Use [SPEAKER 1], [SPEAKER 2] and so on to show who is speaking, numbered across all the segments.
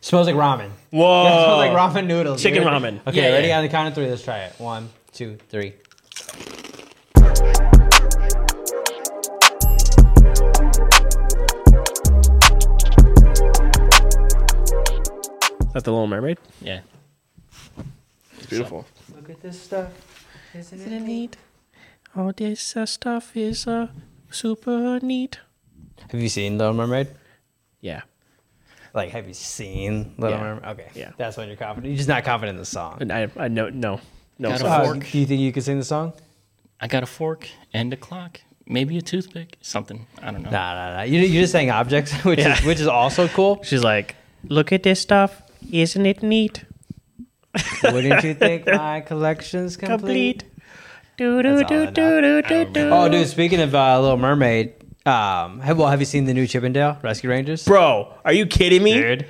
[SPEAKER 1] Smells like ramen.
[SPEAKER 2] Whoa.
[SPEAKER 1] It smells like ramen noodles.
[SPEAKER 2] Uh, Chicken
[SPEAKER 1] You ready?
[SPEAKER 2] ramen.
[SPEAKER 1] Okay,
[SPEAKER 2] Yeah,
[SPEAKER 1] ready
[SPEAKER 2] yeah.
[SPEAKER 1] on the count of three. Let's try it. One, two, three.
[SPEAKER 2] Is that the Little Mermaid?
[SPEAKER 1] Yeah.
[SPEAKER 3] It's beautiful.
[SPEAKER 1] Look at this stuff. Isn't, it neat?
[SPEAKER 2] All this uh, stuff is uh, super neat.
[SPEAKER 1] Have you seen Little Mermaid?
[SPEAKER 2] Yeah.
[SPEAKER 1] Like, have you seen Little
[SPEAKER 2] Yeah.
[SPEAKER 1] Mermaid? Okay.
[SPEAKER 2] Yeah.
[SPEAKER 1] That's when you're confident. You're just not confident in the song.
[SPEAKER 2] And I, I know, no. No.
[SPEAKER 4] Got a
[SPEAKER 2] sorry.
[SPEAKER 1] Uh,
[SPEAKER 4] fork.
[SPEAKER 1] do you think you could sing the song?
[SPEAKER 4] I got a fork and a clock, maybe a toothpick, something. I don't know.
[SPEAKER 1] Nah, nah, nah. You, you're just saying objects, which is which is also cool.
[SPEAKER 2] She's like, look at this stuff. Isn't it neat?
[SPEAKER 1] Wouldn't you think my collection's complete?
[SPEAKER 2] Complete. Do do
[SPEAKER 1] That's all I
[SPEAKER 2] do
[SPEAKER 1] know.
[SPEAKER 2] do do do do.
[SPEAKER 1] Oh, dude. Speaking of uh, Little Mermaid, um, have, well, have you seen the new Chippendale Rescue Rangers?
[SPEAKER 2] Bro, are you kidding me?
[SPEAKER 1] dude,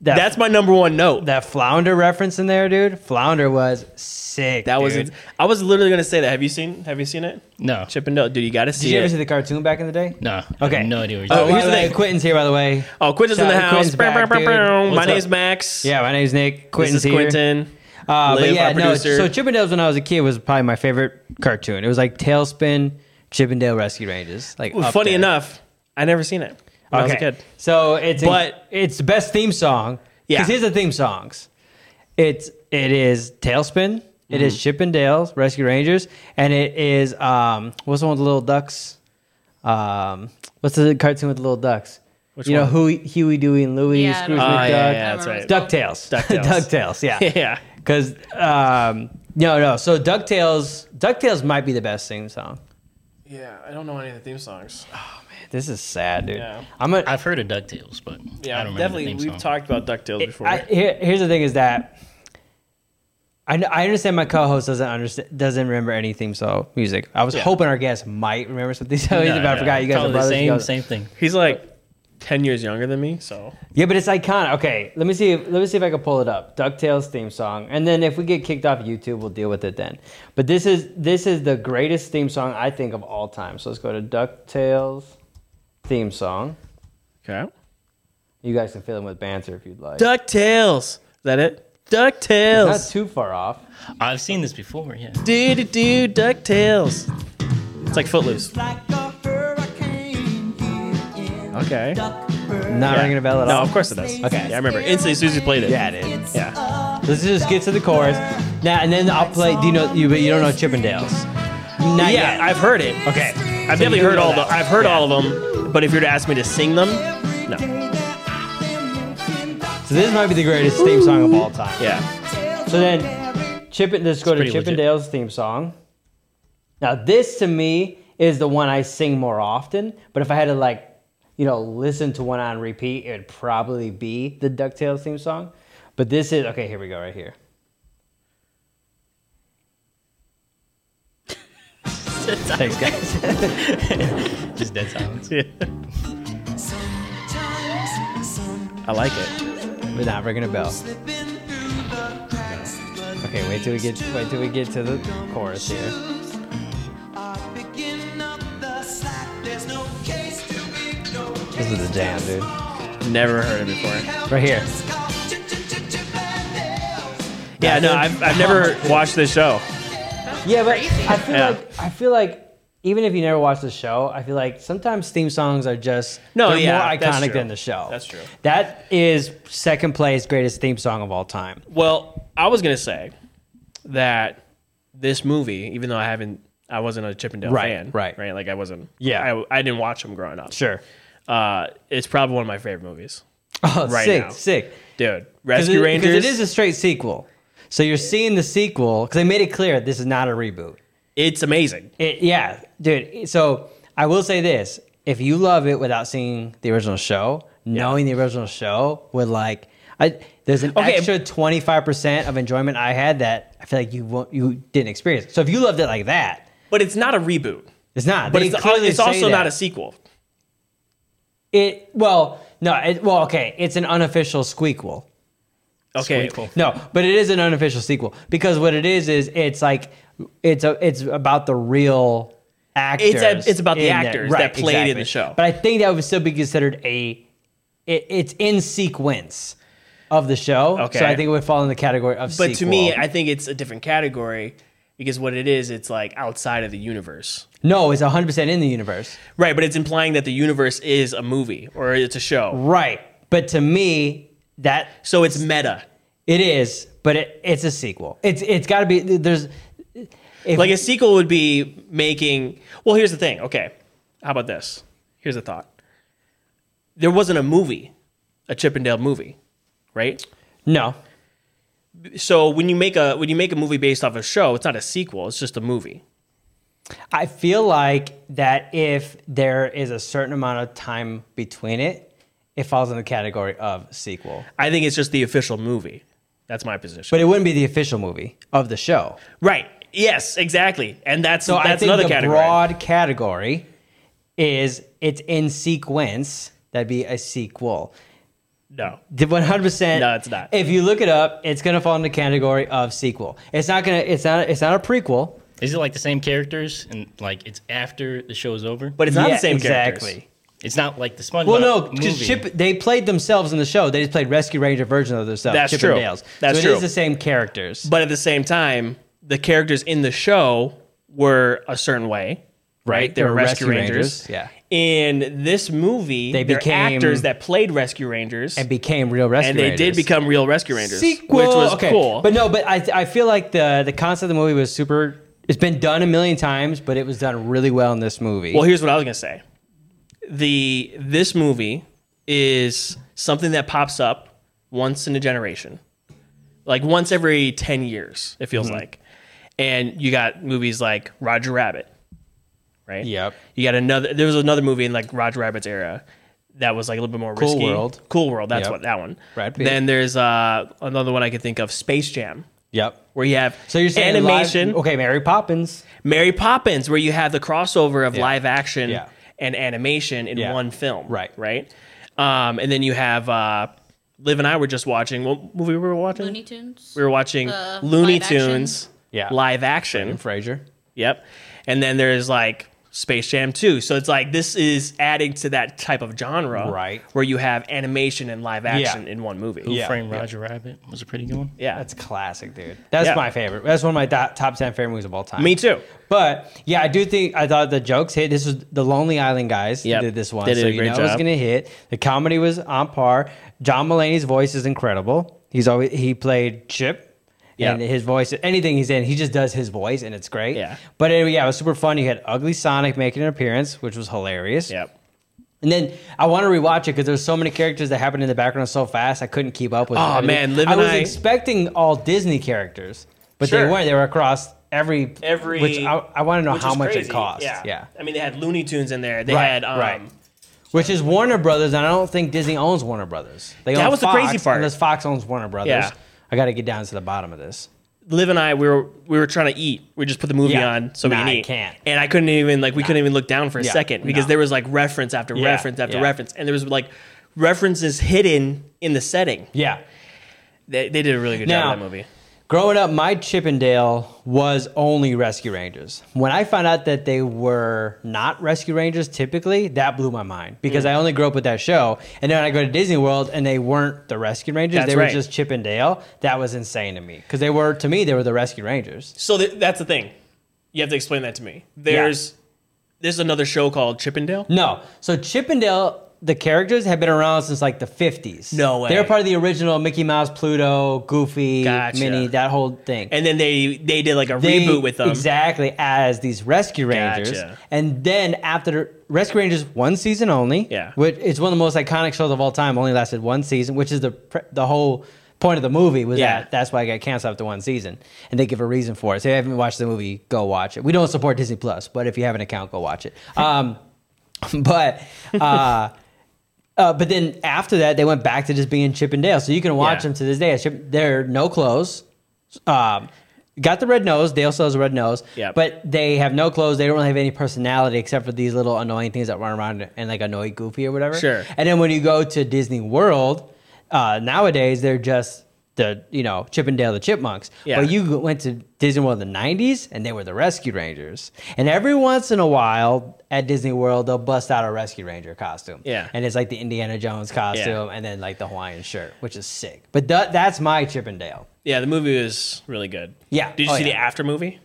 [SPEAKER 1] that,
[SPEAKER 2] That's my number one note.
[SPEAKER 1] that flounder reference in there, dude. Flounder was sick.
[SPEAKER 2] That was.
[SPEAKER 1] dude.
[SPEAKER 2] I was literally gonna say that. Have you seen? Have you seen it?
[SPEAKER 4] No.
[SPEAKER 2] Chip and Dale, dude, you gotta
[SPEAKER 1] Did
[SPEAKER 2] see
[SPEAKER 1] you
[SPEAKER 2] it.
[SPEAKER 1] ever see the cartoon back in the day?
[SPEAKER 4] No. I
[SPEAKER 1] Okay.
[SPEAKER 4] have no idea what you're
[SPEAKER 1] Oh,
[SPEAKER 4] talking
[SPEAKER 1] here's the thing. Quinton's here, by the way.
[SPEAKER 2] oh, Quentin's in
[SPEAKER 1] Shout
[SPEAKER 2] the
[SPEAKER 1] out to
[SPEAKER 2] house.
[SPEAKER 1] Quentin's back,
[SPEAKER 2] Bow, bow,
[SPEAKER 1] dude.
[SPEAKER 2] bow, bow. My
[SPEAKER 4] What's
[SPEAKER 2] name's
[SPEAKER 4] up?
[SPEAKER 2] Max.
[SPEAKER 1] Yeah, my name's Nick. Quentin's
[SPEAKER 2] this is
[SPEAKER 1] here.
[SPEAKER 2] Quentin.
[SPEAKER 1] Uh, but
[SPEAKER 2] Liv,
[SPEAKER 1] yeah,
[SPEAKER 2] our
[SPEAKER 1] no.
[SPEAKER 2] producer.
[SPEAKER 1] So Chippendales when I was a kid was probably my favorite cartoon. It was like Tailspin, Chippendale Rescue Rangers. Like up
[SPEAKER 2] Funny
[SPEAKER 1] there.
[SPEAKER 2] enough, I never seen it when I was a kid.
[SPEAKER 1] So it's
[SPEAKER 2] But-
[SPEAKER 1] it's the best theme song.
[SPEAKER 2] Yeah.
[SPEAKER 1] Because here's the theme songs. It's it is Tailspin. It is
[SPEAKER 2] Mm-hmm.
[SPEAKER 1] Chippendales Rescue Rangers, and it is um what's the one with the little ducks? Um, what's the cartoon with the little ducks?
[SPEAKER 2] Which
[SPEAKER 1] you know
[SPEAKER 2] one?
[SPEAKER 1] who Huey, Dewey, and Louie,
[SPEAKER 5] Yeah,
[SPEAKER 1] Scrooge
[SPEAKER 5] the-
[SPEAKER 2] Ah,
[SPEAKER 1] McDuck,
[SPEAKER 2] yeah, yeah, that's
[SPEAKER 5] I
[SPEAKER 2] right.
[SPEAKER 5] remember.
[SPEAKER 1] Ducktales,
[SPEAKER 2] DuckTales.
[SPEAKER 1] Ducktales, yeah,
[SPEAKER 2] Yeah.
[SPEAKER 1] because um, no, no. So Ducktales, Ducktales might be the best theme song.
[SPEAKER 2] Yeah, I don't know any of the theme songs.
[SPEAKER 1] This is sad, dude.
[SPEAKER 2] Yeah.
[SPEAKER 1] I'm gonna.
[SPEAKER 4] I've heard of DuckTales, but
[SPEAKER 2] Yeah,
[SPEAKER 4] I don't remember
[SPEAKER 2] definitely.
[SPEAKER 4] the
[SPEAKER 2] We've
[SPEAKER 4] theme song.
[SPEAKER 2] talked about Ducktales before.
[SPEAKER 1] I, here, here's the thing: is that I, kn- I understand my co-host doesn't understand doesn't remember any theme song music. I was hoping our guest might remember some theme song music, but I Oh, forgot you guys are
[SPEAKER 4] Probably
[SPEAKER 1] brothers.
[SPEAKER 4] the
[SPEAKER 1] You
[SPEAKER 4] same,
[SPEAKER 1] guys-
[SPEAKER 4] same thing.
[SPEAKER 2] He's like ten years younger than me, so
[SPEAKER 1] Yeah, but it's iconic. Okay, let me see. If, let me see if I can pull it up. Ducktales theme song, and then if we get kicked off YouTube, we'll deal with it then. But this is this is the greatest theme song I think of all time. So let's go to Ducktales theme song.
[SPEAKER 2] okay.
[SPEAKER 1] You guys can fill in with banter if you'd like.
[SPEAKER 2] Ducktales. Is that it?
[SPEAKER 1] Not
[SPEAKER 2] Ducktales.
[SPEAKER 1] too far off.
[SPEAKER 4] I've seen this before, yeah.
[SPEAKER 2] Do do do. Ducktales. It's like Footloose. Okay.
[SPEAKER 1] Not ringing a bell at
[SPEAKER 2] No,
[SPEAKER 1] all.
[SPEAKER 2] of course it does.
[SPEAKER 1] Okay.
[SPEAKER 2] Yeah, I remember. Instantly, Susie played it.
[SPEAKER 1] Yeah, it is.
[SPEAKER 2] Yeah.
[SPEAKER 1] Let's just get to the chorus. Now and then I'll play. Do you know you? But you don't know Chippendales. Not
[SPEAKER 2] Yeah,
[SPEAKER 1] yet.
[SPEAKER 2] I've heard it. Okay. I've definitely
[SPEAKER 1] you
[SPEAKER 2] heard
[SPEAKER 1] know
[SPEAKER 2] all
[SPEAKER 1] that
[SPEAKER 2] the. I've heard all of them. But if you were to ask me to sing them, no.
[SPEAKER 1] so this might be the greatest theme song of all time.
[SPEAKER 2] Yeah.
[SPEAKER 1] So then, Chip. Let's go to
[SPEAKER 4] pretty
[SPEAKER 1] Chippendales theme song. Now this to me is the one I sing more often. But if I had to like, you know, listen to one on repeat, it would probably be the Ducktales theme song. But this is okay. Here we go. Right here. Thanks, guys.
[SPEAKER 4] Just dead silence.
[SPEAKER 2] I like it.
[SPEAKER 1] We're not ringing a bell. Okay, wait till we get wait till we get to the chorus here. This is a jam, dude.
[SPEAKER 2] Never heard it before.
[SPEAKER 1] Right here.
[SPEAKER 2] Yeah. No, I've, I've never watched this show.
[SPEAKER 1] Yeah, but I feel
[SPEAKER 2] Yeah.
[SPEAKER 1] like I feel like even if you never watch the show, I feel like sometimes theme songs are just
[SPEAKER 2] No,
[SPEAKER 1] they're
[SPEAKER 2] yeah,
[SPEAKER 1] more
[SPEAKER 2] that's
[SPEAKER 1] iconic
[SPEAKER 2] true.
[SPEAKER 1] than the show.
[SPEAKER 2] That's true.
[SPEAKER 1] That is second place greatest theme song of all time.
[SPEAKER 2] Well, I was gonna say that this movie, even though I haven't, I wasn't a Chippendale
[SPEAKER 1] Right,
[SPEAKER 2] fan,
[SPEAKER 1] right.
[SPEAKER 2] right, like I wasn't.
[SPEAKER 1] Yeah.
[SPEAKER 2] I, I didn't watch them growing up.
[SPEAKER 1] Sure.
[SPEAKER 2] uh, it's probably one of my favorite movies,
[SPEAKER 1] Oh,
[SPEAKER 2] Right
[SPEAKER 1] sick,
[SPEAKER 2] now.
[SPEAKER 1] sick.
[SPEAKER 2] dude.
[SPEAKER 1] Because
[SPEAKER 2] Rescue
[SPEAKER 1] it- because
[SPEAKER 2] Rangers.
[SPEAKER 1] It is a straight sequel. So you're seeing the sequel because they made it clear this is not a reboot.
[SPEAKER 2] it's amazing.
[SPEAKER 1] It, yeah, dude. So I will say this: if you love it without seeing the original show, knowing the original show would like, I there's an
[SPEAKER 2] Okay.
[SPEAKER 1] extra twenty five percent of enjoyment I had that I feel like you won't, you didn't experience. So if you loved it like that,
[SPEAKER 2] But it's not a reboot.
[SPEAKER 1] it's not.
[SPEAKER 2] But
[SPEAKER 1] They
[SPEAKER 2] it's, uh,
[SPEAKER 1] clearly
[SPEAKER 2] it's
[SPEAKER 1] say
[SPEAKER 2] also not
[SPEAKER 1] that.
[SPEAKER 2] a sequel.
[SPEAKER 1] It well, no, it, well, okay, it's an unofficial squeakquel.
[SPEAKER 2] Okay.
[SPEAKER 1] No, but it is an unofficial sequel because what it is is it's like it's a it's about the real actors.
[SPEAKER 2] a- it's about the
[SPEAKER 1] in
[SPEAKER 2] actors that played in the show.
[SPEAKER 1] But I think that would still be considered a it, it's in sequence. of the show.
[SPEAKER 2] Okay.
[SPEAKER 1] So I think it would fall in the category of
[SPEAKER 2] But to me,
[SPEAKER 1] sequel.
[SPEAKER 2] I think it's a different category because what it is, it's like outside of the universe.
[SPEAKER 1] no, it's 100% in the universe.
[SPEAKER 2] Right, but it's implying that the universe is a movie or it's a show.
[SPEAKER 1] Right. But to me, that
[SPEAKER 2] So it's meta.
[SPEAKER 1] it is, but it, it's a sequel. It's it's got to be there's if,
[SPEAKER 2] Like a sequel would be making. Well, here's the thing. Okay. How about this? Here's a thought. There wasn't a movie, a Chippendale movie, right?
[SPEAKER 1] no.
[SPEAKER 2] So when you make a when you make a movie based off a show, it's not a sequel, it's just a movie.
[SPEAKER 1] I feel like that if there is a certain amount of time between it, it falls in the category of sequel.
[SPEAKER 2] I think it's just the official movie. That's my position.
[SPEAKER 1] But it wouldn't be the official movie of the show.
[SPEAKER 2] right. Yes, exactly. And that's
[SPEAKER 1] So I
[SPEAKER 2] that's
[SPEAKER 1] think
[SPEAKER 2] another
[SPEAKER 1] the
[SPEAKER 2] category.
[SPEAKER 1] broad category is it's in sequence. That'd be a sequel.
[SPEAKER 2] no.
[SPEAKER 1] The 100%.
[SPEAKER 2] No, it's not.
[SPEAKER 1] If you look it up, it's going to fall in the category of sequel. It's not going to it's not it's not a prequel.
[SPEAKER 4] Is it like the same characters and like it's after the show is over?
[SPEAKER 2] But it's not
[SPEAKER 1] Yeah,
[SPEAKER 2] the same
[SPEAKER 1] exactly.
[SPEAKER 2] characters.
[SPEAKER 4] it's not like the SpongeBob
[SPEAKER 1] Well, no, because
[SPEAKER 4] movie.
[SPEAKER 1] Chip they played themselves in the show. They just played Rescue Ranger version of themselves.
[SPEAKER 2] That's
[SPEAKER 1] Chip
[SPEAKER 2] true.
[SPEAKER 1] And Dale's.
[SPEAKER 2] That's
[SPEAKER 1] so It
[SPEAKER 2] true.
[SPEAKER 1] is the same characters.
[SPEAKER 2] But at the same time, the characters in the show were a certain way, right?
[SPEAKER 1] Right,
[SPEAKER 2] They were Rescue, Rangers.
[SPEAKER 1] yeah.
[SPEAKER 2] In this movie,
[SPEAKER 1] They
[SPEAKER 2] they became
[SPEAKER 1] became-
[SPEAKER 2] actors that played Rescue Rangers,
[SPEAKER 1] and
[SPEAKER 2] and,
[SPEAKER 1] became real Rescue
[SPEAKER 2] they
[SPEAKER 1] Rangers.
[SPEAKER 2] did become real Rescue Rangers,
[SPEAKER 1] sequel,
[SPEAKER 2] which was
[SPEAKER 1] okay.
[SPEAKER 2] cool.
[SPEAKER 1] But no, but I I feel like the the concept of the movie was super. It's been done a million times, but it was done really well in this movie.
[SPEAKER 2] well, here's what I was gonna say: the this movie is something that pops up once in a generation, like once every ten years, it
[SPEAKER 1] Mm-hmm.
[SPEAKER 2] feels like. And you got movies like Roger Rabbit, right?
[SPEAKER 1] yep.
[SPEAKER 2] You got another. There was another movie in like Roger Rabbit's era that was like a little bit more
[SPEAKER 1] Cool
[SPEAKER 2] risky.
[SPEAKER 1] World.
[SPEAKER 2] Cool World. That's
[SPEAKER 1] Yep.
[SPEAKER 2] what that one.
[SPEAKER 1] Brad Pitt.
[SPEAKER 2] Then there's uh, another one I could think of, Space Jam,
[SPEAKER 1] Yep.
[SPEAKER 2] where you have
[SPEAKER 1] So you're saying
[SPEAKER 2] animation,
[SPEAKER 1] live- okay, Mary Poppins.
[SPEAKER 2] Mary Poppins, where you have the crossover of live action
[SPEAKER 1] Yeah.
[SPEAKER 2] and animation in
[SPEAKER 1] Yeah.
[SPEAKER 2] one film.
[SPEAKER 1] Right.
[SPEAKER 2] Right. Um, and then you have uh, Liv and I were just watching what movie we were watching.
[SPEAKER 5] Looney Tunes.
[SPEAKER 2] we were watching
[SPEAKER 5] Uh,
[SPEAKER 2] Looney
[SPEAKER 5] live action.
[SPEAKER 2] Tunes.
[SPEAKER 1] Yeah.
[SPEAKER 2] Live action.
[SPEAKER 1] And Frasier.
[SPEAKER 2] Yep. And then there's like Space Jam 2. So it's like this is adding to that type of genre.
[SPEAKER 1] Right.
[SPEAKER 2] Where you have animation and live action in one movie.
[SPEAKER 1] Yeah.
[SPEAKER 4] Frame Roger Rabbit was a pretty good one.
[SPEAKER 2] Yeah.
[SPEAKER 1] That's classic, dude. That's
[SPEAKER 2] Yeah.
[SPEAKER 1] my favorite. That's one of my do- top ten favorite movies of all time.
[SPEAKER 2] Me too.
[SPEAKER 1] But yeah, I do think I thought the jokes hit. This was the Lonely Island guys
[SPEAKER 2] Yep.
[SPEAKER 1] did this one,
[SPEAKER 2] They did
[SPEAKER 1] so
[SPEAKER 2] a
[SPEAKER 1] you
[SPEAKER 2] great
[SPEAKER 1] know it was
[SPEAKER 2] job.
[SPEAKER 1] gonna hit. The comedy was on par. John Mulaney's voice is incredible. He's always he played Chip. And
[SPEAKER 2] Yep.
[SPEAKER 1] his voice, anything he's in, he just does his voice, and it's great.
[SPEAKER 2] Yeah.
[SPEAKER 1] But anyway, yeah, it was super fun. You had Ugly Sonic making an appearance, which was hilarious.
[SPEAKER 2] Yep.
[SPEAKER 1] And then I want to rewatch it because there's so many characters that happened in the background so fast I couldn't keep up with.
[SPEAKER 2] Aw,
[SPEAKER 1] everything.
[SPEAKER 2] man, Liv
[SPEAKER 1] I
[SPEAKER 2] and
[SPEAKER 1] was
[SPEAKER 2] I-
[SPEAKER 1] expecting all Disney characters, but
[SPEAKER 2] Sure.
[SPEAKER 1] they weren't. They were across every
[SPEAKER 2] Every
[SPEAKER 1] Which I, I want to know
[SPEAKER 2] which
[SPEAKER 1] how
[SPEAKER 2] is
[SPEAKER 1] much
[SPEAKER 2] crazy.
[SPEAKER 1] it cost.
[SPEAKER 2] Yeah.
[SPEAKER 1] Yeah.
[SPEAKER 2] I mean, they had Looney Tunes in there. They
[SPEAKER 1] Right,
[SPEAKER 2] had um,
[SPEAKER 1] right. which is Warner Brothers, and I don't think Disney owns Warner Brothers. They
[SPEAKER 2] That
[SPEAKER 1] own
[SPEAKER 2] was the
[SPEAKER 1] Fox,
[SPEAKER 2] crazy part.
[SPEAKER 1] Unless Fox owns Warner Brothers,
[SPEAKER 2] Yeah.
[SPEAKER 1] I got to get down to the bottom of this.
[SPEAKER 2] Liv and I we were we were trying to eat. We just put the movie
[SPEAKER 1] Yeah.
[SPEAKER 2] on so we
[SPEAKER 1] Nah,
[SPEAKER 2] can
[SPEAKER 1] I
[SPEAKER 2] eat.
[SPEAKER 1] can't.
[SPEAKER 2] And I couldn't even like we couldn't even look down for a
[SPEAKER 1] Yeah.
[SPEAKER 2] second because
[SPEAKER 1] No.
[SPEAKER 2] there was like reference after
[SPEAKER 1] Yeah.
[SPEAKER 2] reference after
[SPEAKER 1] Yeah.
[SPEAKER 2] reference, and there was like references hidden in the setting.
[SPEAKER 1] Yeah.
[SPEAKER 2] They, they did a really good
[SPEAKER 1] Now-
[SPEAKER 2] job in that movie.
[SPEAKER 1] Growing up, my Chippendale was only Rescue Rangers. When I found out that they were not Rescue Rangers, typically, that blew my mind
[SPEAKER 2] Mm.
[SPEAKER 1] because I only grew up with that show. And then I go to Disney World and they weren't the Rescue Rangers,
[SPEAKER 2] That's
[SPEAKER 1] they were
[SPEAKER 2] right.
[SPEAKER 1] just Chippendale. That was insane to me because they were, to me, they were the Rescue Rangers.
[SPEAKER 2] So th- that's the thing. You have to explain that to me. There's there's another show called Chippendale.
[SPEAKER 1] No. So Chippendale, the characters have been around since like the 50s.
[SPEAKER 2] No way.
[SPEAKER 1] They were part of the original Mickey Mouse, Pluto, Goofy,
[SPEAKER 2] Gotcha.
[SPEAKER 1] Minnie, that whole thing.
[SPEAKER 2] And then they they did like a
[SPEAKER 1] they-
[SPEAKER 2] reboot with um, them.
[SPEAKER 1] exactly as these rescue rangers
[SPEAKER 2] Gotcha.
[SPEAKER 1] and then after the rescue rangers one season only
[SPEAKER 2] Yeah.
[SPEAKER 1] which it's one of the most iconic shows of all time only lasted one season which is the pre- the whole point of the movie was
[SPEAKER 2] Yeah.
[SPEAKER 1] that that's why it got canceled after one season and they give a reason for it so if you haven't watched the movie go watch it we don't support disney plus but if you have an account go watch it um but uh Uh, but then after that, they went back to just being Chip and Dale. So you can watch
[SPEAKER 2] Yeah.
[SPEAKER 1] them to this day. It's Chip- They're no clothes. Um, got the red nose. Dale still has a red nose.
[SPEAKER 2] Yep.
[SPEAKER 1] But they have no clothes. They don't really have any personality except for these little annoying things that run around and like annoy Goofy or whatever.
[SPEAKER 2] Sure.
[SPEAKER 1] And then when you go to Disney World, uh, nowadays they're just the you know Chippendale the Chipmunks,
[SPEAKER 2] Yeah.
[SPEAKER 1] but you went to Disney World in the '90s, and they were the Rescue Rangers. And every once in a while at Disney World, they'll bust out a Rescue Ranger costume.
[SPEAKER 2] Yeah.
[SPEAKER 1] and it's like the Indiana Jones costume, and then like the Hawaiian shirt, which is sick. But tha- that's my Chippendale.
[SPEAKER 2] Yeah, the movie was really good.
[SPEAKER 1] Yeah.
[SPEAKER 2] Did you
[SPEAKER 1] Oh,
[SPEAKER 2] see the
[SPEAKER 1] yeah.
[SPEAKER 2] after movie?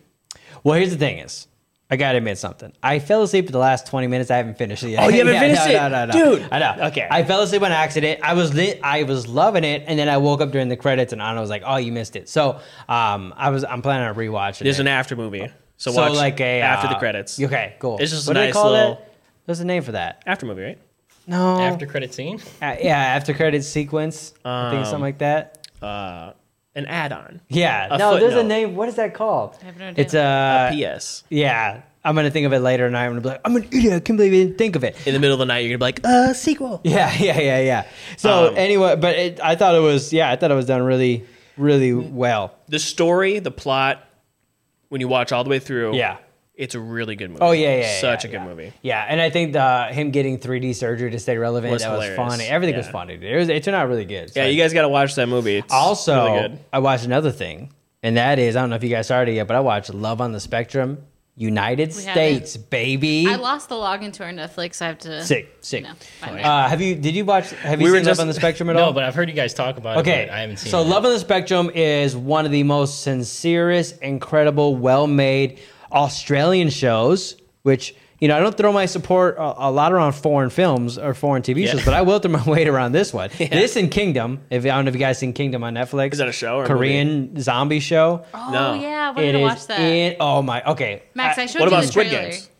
[SPEAKER 1] Well, here's the thing: is I gotta admit something. I fell asleep in the last 20 minutes. I haven't finished it yet.
[SPEAKER 2] Oh, you haven't finished
[SPEAKER 1] no, no,
[SPEAKER 2] it?
[SPEAKER 1] no, no.
[SPEAKER 2] Dude.
[SPEAKER 1] I know.
[SPEAKER 2] Okay.
[SPEAKER 1] I fell asleep on accident. I was lit. I was loving it, and then I woke up during the credits, and Anna was like, "Oh, you missed it." So, um, I was I'm planning on rewatching.
[SPEAKER 2] There's
[SPEAKER 1] it.
[SPEAKER 2] an after movie. So,
[SPEAKER 1] so
[SPEAKER 2] watch
[SPEAKER 1] like a
[SPEAKER 2] after the
[SPEAKER 1] uh,
[SPEAKER 2] credits.
[SPEAKER 1] Okay, cool.
[SPEAKER 2] It's just a
[SPEAKER 1] what do they
[SPEAKER 2] nice
[SPEAKER 1] call
[SPEAKER 2] little-
[SPEAKER 1] that? There's a name for that.
[SPEAKER 2] After movie, right?
[SPEAKER 1] No.
[SPEAKER 4] After credit scene.
[SPEAKER 1] Uh, yeah, after credits sequence. I think it's something like that.
[SPEAKER 2] Uh, an add-on.
[SPEAKER 1] Yeah.
[SPEAKER 2] Um, a
[SPEAKER 1] No, there's a
[SPEAKER 2] footnote.
[SPEAKER 1] name. What is that called? I
[SPEAKER 5] have no
[SPEAKER 1] It's a
[SPEAKER 2] Uh, P.S.
[SPEAKER 1] Yeah, I'm gonna think of it later, and I'm gonna be like, I'm an idiot. I can't believe I didn't think of it.
[SPEAKER 2] In the middle of the night, you're gonna be like, uh, sequel.
[SPEAKER 1] Yeah, yeah, yeah, yeah. So
[SPEAKER 2] Um,
[SPEAKER 1] anyway, but it, I thought it was yeah, I thought it was done really, really well.
[SPEAKER 2] The story, the plot, when you watch all the way through,
[SPEAKER 1] Yeah.
[SPEAKER 2] it's a really good movie.
[SPEAKER 1] Oh yeah, yeah, yeah,
[SPEAKER 2] such
[SPEAKER 1] yeah,
[SPEAKER 2] a good
[SPEAKER 1] yeah.
[SPEAKER 2] movie.
[SPEAKER 1] Yeah, and I think the, him getting 3D surgery to stay relevant
[SPEAKER 2] Was
[SPEAKER 1] that was
[SPEAKER 2] hilarious.
[SPEAKER 1] funny. Everything was
[SPEAKER 2] Yeah.
[SPEAKER 1] funny. dude. It was it turned out really good. So
[SPEAKER 2] Yeah, you guys gotta watch that movie. It's
[SPEAKER 1] also
[SPEAKER 2] really good.
[SPEAKER 1] I watched another thing, and that is I don't know if you guys started yet, but I watched Love on the Spectrum, United
[SPEAKER 5] We haven't.
[SPEAKER 1] States, baby.
[SPEAKER 5] I lost the login to our Netflix. I have to.
[SPEAKER 1] sick, sick.
[SPEAKER 5] No, fine.
[SPEAKER 1] uh, have you did you watch have you
[SPEAKER 2] We were
[SPEAKER 1] seen
[SPEAKER 2] just-
[SPEAKER 1] Love on the Spectrum at all?
[SPEAKER 4] No, but I've heard you guys talk about
[SPEAKER 1] Okay,
[SPEAKER 4] it. but I haven't seen
[SPEAKER 1] So,
[SPEAKER 4] it.
[SPEAKER 1] Love on the Spectrum is one of the most sincerest, incredible, well-made Australian shows. Which you know, I don't throw my support a, a lot around foreign films or foreign TV shows, but I will throw my weight around this one. This and Kingdom. If I don't know if you guys seen Kingdom on Netflix,
[SPEAKER 2] Is that a show or a
[SPEAKER 1] Korean zombie show.
[SPEAKER 5] oh
[SPEAKER 2] no.
[SPEAKER 5] yeah, I
[SPEAKER 1] It
[SPEAKER 5] wanted to
[SPEAKER 1] is
[SPEAKER 5] watch that.
[SPEAKER 1] in- oh my. Okay,
[SPEAKER 5] Max, I,
[SPEAKER 1] I,
[SPEAKER 5] showed
[SPEAKER 2] What
[SPEAKER 5] you
[SPEAKER 2] about
[SPEAKER 5] the
[SPEAKER 2] Squid
[SPEAKER 5] trailer.
[SPEAKER 2] Games?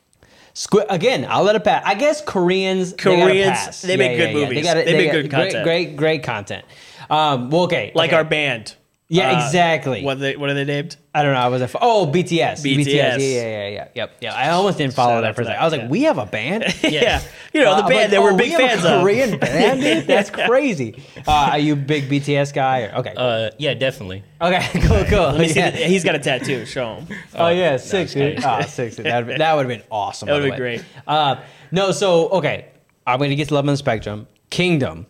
[SPEAKER 1] Squi- again, I'll let it pass. I guess Koreans. they gotta
[SPEAKER 2] Koreans,
[SPEAKER 1] pass.
[SPEAKER 2] they make good
[SPEAKER 1] They,
[SPEAKER 2] movies.
[SPEAKER 1] gotta-
[SPEAKER 2] They make
[SPEAKER 1] gotta-
[SPEAKER 2] good
[SPEAKER 1] great-
[SPEAKER 2] content.
[SPEAKER 1] Great, great, content. Um, well, okay,
[SPEAKER 2] Like
[SPEAKER 1] okay.
[SPEAKER 2] our band.
[SPEAKER 1] Yeah,
[SPEAKER 2] Uh,
[SPEAKER 1] exactly.
[SPEAKER 2] What are they, what are they named?
[SPEAKER 1] I don't know. I was a oh BTS, BTS, Yeah, yeah,
[SPEAKER 2] BTS.
[SPEAKER 1] yeah, yeah, yep, yeah. I almost didn't follow
[SPEAKER 2] Shout
[SPEAKER 1] that
[SPEAKER 2] out
[SPEAKER 1] for a
[SPEAKER 2] to
[SPEAKER 1] second.
[SPEAKER 2] that,
[SPEAKER 1] I was like,
[SPEAKER 2] yeah.
[SPEAKER 1] we have a band.
[SPEAKER 2] Yeah, you know
[SPEAKER 1] Uh,
[SPEAKER 2] the
[SPEAKER 1] I'm
[SPEAKER 2] band
[SPEAKER 1] like,
[SPEAKER 2] that we're
[SPEAKER 1] oh,
[SPEAKER 2] big
[SPEAKER 1] we have a
[SPEAKER 2] fans of.
[SPEAKER 1] Korean band, dude? That's crazy. Uh, are you a big BTS guy? Or, okay,
[SPEAKER 4] Uh, yeah, definitely.
[SPEAKER 1] okay, cool, cool.
[SPEAKER 2] Let me see.
[SPEAKER 1] Yeah.
[SPEAKER 2] the- He's got a tattoo. Show him.
[SPEAKER 1] Oh yeah, six,
[SPEAKER 4] just
[SPEAKER 1] dude. Oh, six. dude. That'd be- That would have been awesome.
[SPEAKER 2] That
[SPEAKER 1] by the
[SPEAKER 2] would've been
[SPEAKER 1] way. Uh, no, so okay, I'm gonna get to Love on the Spectrum. Kingdom.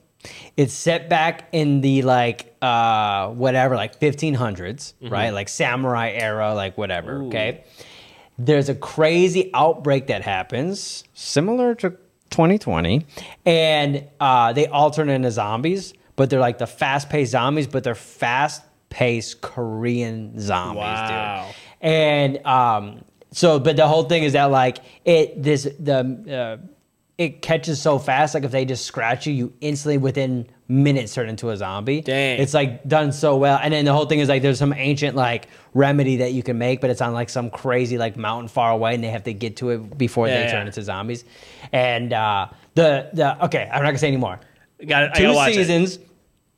[SPEAKER 1] It's set back in the like uh whatever, like 1500s,
[SPEAKER 2] Mm-hmm.
[SPEAKER 1] right? Like samurai era, like whatever. Okay. There's a crazy outbreak that happens, similar to 2020, and uh, they alternate into zombies, but they're like the fast-paced zombies, but they're fast-paced Korean zombies,
[SPEAKER 2] Wow.
[SPEAKER 1] dude and um so but the whole thing is that like it this the uh, it catches so fast like if they just scratch you you instantly within minutes turn into a zombie
[SPEAKER 2] Dang.
[SPEAKER 1] it's like done so well and then the whole thing is like there's some ancient like remedy that you can make but it's on like some crazy like mountain far away and they have to get to it before
[SPEAKER 2] Yeah,
[SPEAKER 1] they
[SPEAKER 2] yeah.
[SPEAKER 1] turn into zombies and uh the the okay i'm not gonna say anymore
[SPEAKER 2] Got it. I
[SPEAKER 1] two
[SPEAKER 2] gotta watch it.
[SPEAKER 1] seasons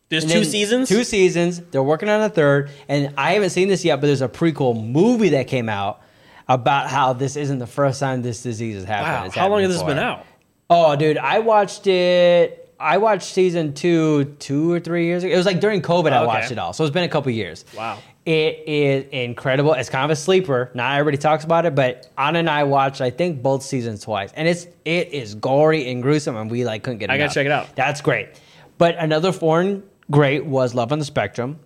[SPEAKER 2] There's
[SPEAKER 1] and
[SPEAKER 2] two
[SPEAKER 1] then
[SPEAKER 2] seasons.
[SPEAKER 1] Two seasons. They're working on a third, and I haven't seen this yet, but there's a prequel movie that came out about how this isn't the first time this disease has happened.
[SPEAKER 2] Wow.
[SPEAKER 1] It's
[SPEAKER 2] How long
[SPEAKER 1] happened
[SPEAKER 2] has this been
[SPEAKER 1] before.
[SPEAKER 2] out?
[SPEAKER 1] Oh, dude, I watched it. I watched season two, two or three years ago. It was like during COVID, I
[SPEAKER 2] Oh, Okay.
[SPEAKER 1] watched it all. So it's been a couple years.
[SPEAKER 2] Wow.
[SPEAKER 1] It is incredible. It's kind of a sleeper. Not everybody talks about it, but Anna and I watched, I think, both seasons twice. And it's it is gory and gruesome, and we like couldn't get
[SPEAKER 2] I gotta
[SPEAKER 1] enough.
[SPEAKER 2] check it out.
[SPEAKER 1] That's great. But another foreign great was Love on the Spectrum.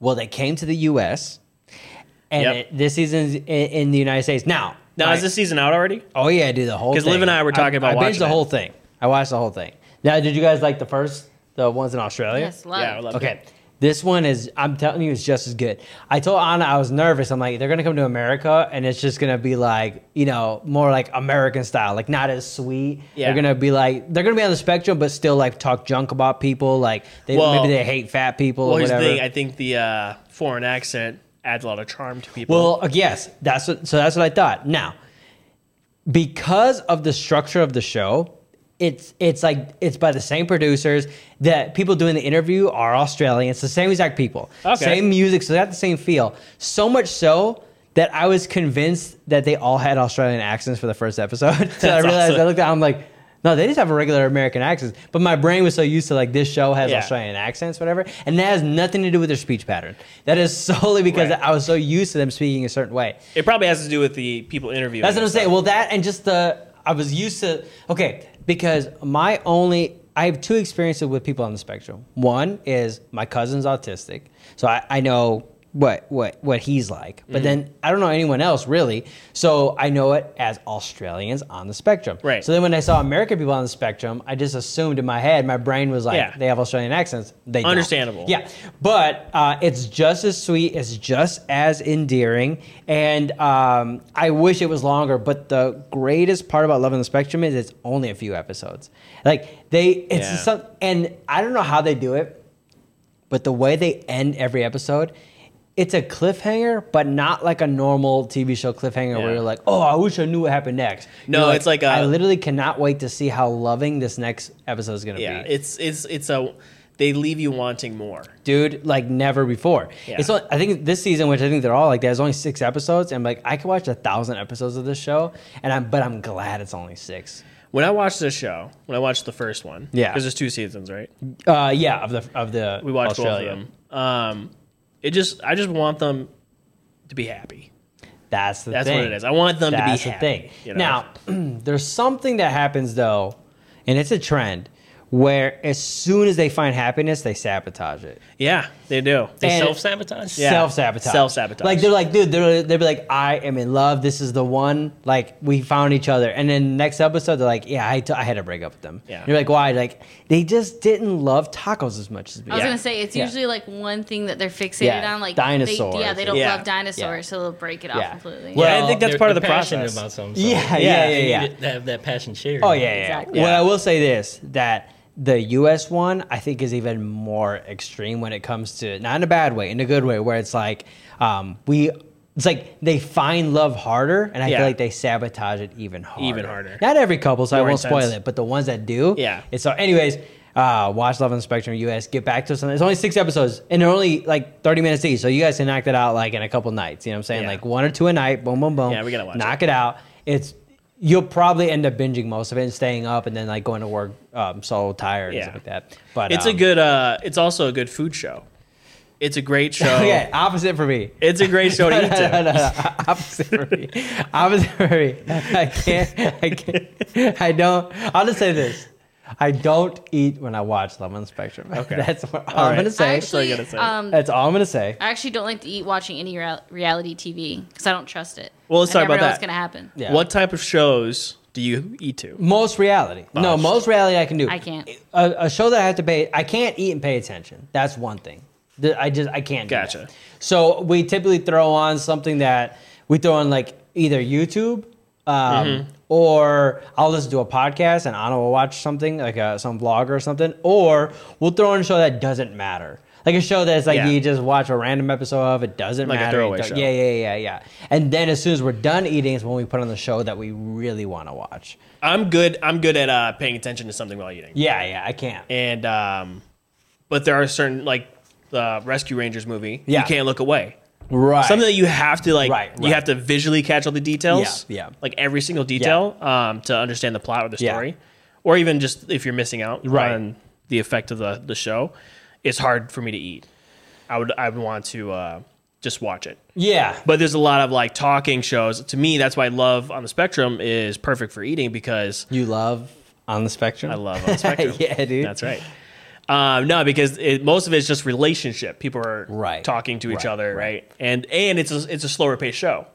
[SPEAKER 1] Well, they came to the U.S. and
[SPEAKER 2] Yep.
[SPEAKER 1] it- this season's in, in the United States now.
[SPEAKER 2] Now
[SPEAKER 1] my-
[SPEAKER 2] is this season out already?
[SPEAKER 1] Oh yeah, dude, the whole.
[SPEAKER 2] 'Cause Liv
[SPEAKER 1] thing.
[SPEAKER 2] and I were talking about
[SPEAKER 1] I binged
[SPEAKER 2] watching
[SPEAKER 1] the
[SPEAKER 2] it.
[SPEAKER 1] whole thing. I watched the whole thing. Now, did you guys like the first, the ones in Australia?
[SPEAKER 5] Yes, love.
[SPEAKER 2] Yeah, I love
[SPEAKER 1] Okay. This one is, I'm telling you, it's just as good. I told Anna I was nervous. I'm like, they're gonna come to America and it's just gonna be like, you know, more like American style, like not as sweet.
[SPEAKER 2] Yeah.
[SPEAKER 1] They're gonna be like, they're gonna be on the spectrum, but still like talk junk about people. Like they
[SPEAKER 2] Well-
[SPEAKER 1] maybe they hate fat people
[SPEAKER 2] Well,
[SPEAKER 1] or
[SPEAKER 2] here's the
[SPEAKER 1] whatever.
[SPEAKER 2] thing. I think the uh, foreign accent adds a lot of charm to people.
[SPEAKER 1] Well, uh, yes, that's what. So that's what I thought. Now, because of the structure of the show, it's it's like it's by the same producers. That people doing the interview are Australian. It's the same exact people,
[SPEAKER 2] Okay.
[SPEAKER 1] same music, so they got the same feel. So much so that I was convinced that they all had Australian accents for the first episode. so I
[SPEAKER 2] That's
[SPEAKER 1] realized
[SPEAKER 2] awesome.
[SPEAKER 1] I looked at, I'm like. No, they just have a regular American accent. But my brain was so used to like this show has
[SPEAKER 2] Yeah.
[SPEAKER 1] Australian accents, whatever, and that has nothing to do with their speech pattern. That is solely because
[SPEAKER 2] Right.
[SPEAKER 1] I was so used to them speaking a certain way.
[SPEAKER 2] it probably has to do with the people interviewing.
[SPEAKER 1] That's what I'm
[SPEAKER 2] and stuff.
[SPEAKER 1] saying. Well, that and just the I was used to okay because my only I have two experiences with people on the spectrum. One is my cousin's autistic, so I, I know what what what he's like.
[SPEAKER 2] Mm-hmm.
[SPEAKER 1] But then I don't know anyone else really, so I know it as Australians on the spectrum.
[SPEAKER 2] Right.
[SPEAKER 1] So then when I saw American people on the spectrum, I just assumed in my head, my brain was like,
[SPEAKER 2] Yeah.
[SPEAKER 1] they have Australian accents. They don't.
[SPEAKER 2] Understandable.
[SPEAKER 1] Yeah, but uh, it's just as sweet. It's just as endearing, and um, I wish it was longer. But the greatest part about Love on the Spectrum is it's only a few episodes. Like they, it's
[SPEAKER 2] Yeah.
[SPEAKER 1] some, and I don't know how they do it, but the way they end every episode. It's a cliffhanger, but not like a normal TV show cliffhanger where
[SPEAKER 2] Yeah.
[SPEAKER 1] you're like, "Oh, I wish I knew what happened next."
[SPEAKER 2] No,
[SPEAKER 1] You're
[SPEAKER 2] it's like a-
[SPEAKER 1] I literally cannot wait to see how loving this next episode is going to
[SPEAKER 2] Yeah,
[SPEAKER 1] be.
[SPEAKER 2] it's it's it's a they leave you wanting more.
[SPEAKER 1] dude, like never before.
[SPEAKER 2] Yeah.
[SPEAKER 1] It's only, I think this season, which I think they're all like that, there's only six episodes, and like I could watch a thousand episodes of this show, and I'm but I'm glad it's only six.
[SPEAKER 2] When I watched this show, when I watched the first one,
[SPEAKER 1] Yeah.
[SPEAKER 2] because there's two seasons, right?
[SPEAKER 1] Uh, yeah, of the of the
[SPEAKER 2] We watched both of them. Um, it just I just want them to be happy.
[SPEAKER 1] That's the
[SPEAKER 2] That's
[SPEAKER 1] thing.
[SPEAKER 2] what it is. I want them
[SPEAKER 1] That's
[SPEAKER 2] to be
[SPEAKER 1] the
[SPEAKER 2] happy.
[SPEAKER 1] thing.
[SPEAKER 2] you know?
[SPEAKER 1] Now, there's something that happens though, and it's a trend where as soon as they find happiness, they sabotage it.
[SPEAKER 2] yeah, they do.
[SPEAKER 4] They
[SPEAKER 1] And-
[SPEAKER 4] self sabotage.
[SPEAKER 2] Yeah.
[SPEAKER 1] Self sabotage.
[SPEAKER 2] Self-sabotage.
[SPEAKER 1] Like they're like, dude, they're, they'll be like, I am in love. This is the one. Like we found each other. And then next episode, they're like, yeah, I, t- I had to break up with them.
[SPEAKER 2] Yeah.
[SPEAKER 1] And you're like, why? Like they just didn't love tacos as much as me.
[SPEAKER 5] I was
[SPEAKER 2] Yeah.
[SPEAKER 5] gonna say it's
[SPEAKER 1] Yeah.
[SPEAKER 5] usually like one thing that they're fixated
[SPEAKER 1] Yeah,
[SPEAKER 5] on, like
[SPEAKER 1] dinosaurs.
[SPEAKER 5] They, yeah, they don't
[SPEAKER 2] Yeah.
[SPEAKER 5] love dinosaurs, so they'll break it off
[SPEAKER 1] Yeah.
[SPEAKER 5] completely.
[SPEAKER 1] Well,
[SPEAKER 2] I think that's
[SPEAKER 4] they're-
[SPEAKER 2] part of the
[SPEAKER 4] they're passionate
[SPEAKER 2] process.
[SPEAKER 4] About something, so-
[SPEAKER 1] Yeah, yeah,
[SPEAKER 2] Yeah.
[SPEAKER 1] yeah,
[SPEAKER 4] You
[SPEAKER 1] yeah.
[SPEAKER 4] need to Have that passion shared.
[SPEAKER 1] Oh yeah, yeah, yeah.
[SPEAKER 5] Exactly.
[SPEAKER 1] Well,
[SPEAKER 2] Yeah.
[SPEAKER 1] I will say this: that the U.S. one, I think, is even more extreme when it comes to not in a bad way, in a good way, where it's like um, we. It's like they find love harder, and I
[SPEAKER 2] Yeah.
[SPEAKER 1] feel like they sabotage it even harder.
[SPEAKER 2] Even harder.
[SPEAKER 1] Not every couple, so I
[SPEAKER 2] More
[SPEAKER 1] won't spoil
[SPEAKER 2] intense.
[SPEAKER 1] it, but the ones that do.
[SPEAKER 2] Yeah.
[SPEAKER 1] And so, anyways, uh, watch Love on the Spectrum U.S. Get back to us. on- It's only six episodes, and they're only like thirty minutes each, so you guys can knock that out like in a couple nights. You know what I'm saying?
[SPEAKER 2] Yeah.
[SPEAKER 1] Like one or two a night. Boom, boom, boom.
[SPEAKER 2] Yeah, we gotta watch it.
[SPEAKER 1] Knock knock it out. It's you'll probably end up binging most of it and staying up and then like going to work um, so tired
[SPEAKER 2] Yeah.
[SPEAKER 1] and stuff like that. But
[SPEAKER 2] It's a
[SPEAKER 1] um,
[SPEAKER 2] good. Uh, it's also a good food show. It's a great show.
[SPEAKER 1] okay. Opposite for me.
[SPEAKER 2] It's a great show to eat
[SPEAKER 1] No, no,
[SPEAKER 2] to.
[SPEAKER 1] no, no. Opposite for me. Opposite for me. I can't. I can't. I don't. I'll just say this. I don't eat when I watch Love on the Spectrum. Okay. That's what all I'm
[SPEAKER 2] right.
[SPEAKER 1] gonna
[SPEAKER 5] I
[SPEAKER 1] say.
[SPEAKER 5] actually,
[SPEAKER 2] gonna say.
[SPEAKER 5] um,
[SPEAKER 1] That's all I'm gonna say.
[SPEAKER 5] I actually don't like to eat watching any rea- reality TV because I don't trust it.
[SPEAKER 2] Well, let's
[SPEAKER 5] I
[SPEAKER 2] talk
[SPEAKER 5] never
[SPEAKER 2] about
[SPEAKER 5] know
[SPEAKER 2] that.
[SPEAKER 5] What's gonna happen?
[SPEAKER 1] Yeah.
[SPEAKER 2] What type of shows do you eat to?
[SPEAKER 1] Most reality. No,
[SPEAKER 2] Gosh.
[SPEAKER 1] most reality I can do.
[SPEAKER 5] I can't.
[SPEAKER 1] A, a show that I have to pay. I can't eat and pay attention. That's one thing. Th- I just I can't. do that.
[SPEAKER 2] Gotcha.
[SPEAKER 1] So we typically throw on something that we throw on like either YouTube. Um,
[SPEAKER 2] Mm-hmm.
[SPEAKER 1] Or I'll listen to a podcast and Anna will watch something like a, some vlog or something, or we'll throw on a show that doesn't matter, like a show that's like
[SPEAKER 2] Yeah.
[SPEAKER 1] you just watch a random episode of. It doesn't
[SPEAKER 2] Like a
[SPEAKER 1] matter.
[SPEAKER 2] throwaway
[SPEAKER 1] It don't-
[SPEAKER 2] show.
[SPEAKER 1] Yeah, yeah, yeah, yeah. And then as soon as we're done eating, is when we put on the show that we really want to watch.
[SPEAKER 2] I'm good. I'm good at uh, paying attention to something while eating.
[SPEAKER 1] Yeah, yeah, I can't.
[SPEAKER 2] And um, but there are certain like the Rescue Rangers movie.
[SPEAKER 1] Yeah.
[SPEAKER 2] You can't look away.
[SPEAKER 1] Right.
[SPEAKER 2] Something that you have to like.
[SPEAKER 1] Right,
[SPEAKER 2] You
[SPEAKER 1] right.
[SPEAKER 2] have to visually catch all the details.
[SPEAKER 1] Yeah, yeah.
[SPEAKER 2] Like every single detail um, to understand the plot or the
[SPEAKER 1] Yeah.
[SPEAKER 2] story, or even just if you're missing out
[SPEAKER 1] Right.
[SPEAKER 2] on the effect of the the show, it's hard for me to eat. I would I would want to uh, just watch it.
[SPEAKER 1] yeah.
[SPEAKER 2] But there's a lot of like talking shows. To me, that's why Love on the Spectrum is perfect for eating because
[SPEAKER 1] You love on the spectrum.
[SPEAKER 2] I love on the Spectrum.
[SPEAKER 1] yeah, dude.
[SPEAKER 2] That's right. Um, no, because it, most of it's just relationship. People are
[SPEAKER 1] Right.
[SPEAKER 2] talking to each
[SPEAKER 1] Right,
[SPEAKER 2] other, right. And and it's a, it's a slower paced show.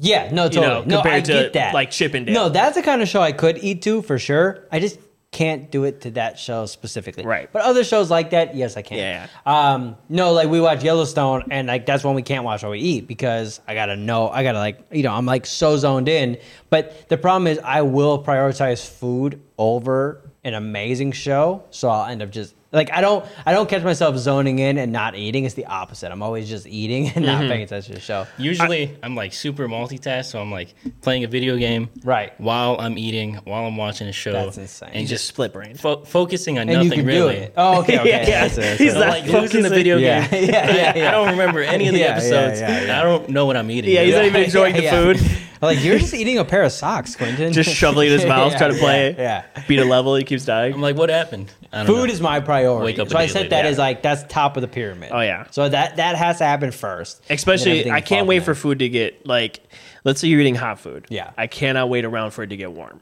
[SPEAKER 1] yeah, no,
[SPEAKER 2] You know,
[SPEAKER 1] totally. no, I
[SPEAKER 2] compared to,
[SPEAKER 1] get that.
[SPEAKER 2] like, Chip and Dale.
[SPEAKER 1] No, that's the kind of show I could eat to for sure. I just can't do it to that show specifically.
[SPEAKER 2] Right.
[SPEAKER 1] But other shows like that, yes, I can.
[SPEAKER 2] Yeah.
[SPEAKER 1] Um, no, like we watch Yellowstone, and like that's when we can't watch what we eat because I gotta know, I gotta like, you know, I'm like so zoned in. But the problem is, I will prioritize food over an amazing show, so I'll end up just like I don't, I don't catch myself zoning in and not eating. It's the opposite. I'm always just eating and
[SPEAKER 2] Mm-hmm.
[SPEAKER 1] not paying attention to the show.
[SPEAKER 4] Usually, I, am like super multitask, so I'm like playing a video game,
[SPEAKER 1] Right.
[SPEAKER 4] while I'm eating, while I'm watching a show.
[SPEAKER 1] That's insane.
[SPEAKER 4] And
[SPEAKER 1] You
[SPEAKER 4] just
[SPEAKER 2] split brain.
[SPEAKER 4] fo- focusing on
[SPEAKER 1] And you
[SPEAKER 4] nothing
[SPEAKER 1] can
[SPEAKER 4] really.
[SPEAKER 1] do it. Oh, okay, okay.
[SPEAKER 2] Yeah,
[SPEAKER 1] That's it, that's
[SPEAKER 2] he's
[SPEAKER 1] it.
[SPEAKER 2] not
[SPEAKER 4] Like losing the
[SPEAKER 2] focusing.
[SPEAKER 4] video
[SPEAKER 1] yeah,
[SPEAKER 4] game.
[SPEAKER 1] yeah, yeah, yeah.
[SPEAKER 4] I don't remember any of the
[SPEAKER 1] Yeah, yeah,
[SPEAKER 4] episodes.
[SPEAKER 1] yeah,
[SPEAKER 4] and I don't know what I'm eating.
[SPEAKER 2] Yeah, he's
[SPEAKER 4] really.
[SPEAKER 2] not even enjoying the food.
[SPEAKER 1] Like you're just eating a pair of socks, Quentin.
[SPEAKER 2] Just shoveling in his mouth, trying to play it,
[SPEAKER 1] Yeah.
[SPEAKER 2] beat a level. He keeps dying.
[SPEAKER 4] I'm like, what happened? I don't
[SPEAKER 1] Food
[SPEAKER 4] know.
[SPEAKER 1] is my priority.
[SPEAKER 4] Wake up
[SPEAKER 1] so
[SPEAKER 4] a
[SPEAKER 1] I
[SPEAKER 4] day
[SPEAKER 1] said
[SPEAKER 4] later.
[SPEAKER 1] that
[SPEAKER 2] Yeah.
[SPEAKER 1] is like that's top of the pyramid.
[SPEAKER 2] Oh, yeah.
[SPEAKER 1] So that that has to happen first. and then
[SPEAKER 2] Especially,
[SPEAKER 1] everything
[SPEAKER 2] I can't
[SPEAKER 1] falls
[SPEAKER 2] wait
[SPEAKER 1] in.
[SPEAKER 2] for food to get like. Let's say you're eating hot food.
[SPEAKER 1] Yeah.
[SPEAKER 2] I cannot wait around for it to get warm.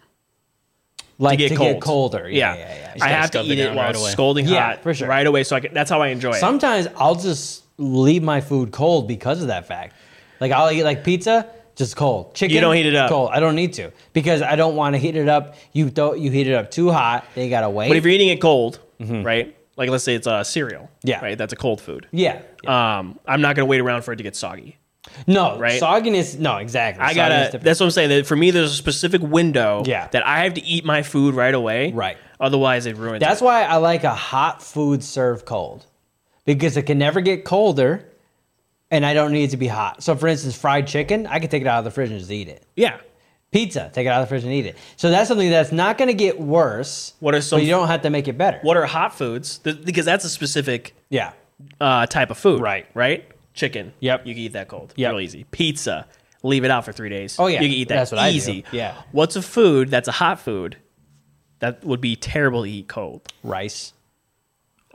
[SPEAKER 1] Like
[SPEAKER 2] to get
[SPEAKER 1] to
[SPEAKER 2] cold.
[SPEAKER 1] get colder. Yeah,
[SPEAKER 2] Yeah,
[SPEAKER 1] yeah, yeah.
[SPEAKER 2] I
[SPEAKER 4] gotta
[SPEAKER 2] have to
[SPEAKER 4] stuff it
[SPEAKER 2] eat it
[SPEAKER 4] down
[SPEAKER 2] while
[SPEAKER 4] right
[SPEAKER 2] it's
[SPEAKER 4] away.
[SPEAKER 2] scalding
[SPEAKER 1] Yeah,
[SPEAKER 2] hot
[SPEAKER 1] for sure.
[SPEAKER 2] right away. So I can, that's how I enjoy it.
[SPEAKER 1] Sometimes I'll just leave my food cold because of that fact. Like I'll eat like pizza, just cold. Chicken,
[SPEAKER 2] don't heat it up.
[SPEAKER 1] Cold. I don't need to because I don't want to heat it up. You don't. You heat it up too hot. They gotta wait.
[SPEAKER 2] But if you're eating it cold, right? Like let's say it's uh, cereal.
[SPEAKER 1] Mm-hmm. Yeah.
[SPEAKER 2] Right. That's a cold food.
[SPEAKER 1] yeah.
[SPEAKER 2] Um, I'm not gonna wait around for it to get soggy.
[SPEAKER 1] No,
[SPEAKER 2] right?
[SPEAKER 1] sogginess. No, exactly.
[SPEAKER 2] I
[SPEAKER 1] Sogginess
[SPEAKER 2] gotta.
[SPEAKER 1] different.
[SPEAKER 2] That's what I'm saying. That for me, there's a specific window.
[SPEAKER 1] Yeah.
[SPEAKER 2] That I have to eat my food right away.
[SPEAKER 1] Right.
[SPEAKER 2] Otherwise, it ruins.
[SPEAKER 1] That's
[SPEAKER 2] it.
[SPEAKER 1] why I like a hot food served cold because it can never get colder and I don't need it to be hot. So, for instance, fried chicken, I can take it out of the fridge and just eat it.
[SPEAKER 2] Yeah.
[SPEAKER 1] Pizza, take it out of the fridge and eat it. So, that's something that's not going to get worse.
[SPEAKER 2] What are some-
[SPEAKER 1] But you don't have to make it better.
[SPEAKER 2] What are hot foods? Th- because that's a specific
[SPEAKER 1] Yeah.
[SPEAKER 2] uh, type of food.
[SPEAKER 1] Right.
[SPEAKER 2] Right. Chicken.
[SPEAKER 1] Yep.
[SPEAKER 2] You can eat that cold.
[SPEAKER 1] Yep.
[SPEAKER 2] Real easy. Pizza. Leave it out for three days.
[SPEAKER 1] Oh, yeah.
[SPEAKER 2] You can eat that.
[SPEAKER 1] That's what I do.
[SPEAKER 2] easy.
[SPEAKER 1] Yeah.
[SPEAKER 2] What's a food that's a hot food that would be terrible to eat cold?
[SPEAKER 1] Rice.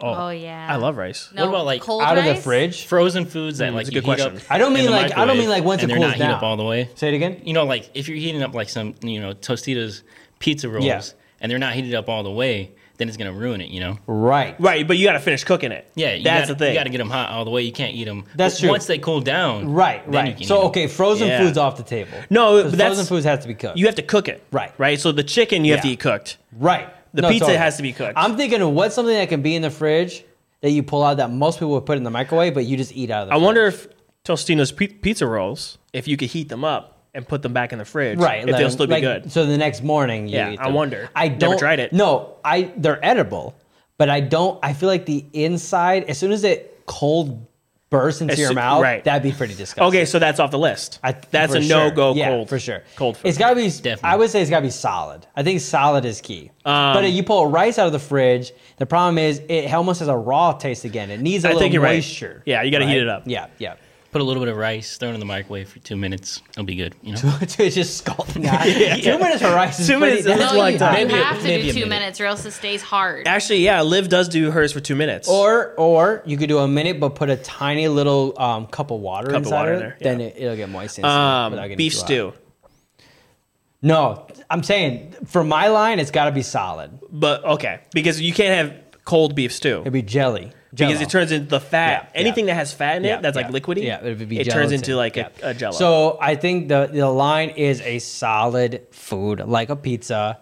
[SPEAKER 5] Oh, yeah.
[SPEAKER 2] I love rice.
[SPEAKER 5] No,
[SPEAKER 4] What about, like,
[SPEAKER 5] cold
[SPEAKER 1] out of the
[SPEAKER 5] rice?
[SPEAKER 1] fridge?
[SPEAKER 4] Frozen foods
[SPEAKER 1] Mm,
[SPEAKER 4] that like
[SPEAKER 2] a
[SPEAKER 4] you
[SPEAKER 2] good
[SPEAKER 4] heat
[SPEAKER 2] question.
[SPEAKER 4] up
[SPEAKER 1] I don't
[SPEAKER 4] in the
[SPEAKER 1] mean like- I don't mean
[SPEAKER 4] microwave
[SPEAKER 1] like once
[SPEAKER 4] and
[SPEAKER 1] it
[SPEAKER 4] they're
[SPEAKER 1] cools
[SPEAKER 4] not heat
[SPEAKER 1] down.
[SPEAKER 4] up all the way.
[SPEAKER 1] Say it again.
[SPEAKER 4] You know, like if you're heating up like some you know Tostitos pizza rolls
[SPEAKER 1] Yeah.
[SPEAKER 4] and they're not heated up all the way, then it's gonna ruin it. You know.
[SPEAKER 1] Right.
[SPEAKER 2] Right, but you got to finish cooking it.
[SPEAKER 4] Yeah, you
[SPEAKER 2] that's
[SPEAKER 4] gotta,
[SPEAKER 2] the thing.
[SPEAKER 4] You got to get them hot all the way. You can't eat them.
[SPEAKER 1] That's true.
[SPEAKER 4] Once they cool down,
[SPEAKER 1] Right.
[SPEAKER 4] then you
[SPEAKER 1] Right.
[SPEAKER 4] can eat
[SPEAKER 1] So,
[SPEAKER 4] 'em.
[SPEAKER 1] okay, frozen
[SPEAKER 2] Yeah.
[SPEAKER 1] food's off the table.
[SPEAKER 2] No, but
[SPEAKER 1] Because
[SPEAKER 2] that's-
[SPEAKER 1] frozen foods have to be cooked.
[SPEAKER 2] You have to cook it.
[SPEAKER 1] Right.
[SPEAKER 2] Right. So the chicken you have to
[SPEAKER 1] Yeah.
[SPEAKER 2] eat cooked.
[SPEAKER 1] Right.
[SPEAKER 2] The pizza has to be cooked.
[SPEAKER 1] I'm thinking of what's something that can be in the fridge that you pull out that most people would put in the microwave, but you just eat out of the
[SPEAKER 2] I
[SPEAKER 1] fridge.
[SPEAKER 2] wonder if Tostino's pi- pizza rolls, if you could heat them up and put them back in the fridge,
[SPEAKER 1] Right.
[SPEAKER 2] If
[SPEAKER 1] like-
[SPEAKER 2] they'll still be
[SPEAKER 1] like,
[SPEAKER 2] good.
[SPEAKER 1] So the next morning, you
[SPEAKER 2] Yeah,
[SPEAKER 1] eat
[SPEAKER 2] I
[SPEAKER 1] them.
[SPEAKER 2] wonder.
[SPEAKER 1] I
[SPEAKER 2] Never
[SPEAKER 1] don't,
[SPEAKER 2] tried it.
[SPEAKER 1] No, I they're edible, but I don't. I feel like the inside, as soon as it cold bursts into
[SPEAKER 2] As
[SPEAKER 1] your
[SPEAKER 2] soo-
[SPEAKER 1] mouth,
[SPEAKER 2] right.
[SPEAKER 1] that'd be pretty disgusting.
[SPEAKER 2] Okay, so that's off the list.
[SPEAKER 1] I-
[SPEAKER 2] that's
[SPEAKER 1] for
[SPEAKER 2] a
[SPEAKER 1] sure.
[SPEAKER 2] no go
[SPEAKER 1] Yeah,
[SPEAKER 2] cold
[SPEAKER 1] for sure.
[SPEAKER 2] Cold food.
[SPEAKER 1] It's gotta be.
[SPEAKER 4] Definitely.
[SPEAKER 1] I would say it's gotta be solid. I think solid is key.
[SPEAKER 2] Um,
[SPEAKER 1] but if you pull rice out of the fridge, the problem is it almost has a raw taste again. It needs a
[SPEAKER 2] I
[SPEAKER 1] little
[SPEAKER 2] think you're right.
[SPEAKER 1] moisture.
[SPEAKER 2] Yeah, you gotta heat it up.
[SPEAKER 1] Yeah, yeah.
[SPEAKER 4] Put a little bit of rice, throw it in the microwave for two minutes. It'll be good. You know.
[SPEAKER 1] it's just scalding. hot. Two minutes for rice. Is
[SPEAKER 2] Two
[SPEAKER 1] pretty-
[SPEAKER 2] minutes, that's
[SPEAKER 1] that's
[SPEAKER 5] No,
[SPEAKER 2] like
[SPEAKER 5] you,
[SPEAKER 2] that.
[SPEAKER 5] you
[SPEAKER 4] Maybe a-
[SPEAKER 5] have to
[SPEAKER 4] maybe
[SPEAKER 5] do
[SPEAKER 4] a
[SPEAKER 5] two
[SPEAKER 4] minute.
[SPEAKER 5] minutes or else it stays hard.
[SPEAKER 2] Actually, yeah, Liv does do hers for two minutes.
[SPEAKER 1] Or or you could do a minute, but put a tiny little um, cup of water
[SPEAKER 2] Cup of
[SPEAKER 1] inside
[SPEAKER 2] water
[SPEAKER 1] it.
[SPEAKER 2] in there,
[SPEAKER 1] Then
[SPEAKER 2] yeah.
[SPEAKER 1] it, it'll get moist. instantly without
[SPEAKER 2] um,
[SPEAKER 1] getting
[SPEAKER 2] beef
[SPEAKER 1] too hot.
[SPEAKER 2] stew.
[SPEAKER 1] No, I'm saying for my line, it's got to be solid.
[SPEAKER 2] But okay, because you can't have cold beef stew.
[SPEAKER 1] It'd be jelly.
[SPEAKER 2] Because
[SPEAKER 1] Jell-O.
[SPEAKER 2] it turns into the fat.
[SPEAKER 1] Yeah,
[SPEAKER 2] Anything
[SPEAKER 1] yeah.
[SPEAKER 2] that has fat in it that's
[SPEAKER 1] yeah.
[SPEAKER 2] like liquidy,
[SPEAKER 1] Yeah, it would be
[SPEAKER 2] it turns
[SPEAKER 1] gelatin.
[SPEAKER 2] into like
[SPEAKER 1] Yeah.
[SPEAKER 2] a, a jello.
[SPEAKER 1] So I think the the line is a solid food, like a pizza.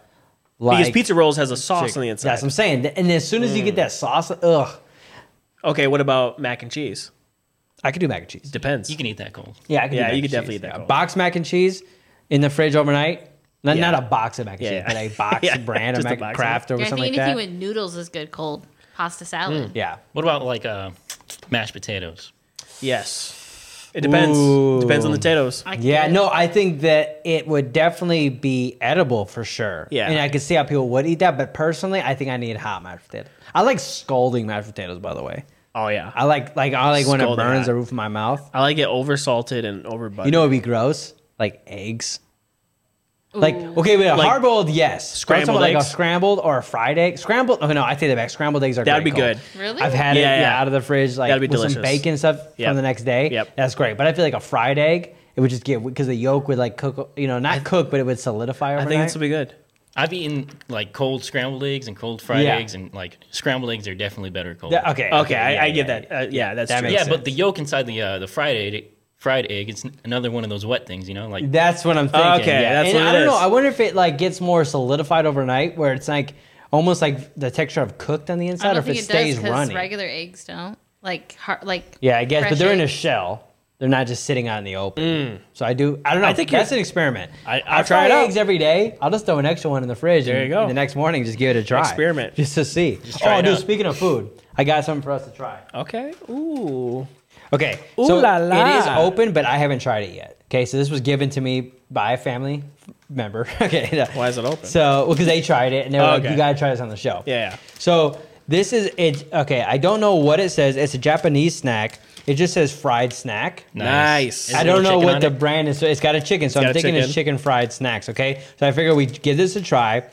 [SPEAKER 1] Like
[SPEAKER 2] because pizza rolls has a sauce on the
[SPEAKER 1] That's
[SPEAKER 2] inside. Mm.
[SPEAKER 1] what I'm saying. And as soon as you get that sauce, ugh,
[SPEAKER 2] Okay, what about mac and cheese?
[SPEAKER 1] I could do mac and cheese.
[SPEAKER 2] Depends.
[SPEAKER 4] You can eat that cold.
[SPEAKER 1] Yeah, I could.
[SPEAKER 2] Yeah,
[SPEAKER 1] do mac
[SPEAKER 2] you
[SPEAKER 1] and
[SPEAKER 2] could definitely
[SPEAKER 1] cheese.
[SPEAKER 2] eat that
[SPEAKER 1] Yeah.
[SPEAKER 2] cold.
[SPEAKER 1] Box mac and cheese in the fridge overnight. Not,
[SPEAKER 2] Yeah.
[SPEAKER 1] not a box of mac and
[SPEAKER 2] Yeah,
[SPEAKER 1] cheese,
[SPEAKER 2] yeah.
[SPEAKER 1] but a box
[SPEAKER 2] Yeah,
[SPEAKER 1] brand of
[SPEAKER 2] just a
[SPEAKER 1] mac
[SPEAKER 2] box of
[SPEAKER 1] craft
[SPEAKER 5] Yeah,
[SPEAKER 1] or
[SPEAKER 5] I think
[SPEAKER 1] something like
[SPEAKER 5] anything
[SPEAKER 1] that. Hmm.
[SPEAKER 5] with noodles is good cold. Pasta salad.
[SPEAKER 1] yeah.
[SPEAKER 4] What about like uh, mashed potatoes?
[SPEAKER 2] Yes. It depends.
[SPEAKER 1] Ooh.
[SPEAKER 2] Depends on the potatoes.
[SPEAKER 5] I
[SPEAKER 1] Yeah,
[SPEAKER 5] can't-
[SPEAKER 1] no, I think that it would definitely be edible for sure.
[SPEAKER 2] Yeah.
[SPEAKER 1] And I could see how people would eat that, but personally, I think I need hot mashed potatoes. I like scalding mashed potatoes, by the way.
[SPEAKER 2] Oh yeah.
[SPEAKER 1] I like like I like when it
[SPEAKER 2] Scalding
[SPEAKER 1] burns
[SPEAKER 2] hot.
[SPEAKER 1] the roof of my mouth.
[SPEAKER 2] I like it over salted and over buttered.
[SPEAKER 1] You know it would be gross? Like eggs. Like okay, but a
[SPEAKER 2] Like
[SPEAKER 1] hard boiled, yes. But I'm talking
[SPEAKER 2] scrambled
[SPEAKER 1] about like a
[SPEAKER 2] eggs?
[SPEAKER 1] scrambled or a fried egg. Scrambled okay, no, I take that back. Scrambled eggs are
[SPEAKER 2] That'd
[SPEAKER 1] great
[SPEAKER 2] be
[SPEAKER 1] cold.
[SPEAKER 2] good.
[SPEAKER 5] Really?
[SPEAKER 1] I've had
[SPEAKER 2] Yeah,
[SPEAKER 1] it yeah,
[SPEAKER 2] yeah.
[SPEAKER 1] out of the fridge like
[SPEAKER 2] That'd be
[SPEAKER 1] with some
[SPEAKER 2] delicious.
[SPEAKER 1] bacon stuff
[SPEAKER 2] Yep.
[SPEAKER 1] from the next day.
[SPEAKER 2] Yep.
[SPEAKER 1] That's great. But I feel like a fried egg, it would just get because the yolk would like cook you know, not cook, but it would solidify
[SPEAKER 2] I
[SPEAKER 1] overnight.
[SPEAKER 2] think this will be good.
[SPEAKER 4] I've eaten like cold scrambled eggs and cold fried
[SPEAKER 1] Yeah.
[SPEAKER 4] eggs, and like scrambled eggs are definitely better cold.
[SPEAKER 1] That- okay.
[SPEAKER 2] Okay, I,
[SPEAKER 1] yeah,
[SPEAKER 2] I
[SPEAKER 1] yeah,
[SPEAKER 2] get that. Uh, yeah, that's
[SPEAKER 1] That
[SPEAKER 2] true.
[SPEAKER 1] makes
[SPEAKER 4] yeah,
[SPEAKER 2] yeah,
[SPEAKER 1] sense.
[SPEAKER 4] but the yolk inside the uh, the fried egg, fried egg, it's n- another one of those wet things. You know, like
[SPEAKER 1] That's what I'm thinking.
[SPEAKER 2] Okay,
[SPEAKER 1] yeah.
[SPEAKER 2] that's
[SPEAKER 1] and
[SPEAKER 2] what
[SPEAKER 1] I
[SPEAKER 2] it
[SPEAKER 1] don't know.
[SPEAKER 2] is.
[SPEAKER 1] I wonder if it like gets more solidified overnight, where it's like almost like the texture of cooked on the
[SPEAKER 5] I
[SPEAKER 1] inside, or if
[SPEAKER 5] don't
[SPEAKER 1] it,
[SPEAKER 5] think it,
[SPEAKER 1] stays
[SPEAKER 5] does because
[SPEAKER 1] runny.
[SPEAKER 5] regular eggs don't. Like, hard, like.
[SPEAKER 1] yeah, I guess, but
[SPEAKER 5] fresh
[SPEAKER 1] they're in a
[SPEAKER 5] eggs.
[SPEAKER 1] shell. They're not just sitting out in the open. So I do. I don't know. I think
[SPEAKER 2] Mm. think
[SPEAKER 1] that's
[SPEAKER 2] you're-
[SPEAKER 1] an experiment.
[SPEAKER 2] I-
[SPEAKER 1] I
[SPEAKER 2] I'll try it out.
[SPEAKER 1] eggs every day. I'll just throw an extra one in the fridge. There
[SPEAKER 2] you go.
[SPEAKER 1] the next morning, just give it a try.
[SPEAKER 2] Experiment.
[SPEAKER 1] just to see.
[SPEAKER 2] try
[SPEAKER 1] oh,
[SPEAKER 2] it
[SPEAKER 1] dude.
[SPEAKER 2] out.
[SPEAKER 1] Speaking of food, I got something for us to try.
[SPEAKER 2] okay. Ooh.
[SPEAKER 1] Okay.
[SPEAKER 2] Ooh
[SPEAKER 1] so
[SPEAKER 2] la la.
[SPEAKER 1] it is open, but I haven't tried it yet. Okay, so this was given to me by a family member. okay. no.
[SPEAKER 2] Why is it open?
[SPEAKER 1] So, because they tried it and they were
[SPEAKER 2] Oh,
[SPEAKER 1] like,
[SPEAKER 2] okay.
[SPEAKER 1] "You gotta try this on the show."
[SPEAKER 2] Yeah, yeah.
[SPEAKER 1] So this is it. Okay, I don't know what it says. It's a Japanese snack. It just says fried snack.
[SPEAKER 2] Nice.
[SPEAKER 4] Is
[SPEAKER 1] I
[SPEAKER 4] there
[SPEAKER 1] don't
[SPEAKER 4] no
[SPEAKER 1] know
[SPEAKER 4] chicken
[SPEAKER 1] what
[SPEAKER 4] on
[SPEAKER 1] the
[SPEAKER 4] it?
[SPEAKER 1] brand is. So it's got a chicken, so
[SPEAKER 2] It's
[SPEAKER 1] I'm
[SPEAKER 2] got a
[SPEAKER 1] thinking it's chicken fried snacks. Okay, so I figure we give this a try.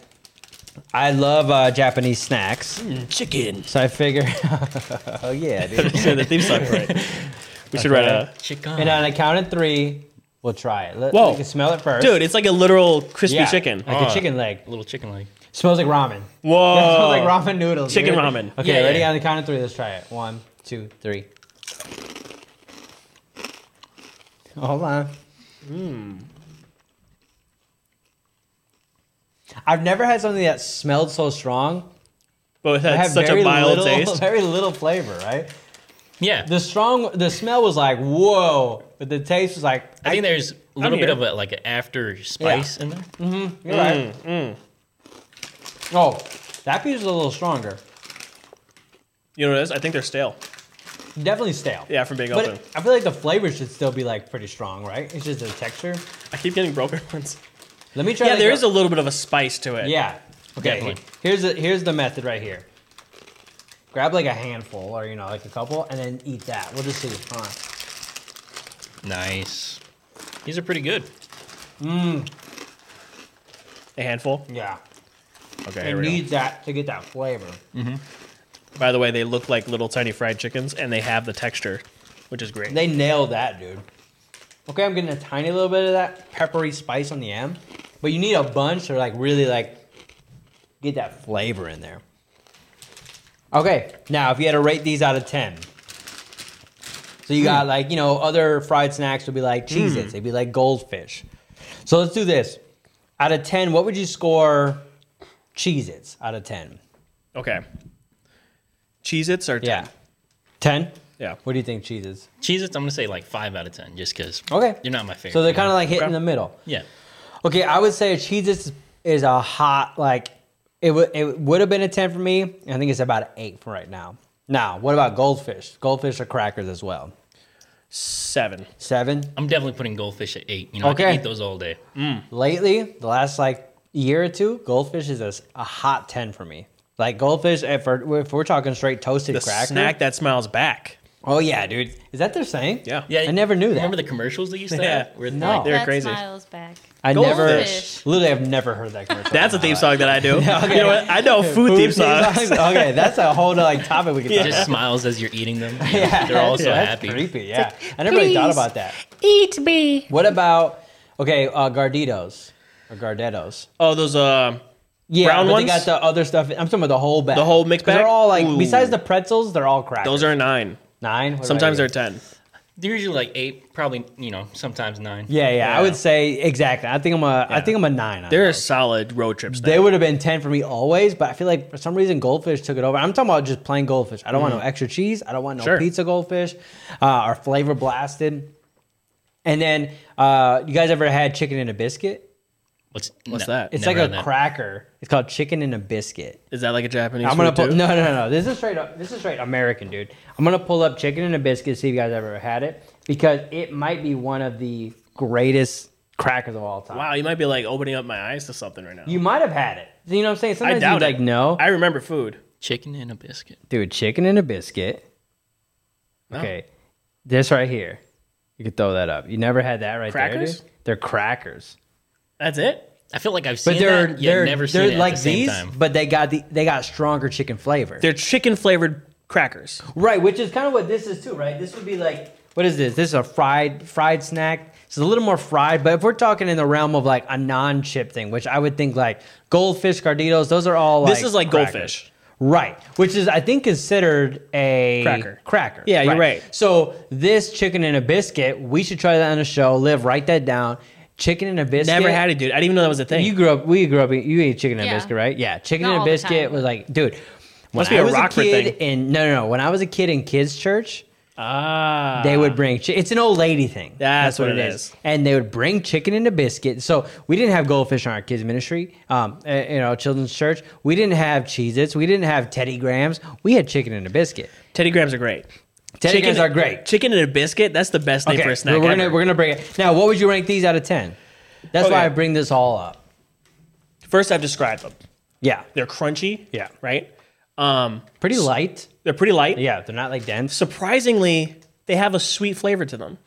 [SPEAKER 1] I love uh, Japanese snacks,
[SPEAKER 2] Hmm. Chicken.
[SPEAKER 1] so I figure, oh yeah, dude.
[SPEAKER 2] So the theme song for it. We should write a.
[SPEAKER 4] chicken.
[SPEAKER 1] And on a count of three, we'll try it. Let,
[SPEAKER 2] Whoa.
[SPEAKER 1] You can smell it first.
[SPEAKER 2] Dude, it's like a literal crispy
[SPEAKER 1] Yeah,
[SPEAKER 2] chicken.
[SPEAKER 1] Like a
[SPEAKER 4] Oh.
[SPEAKER 1] chicken leg.
[SPEAKER 4] little chicken leg.
[SPEAKER 1] Smells like ramen.
[SPEAKER 2] Whoa.
[SPEAKER 1] smells like ramen noodles.
[SPEAKER 2] Chicken
[SPEAKER 1] dude.
[SPEAKER 2] ramen.
[SPEAKER 1] Okay,
[SPEAKER 4] Yeah,
[SPEAKER 1] ready
[SPEAKER 4] yeah.
[SPEAKER 1] on the count of three. Let's try it. One, two, three. Hold on.
[SPEAKER 2] Hmm.
[SPEAKER 1] I've never had something that smelled so strong.
[SPEAKER 2] But it
[SPEAKER 1] I
[SPEAKER 2] had
[SPEAKER 1] have
[SPEAKER 2] such
[SPEAKER 1] very
[SPEAKER 2] a mild
[SPEAKER 1] little,
[SPEAKER 2] taste.
[SPEAKER 1] very little flavor, right?
[SPEAKER 4] Yeah.
[SPEAKER 1] The strong, the smell was like whoa, but the taste was like
[SPEAKER 4] I think there's a little
[SPEAKER 2] here.
[SPEAKER 4] bit of a, like an after spice in there.
[SPEAKER 1] Mm-hmm. You're right.
[SPEAKER 2] Mm,
[SPEAKER 1] Oh, that piece is a little stronger.
[SPEAKER 2] You know what it is? I think they're stale.
[SPEAKER 1] Definitely stale.
[SPEAKER 2] Yeah, from being
[SPEAKER 1] but
[SPEAKER 2] open.
[SPEAKER 1] I feel like the flavor should still be like pretty strong, right? It's just the texture.
[SPEAKER 2] I keep getting broken ones.
[SPEAKER 1] Let me try.
[SPEAKER 2] Yeah,
[SPEAKER 1] like
[SPEAKER 2] there is a little bit of a spice to it.
[SPEAKER 1] Yeah. Okay.
[SPEAKER 4] Definitely.
[SPEAKER 1] Here's the here's the method right here. Grab like a handful or you know like a couple and then eat that. We'll just see. Hold on.
[SPEAKER 4] Nice. These are pretty good.
[SPEAKER 1] Mm.
[SPEAKER 2] A handful.
[SPEAKER 1] Yeah.
[SPEAKER 2] Okay,
[SPEAKER 1] I
[SPEAKER 2] here we go.
[SPEAKER 1] need that to get that flavor.
[SPEAKER 2] By the way, they look like little tiny fried chickens and they have the texture, which is great.
[SPEAKER 1] They nailed that, dude. Okay, I'm getting a tiny little bit of that peppery spice on the end, but you need a bunch to like really like get that flavor in there. Okay, now if you had to rate these out of ten, so you
[SPEAKER 4] Hmm.
[SPEAKER 1] got like you know other fried snacks would be like Cheez-Its, they'd be like goldfish. So let's do this. Out of ten, what would you score Cheez-Its out of ten?
[SPEAKER 2] Okay. Cheez Its are 10.
[SPEAKER 1] Yeah, ten.
[SPEAKER 2] Yeah.
[SPEAKER 1] What do you think Cheez-Its?
[SPEAKER 4] Cheez Its, I'm going to say like 5 out of 10 just because
[SPEAKER 1] Okay.
[SPEAKER 4] they're not my favorite.
[SPEAKER 1] So they're kind of
[SPEAKER 4] of
[SPEAKER 1] like hit
[SPEAKER 2] Okay.
[SPEAKER 1] in the middle.
[SPEAKER 4] Yeah.
[SPEAKER 1] Okay, I would say Cheez Its is a hot, like, it, w- it would have been a 10 for me. I think it's about an 8 for right now. Now, what about goldfish? Goldfish are crackers as well.
[SPEAKER 2] Seven.
[SPEAKER 1] Seven.
[SPEAKER 4] I'm definitely putting goldfish at 8. You know, I
[SPEAKER 1] Okay.
[SPEAKER 4] can eat those all day.
[SPEAKER 1] Lately, the last, like, year or two, goldfish is a, s- a hot 10 for me. Like, goldfish, if we're, if we're talking straight toasted
[SPEAKER 2] The
[SPEAKER 1] cracker.
[SPEAKER 2] snack that smiles back.
[SPEAKER 1] Oh, yeah, dude. Is that their saying?
[SPEAKER 2] Yeah.
[SPEAKER 4] Yeah.
[SPEAKER 1] I never knew that.
[SPEAKER 4] Mm. Remember the commercials they used to
[SPEAKER 2] Yeah.
[SPEAKER 4] have? Where
[SPEAKER 1] No.
[SPEAKER 4] like,
[SPEAKER 2] They're
[SPEAKER 5] That
[SPEAKER 2] crazy.
[SPEAKER 5] smiles back.
[SPEAKER 1] I
[SPEAKER 5] Goldfish.
[SPEAKER 1] never, literally, I've never heard that commercial.
[SPEAKER 2] That's a
[SPEAKER 1] in my
[SPEAKER 2] theme
[SPEAKER 1] life.
[SPEAKER 2] song that I do. You know what? I know food,
[SPEAKER 1] Food
[SPEAKER 2] theme songs.
[SPEAKER 1] okay, that's a whole like topic we could talk
[SPEAKER 4] just
[SPEAKER 1] about.
[SPEAKER 4] smiles as you're eating them. They're all so
[SPEAKER 1] that's
[SPEAKER 4] happy.
[SPEAKER 1] Creepy, yeah. I never really thought
[SPEAKER 5] "Please."
[SPEAKER 1] about that.
[SPEAKER 5] Eat me.
[SPEAKER 1] What about okay, uh, Garditos or Gardettos?
[SPEAKER 2] Oh, those uh,
[SPEAKER 1] Yeah,
[SPEAKER 2] Brown
[SPEAKER 1] but
[SPEAKER 2] ones?
[SPEAKER 1] they got the other stuff. I'm talking about the whole bag.
[SPEAKER 2] The whole mixed
[SPEAKER 1] 'Cause They're
[SPEAKER 2] bag?
[SPEAKER 1] all like
[SPEAKER 2] Ooh.
[SPEAKER 1] besides the pretzels, they're all crackers.
[SPEAKER 2] those are nine.
[SPEAKER 1] nine. What
[SPEAKER 2] Sometimes they're
[SPEAKER 1] about
[SPEAKER 2] ten.
[SPEAKER 4] They're usually like 8, probably, you know, sometimes 9.
[SPEAKER 1] you? Yeah, yeah,
[SPEAKER 2] Yeah.
[SPEAKER 1] I would say exactly. I think I'm a. I think I'm a nine. On
[SPEAKER 2] They're
[SPEAKER 1] those.
[SPEAKER 2] solid road trips.
[SPEAKER 1] They would have been ten for me always, but I feel like for some reason goldfish took it over. I'm talking about just plain goldfish. I don't want no extra cheese. I don't want no
[SPEAKER 2] Mm-hmm. Sure.
[SPEAKER 1] pizza goldfish, uh, or flavor blasted. And then uh, you guys ever had chicken and a biscuit?
[SPEAKER 4] What's,
[SPEAKER 2] What's
[SPEAKER 4] no,
[SPEAKER 2] that?
[SPEAKER 1] It's
[SPEAKER 4] never
[SPEAKER 1] like a
[SPEAKER 4] had that.
[SPEAKER 1] cracker. It's called chicken and a biscuit.
[SPEAKER 2] Is that like a Japanese?
[SPEAKER 1] I'm gonna
[SPEAKER 2] food
[SPEAKER 1] pull.
[SPEAKER 2] too?
[SPEAKER 1] No, no, no. This is straight up. This is straight American, dude. I'm gonna pull up chicken and a biscuit. See if you guys ever had it because it might be one of the greatest crackers of all time.
[SPEAKER 2] Wow, you might be like opening up my eyes to something right now.
[SPEAKER 1] You might have had it. You know what I'm saying?
[SPEAKER 2] I
[SPEAKER 1] Sometimes
[SPEAKER 2] doubt
[SPEAKER 1] you're
[SPEAKER 2] it.
[SPEAKER 1] like, no,
[SPEAKER 2] I remember food.
[SPEAKER 4] Chicken and a biscuit.
[SPEAKER 1] dude. Chicken and a biscuit. Okay, this right here. You could throw that up. You never had that right
[SPEAKER 2] Crackers?
[SPEAKER 1] there, dude. They're crackers.
[SPEAKER 2] That's it.
[SPEAKER 4] I feel like I've seen
[SPEAKER 1] But they're
[SPEAKER 4] that, yet
[SPEAKER 1] they're
[SPEAKER 4] never seen
[SPEAKER 1] they're
[SPEAKER 4] it
[SPEAKER 1] like
[SPEAKER 4] at the same
[SPEAKER 1] these,
[SPEAKER 4] time.
[SPEAKER 1] but they got the they got stronger chicken flavor.
[SPEAKER 2] They're chicken flavored crackers.
[SPEAKER 1] Right, which is kind of what this is too, right? This would be like what is this? This is a fried fried snack. It's a little more fried, but if we're talking in the realm of like a non-chip thing, which I would think like goldfish, carditos, those are all like
[SPEAKER 2] this is like
[SPEAKER 1] crackers.
[SPEAKER 2] goldfish.
[SPEAKER 1] Right, which is I think considered a
[SPEAKER 2] Cracker.
[SPEAKER 1] Cracker.
[SPEAKER 2] Yeah, you're right.
[SPEAKER 1] So this chicken and a biscuit, we should try that on the show. Liv, write that down. Chicken and a biscuit.
[SPEAKER 2] Never had it, dude. I didn't even know that was a thing.
[SPEAKER 1] You grew up. We grew up. You ate chicken and
[SPEAKER 5] Yeah.
[SPEAKER 1] biscuit, right? Yeah, chicken
[SPEAKER 5] Not
[SPEAKER 1] and
[SPEAKER 5] all the
[SPEAKER 1] biscuit
[SPEAKER 5] time.
[SPEAKER 1] was like, dude. When
[SPEAKER 2] Must be
[SPEAKER 1] I
[SPEAKER 2] a
[SPEAKER 1] was
[SPEAKER 2] Rockford
[SPEAKER 1] kid
[SPEAKER 2] thing.
[SPEAKER 1] in no, no, no. When I was a kid in kids' church,
[SPEAKER 2] ah,
[SPEAKER 1] they would bring. chi- It's an old lady thing.
[SPEAKER 2] That's what it is.
[SPEAKER 1] And they would bring chicken and a biscuit. So we didn't have goldfish in our kids' ministry. Um, uh, in our children's church, we didn't have Cheez-Its. We didn't have Teddy Grahams. We had chicken and a biscuit.
[SPEAKER 2] Teddy Grahams are great.
[SPEAKER 1] Teddy Grahams are great.
[SPEAKER 2] Chicken and a biscuit. That's the best name
[SPEAKER 1] Okay,
[SPEAKER 2] for a snack.
[SPEAKER 1] we're gonna
[SPEAKER 2] ever.
[SPEAKER 1] we're gonna bring it now. What would you rank these out of ten? That's why
[SPEAKER 2] Okay.
[SPEAKER 1] I bring this all up.
[SPEAKER 2] First, I've described them.
[SPEAKER 1] Yeah,
[SPEAKER 2] They're crunchy.
[SPEAKER 1] Yeah.
[SPEAKER 2] Right. Um,
[SPEAKER 1] pretty light.
[SPEAKER 2] they're pretty light.
[SPEAKER 1] Yeah, they're not like dense.
[SPEAKER 2] Surprisingly, they have a sweet flavor to them.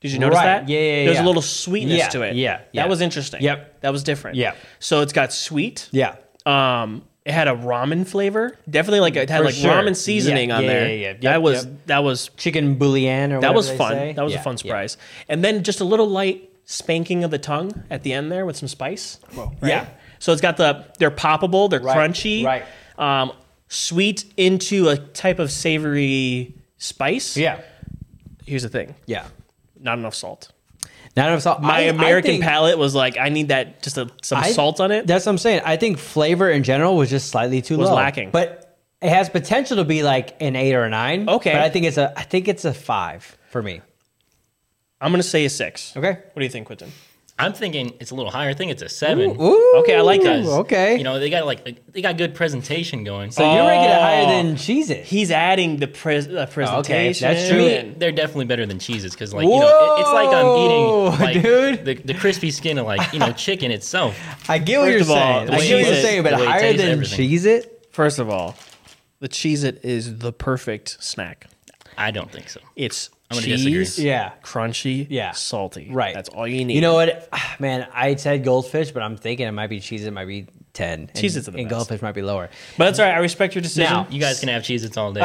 [SPEAKER 2] Did you notice
[SPEAKER 1] Right.
[SPEAKER 2] that?
[SPEAKER 1] Yeah, yeah,
[SPEAKER 2] There's
[SPEAKER 1] yeah.
[SPEAKER 2] a little sweetness
[SPEAKER 1] Yeah,
[SPEAKER 2] to it.
[SPEAKER 1] yeah,
[SPEAKER 2] That
[SPEAKER 1] yeah.
[SPEAKER 2] was interesting.
[SPEAKER 1] Yep.
[SPEAKER 2] That was different.
[SPEAKER 1] Yeah.
[SPEAKER 2] So it's got sweet.
[SPEAKER 1] Yeah.
[SPEAKER 2] Um, it had a ramen flavor. Definitely like it had
[SPEAKER 1] For
[SPEAKER 2] like
[SPEAKER 1] sure.
[SPEAKER 2] ramen seasoning
[SPEAKER 1] Yeah,
[SPEAKER 2] on
[SPEAKER 1] yeah,
[SPEAKER 2] there.
[SPEAKER 1] yeah, yeah. Yep,
[SPEAKER 2] that was
[SPEAKER 1] yep.
[SPEAKER 2] that was
[SPEAKER 1] Chicken bouillon or
[SPEAKER 2] that
[SPEAKER 1] whatever
[SPEAKER 2] was
[SPEAKER 1] they
[SPEAKER 2] fun.
[SPEAKER 1] say.
[SPEAKER 2] That was
[SPEAKER 1] Yeah,
[SPEAKER 2] a fun
[SPEAKER 1] yeah.
[SPEAKER 2] surprise. And then just a little light spanking of the tongue at the end there with some spice. Whoa.
[SPEAKER 1] Yeah.
[SPEAKER 2] So it's got the they're poppable, they're
[SPEAKER 1] Right,
[SPEAKER 2] crunchy,
[SPEAKER 1] right.
[SPEAKER 2] Um, sweet into a type of savory spice.
[SPEAKER 1] Yeah.
[SPEAKER 2] Here's the thing:
[SPEAKER 1] Yeah.
[SPEAKER 2] not enough salt.
[SPEAKER 1] Not enough salt.
[SPEAKER 2] My
[SPEAKER 1] I- I
[SPEAKER 2] American
[SPEAKER 1] think-
[SPEAKER 2] palate was like, I need that just a, some
[SPEAKER 1] I-
[SPEAKER 2] salt on it.
[SPEAKER 1] That's what I'm saying. I think flavor in general was just slightly too
[SPEAKER 2] Was
[SPEAKER 1] low.
[SPEAKER 2] lacking.
[SPEAKER 1] But it has potential to be like an eight or a nine.
[SPEAKER 2] Okay.
[SPEAKER 1] But I think it's a I think it's a five for me.
[SPEAKER 2] I'm gonna say a six.
[SPEAKER 1] Okay.
[SPEAKER 2] What do you think, Quentin?
[SPEAKER 4] I'm thinking it's a little higher. I think it's a seven.
[SPEAKER 1] Ooh,
[SPEAKER 2] Okay, I like that.
[SPEAKER 4] Because,
[SPEAKER 1] Okay.
[SPEAKER 4] You know, they got like they got good presentation going.
[SPEAKER 1] so
[SPEAKER 4] So
[SPEAKER 1] you're ranking it
[SPEAKER 2] Oh.
[SPEAKER 1] higher than cheese it.
[SPEAKER 2] He's adding the pres- uh, presentation.
[SPEAKER 1] that's
[SPEAKER 4] to
[SPEAKER 1] true.
[SPEAKER 4] me, they're definitely better than cheeses because, like, you know, it, it's like
[SPEAKER 1] Whoa,
[SPEAKER 4] I'm eating like
[SPEAKER 1] dude.
[SPEAKER 4] The, the crispy skin of like you know chicken itself.
[SPEAKER 1] I get what
[SPEAKER 2] First
[SPEAKER 1] you're
[SPEAKER 2] of all,
[SPEAKER 1] saying.
[SPEAKER 2] the
[SPEAKER 1] I
[SPEAKER 2] way
[SPEAKER 1] get what
[SPEAKER 2] it
[SPEAKER 1] you're
[SPEAKER 2] is-
[SPEAKER 1] saying, but
[SPEAKER 4] the way it
[SPEAKER 1] higher
[SPEAKER 4] tastes,
[SPEAKER 1] than
[SPEAKER 4] everything.
[SPEAKER 1] cheese it.
[SPEAKER 2] First of all, the cheese it is the perfect snack.
[SPEAKER 4] I don't think so.
[SPEAKER 2] It's
[SPEAKER 4] I'm gonna disagree.
[SPEAKER 2] cheese,
[SPEAKER 1] Yeah.
[SPEAKER 2] crunchy,
[SPEAKER 1] Yeah.
[SPEAKER 2] salty.
[SPEAKER 1] Right.
[SPEAKER 2] That's all you need.
[SPEAKER 1] You know what, man? I said goldfish, but I'm thinking it might be cheese. It might be ten. And-
[SPEAKER 2] Cheez-Its are the
[SPEAKER 1] and
[SPEAKER 2] best.
[SPEAKER 1] goldfish might be lower.
[SPEAKER 2] but that's all right. I respect your decision.
[SPEAKER 1] Now-
[SPEAKER 4] You guys can have cheese its all day.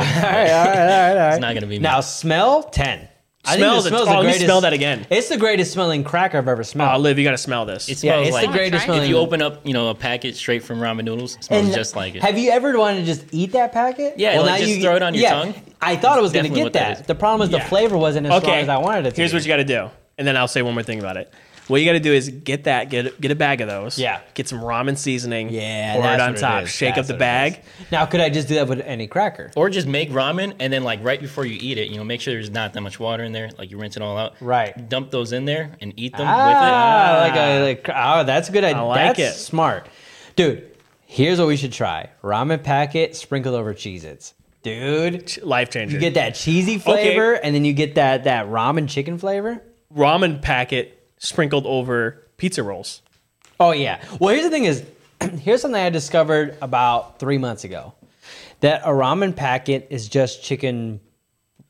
[SPEAKER 4] It's not gonna be me.
[SPEAKER 1] Now smell ten. I think
[SPEAKER 2] Smells,
[SPEAKER 1] the
[SPEAKER 2] it's-
[SPEAKER 1] smell's
[SPEAKER 2] oh,
[SPEAKER 1] the
[SPEAKER 2] let me
[SPEAKER 1] greatest.
[SPEAKER 2] smell that again.
[SPEAKER 1] It's the greatest smelling cracker I've ever
[SPEAKER 2] Uh,
[SPEAKER 1] smelled.
[SPEAKER 2] Liv, you got to smell this.
[SPEAKER 4] It
[SPEAKER 1] yeah,
[SPEAKER 4] smells
[SPEAKER 1] it's the
[SPEAKER 4] like
[SPEAKER 1] greatest
[SPEAKER 5] If
[SPEAKER 1] smelling.
[SPEAKER 4] if you open up you know a package straight from ramen noodles, it smells
[SPEAKER 1] And
[SPEAKER 4] just like it.
[SPEAKER 1] Have you ever wanted to just eat that packet?
[SPEAKER 4] Yeah, like, just throw it on your
[SPEAKER 1] yeah,
[SPEAKER 4] tongue.
[SPEAKER 1] I thought I was going to
[SPEAKER 4] definitely
[SPEAKER 1] get
[SPEAKER 4] what that
[SPEAKER 1] that.
[SPEAKER 4] is.
[SPEAKER 1] the problem is
[SPEAKER 2] Yeah.
[SPEAKER 1] the flavor wasn't as strong as I wanted it to.
[SPEAKER 2] Here's
[SPEAKER 1] be.
[SPEAKER 2] what you got to do, and then I'll say one more thing about it. What you got to do is get that, get get a bag of those.
[SPEAKER 1] Yeah.
[SPEAKER 2] Get some ramen seasoning.
[SPEAKER 1] Yeah,
[SPEAKER 2] Pour it
[SPEAKER 1] that's
[SPEAKER 2] on
[SPEAKER 1] what it
[SPEAKER 2] top.
[SPEAKER 1] is.
[SPEAKER 2] shake
[SPEAKER 1] That's
[SPEAKER 2] up the
[SPEAKER 1] what it is.
[SPEAKER 2] bag.
[SPEAKER 1] Now, could I just do that with any cracker?
[SPEAKER 4] or just make ramen and then like right before you eat it, you know, make sure there's not that much water in there. Like you rinse it all out.
[SPEAKER 1] Right.
[SPEAKER 4] Dump those in there and eat them with it.
[SPEAKER 1] Ah, like a, like, oh, that's a good idea.
[SPEAKER 2] like
[SPEAKER 1] that's
[SPEAKER 2] it.
[SPEAKER 1] smart. Dude, here's what we should try ramen packet sprinkled over Cheez Its. Dude,
[SPEAKER 2] Life changer.
[SPEAKER 1] you get that cheesy flavor and then you get that, that ramen chicken flavor.
[SPEAKER 2] ramen packet sprinkled over pizza rolls.
[SPEAKER 1] Oh yeah. Well, here's the thing: is here's something I discovered about three months ago that a ramen packet is just chicken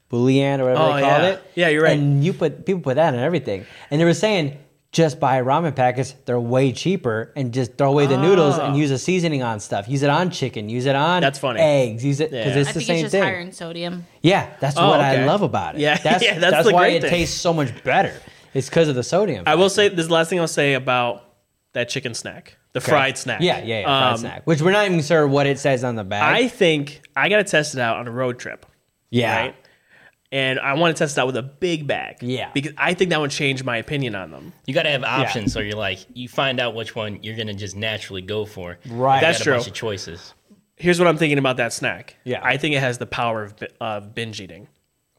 [SPEAKER 1] bouillon or whatever
[SPEAKER 2] Oh,
[SPEAKER 1] they call
[SPEAKER 2] yeah.
[SPEAKER 1] it.
[SPEAKER 2] Yeah, you're right.
[SPEAKER 1] And you put people put that in everything, and they were saying just buy ramen packets; they're way cheaper, and just throw away the noodles and use a seasoning on stuff. Use it on chicken. Use it on
[SPEAKER 2] Ah. That's funny.
[SPEAKER 1] eggs. Use it because
[SPEAKER 2] Yeah.
[SPEAKER 1] it's
[SPEAKER 5] I
[SPEAKER 1] the
[SPEAKER 5] think
[SPEAKER 1] same
[SPEAKER 5] it's just
[SPEAKER 1] thing.
[SPEAKER 5] higher in sodium.
[SPEAKER 1] Yeah, that's
[SPEAKER 2] Oh,
[SPEAKER 1] what I
[SPEAKER 2] okay.
[SPEAKER 1] love about it.
[SPEAKER 2] Yeah,
[SPEAKER 1] that's
[SPEAKER 2] yeah,
[SPEAKER 1] that's,
[SPEAKER 2] that's the
[SPEAKER 1] why
[SPEAKER 2] great
[SPEAKER 1] it
[SPEAKER 2] thing.
[SPEAKER 1] tastes so much better. It's because of the sodium.
[SPEAKER 2] I will say this is the last thing I'll say about that chicken snack, the fried snack.
[SPEAKER 1] Yeah, yeah, yeah. fried
[SPEAKER 2] Um,
[SPEAKER 1] snack. Which we're not even sure what it says on the bag.
[SPEAKER 2] I think I got to test it out on a road trip.
[SPEAKER 1] yeah.
[SPEAKER 2] Right. And I want to test it out with a big bag.
[SPEAKER 1] Yeah.
[SPEAKER 2] Because I think that would change my opinion on them.
[SPEAKER 4] You gotta have options so you're like you find out which one you're gonna just naturally go for.
[SPEAKER 1] Right.
[SPEAKER 4] You
[SPEAKER 2] That's
[SPEAKER 4] got a
[SPEAKER 2] true.
[SPEAKER 4] bunch of choices.
[SPEAKER 2] Here's what I'm thinking about that snack.
[SPEAKER 1] Yeah.
[SPEAKER 2] I think it has the power of, bi- of binge eating.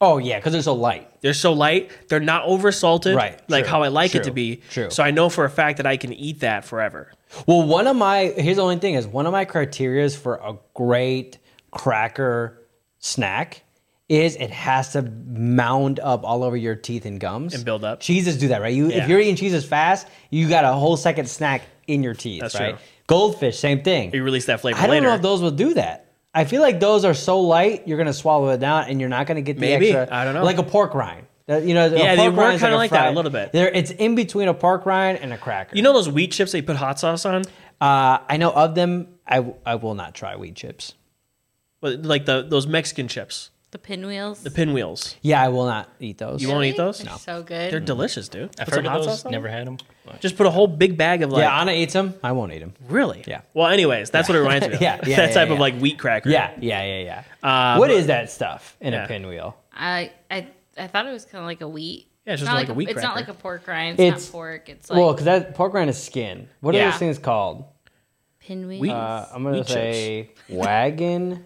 [SPEAKER 1] Oh yeah, because they're so light.
[SPEAKER 2] They're so light. They're not over salted,
[SPEAKER 1] Right,
[SPEAKER 2] Like
[SPEAKER 1] true,
[SPEAKER 2] how I like it
[SPEAKER 1] true,
[SPEAKER 2] to be.
[SPEAKER 1] true.
[SPEAKER 2] So I know for a fact that I can eat that forever.
[SPEAKER 1] Well, one of my here's the only thing is one of my criterias for a great cracker snack is it has to mound up all over your teeth and gums
[SPEAKER 2] And build up.
[SPEAKER 1] Cheeses do that, right? You
[SPEAKER 2] Yeah.
[SPEAKER 1] if you're eating cheeses fast, you got a whole second snack in your teeth,
[SPEAKER 2] That's
[SPEAKER 1] right?
[SPEAKER 2] true.
[SPEAKER 1] Goldfish, same thing.
[SPEAKER 2] You release that flavor
[SPEAKER 1] I don't
[SPEAKER 2] later.
[SPEAKER 1] know if those will do that. I feel like those are so light, you're gonna swallow it down, and you're not gonna get the
[SPEAKER 2] Maybe.
[SPEAKER 1] extra.
[SPEAKER 2] I don't know.
[SPEAKER 1] Like a pork rind. That- You know,
[SPEAKER 2] Yeah,
[SPEAKER 1] a
[SPEAKER 2] they
[SPEAKER 1] pork
[SPEAKER 2] were
[SPEAKER 1] rind is
[SPEAKER 2] kinda like that a
[SPEAKER 1] fried-
[SPEAKER 2] little bit.
[SPEAKER 1] They're, it's in between a pork rind and a cracker.
[SPEAKER 2] you know those wheat chips they put hot sauce on?
[SPEAKER 1] uh, I know of them. I, w- I will not try wheat chips.
[SPEAKER 2] But like the those Mexican chips,
[SPEAKER 5] The pinwheels.
[SPEAKER 2] the pinwheels.
[SPEAKER 1] Yeah, I will not eat those.
[SPEAKER 2] You won't eat those?
[SPEAKER 5] They're so good.
[SPEAKER 2] They're
[SPEAKER 1] Mm.
[SPEAKER 2] delicious, dude.
[SPEAKER 4] I've
[SPEAKER 2] Put some
[SPEAKER 4] heard
[SPEAKER 2] hot
[SPEAKER 4] of
[SPEAKER 2] sauce
[SPEAKER 4] those,
[SPEAKER 2] on
[SPEAKER 4] never
[SPEAKER 2] them.
[SPEAKER 4] had them. but-
[SPEAKER 2] Just put a whole big bag of like
[SPEAKER 1] yeah, Anna eats them. I won't eat them.
[SPEAKER 2] really.
[SPEAKER 1] Yeah.
[SPEAKER 2] Well, anyways, that's what it reminds me of.
[SPEAKER 1] Yeah, yeah,
[SPEAKER 2] that
[SPEAKER 1] yeah,
[SPEAKER 2] type of
[SPEAKER 1] yeah.
[SPEAKER 2] like wheat cracker.
[SPEAKER 1] Yeah, yeah, yeah, yeah.
[SPEAKER 2] Uh,
[SPEAKER 1] what
[SPEAKER 2] but-
[SPEAKER 1] is that stuff in
[SPEAKER 2] Yeah.
[SPEAKER 1] a pinwheel?
[SPEAKER 5] I I I thought it was kind of like a wheat.
[SPEAKER 2] Yeah, it's just
[SPEAKER 5] not
[SPEAKER 2] like a wheat
[SPEAKER 5] It's not
[SPEAKER 2] cracker.
[SPEAKER 5] like a pork rind. It's,
[SPEAKER 1] It's-
[SPEAKER 5] not pork. It's
[SPEAKER 1] Well, 'cause well,
[SPEAKER 5] like
[SPEAKER 1] because that pork rind is skin. What are
[SPEAKER 5] Yeah.
[SPEAKER 1] those things called?
[SPEAKER 5] pinwheels.
[SPEAKER 2] Wheat.
[SPEAKER 1] Uh, I'm gonna
[SPEAKER 2] Wheat
[SPEAKER 1] say wagon.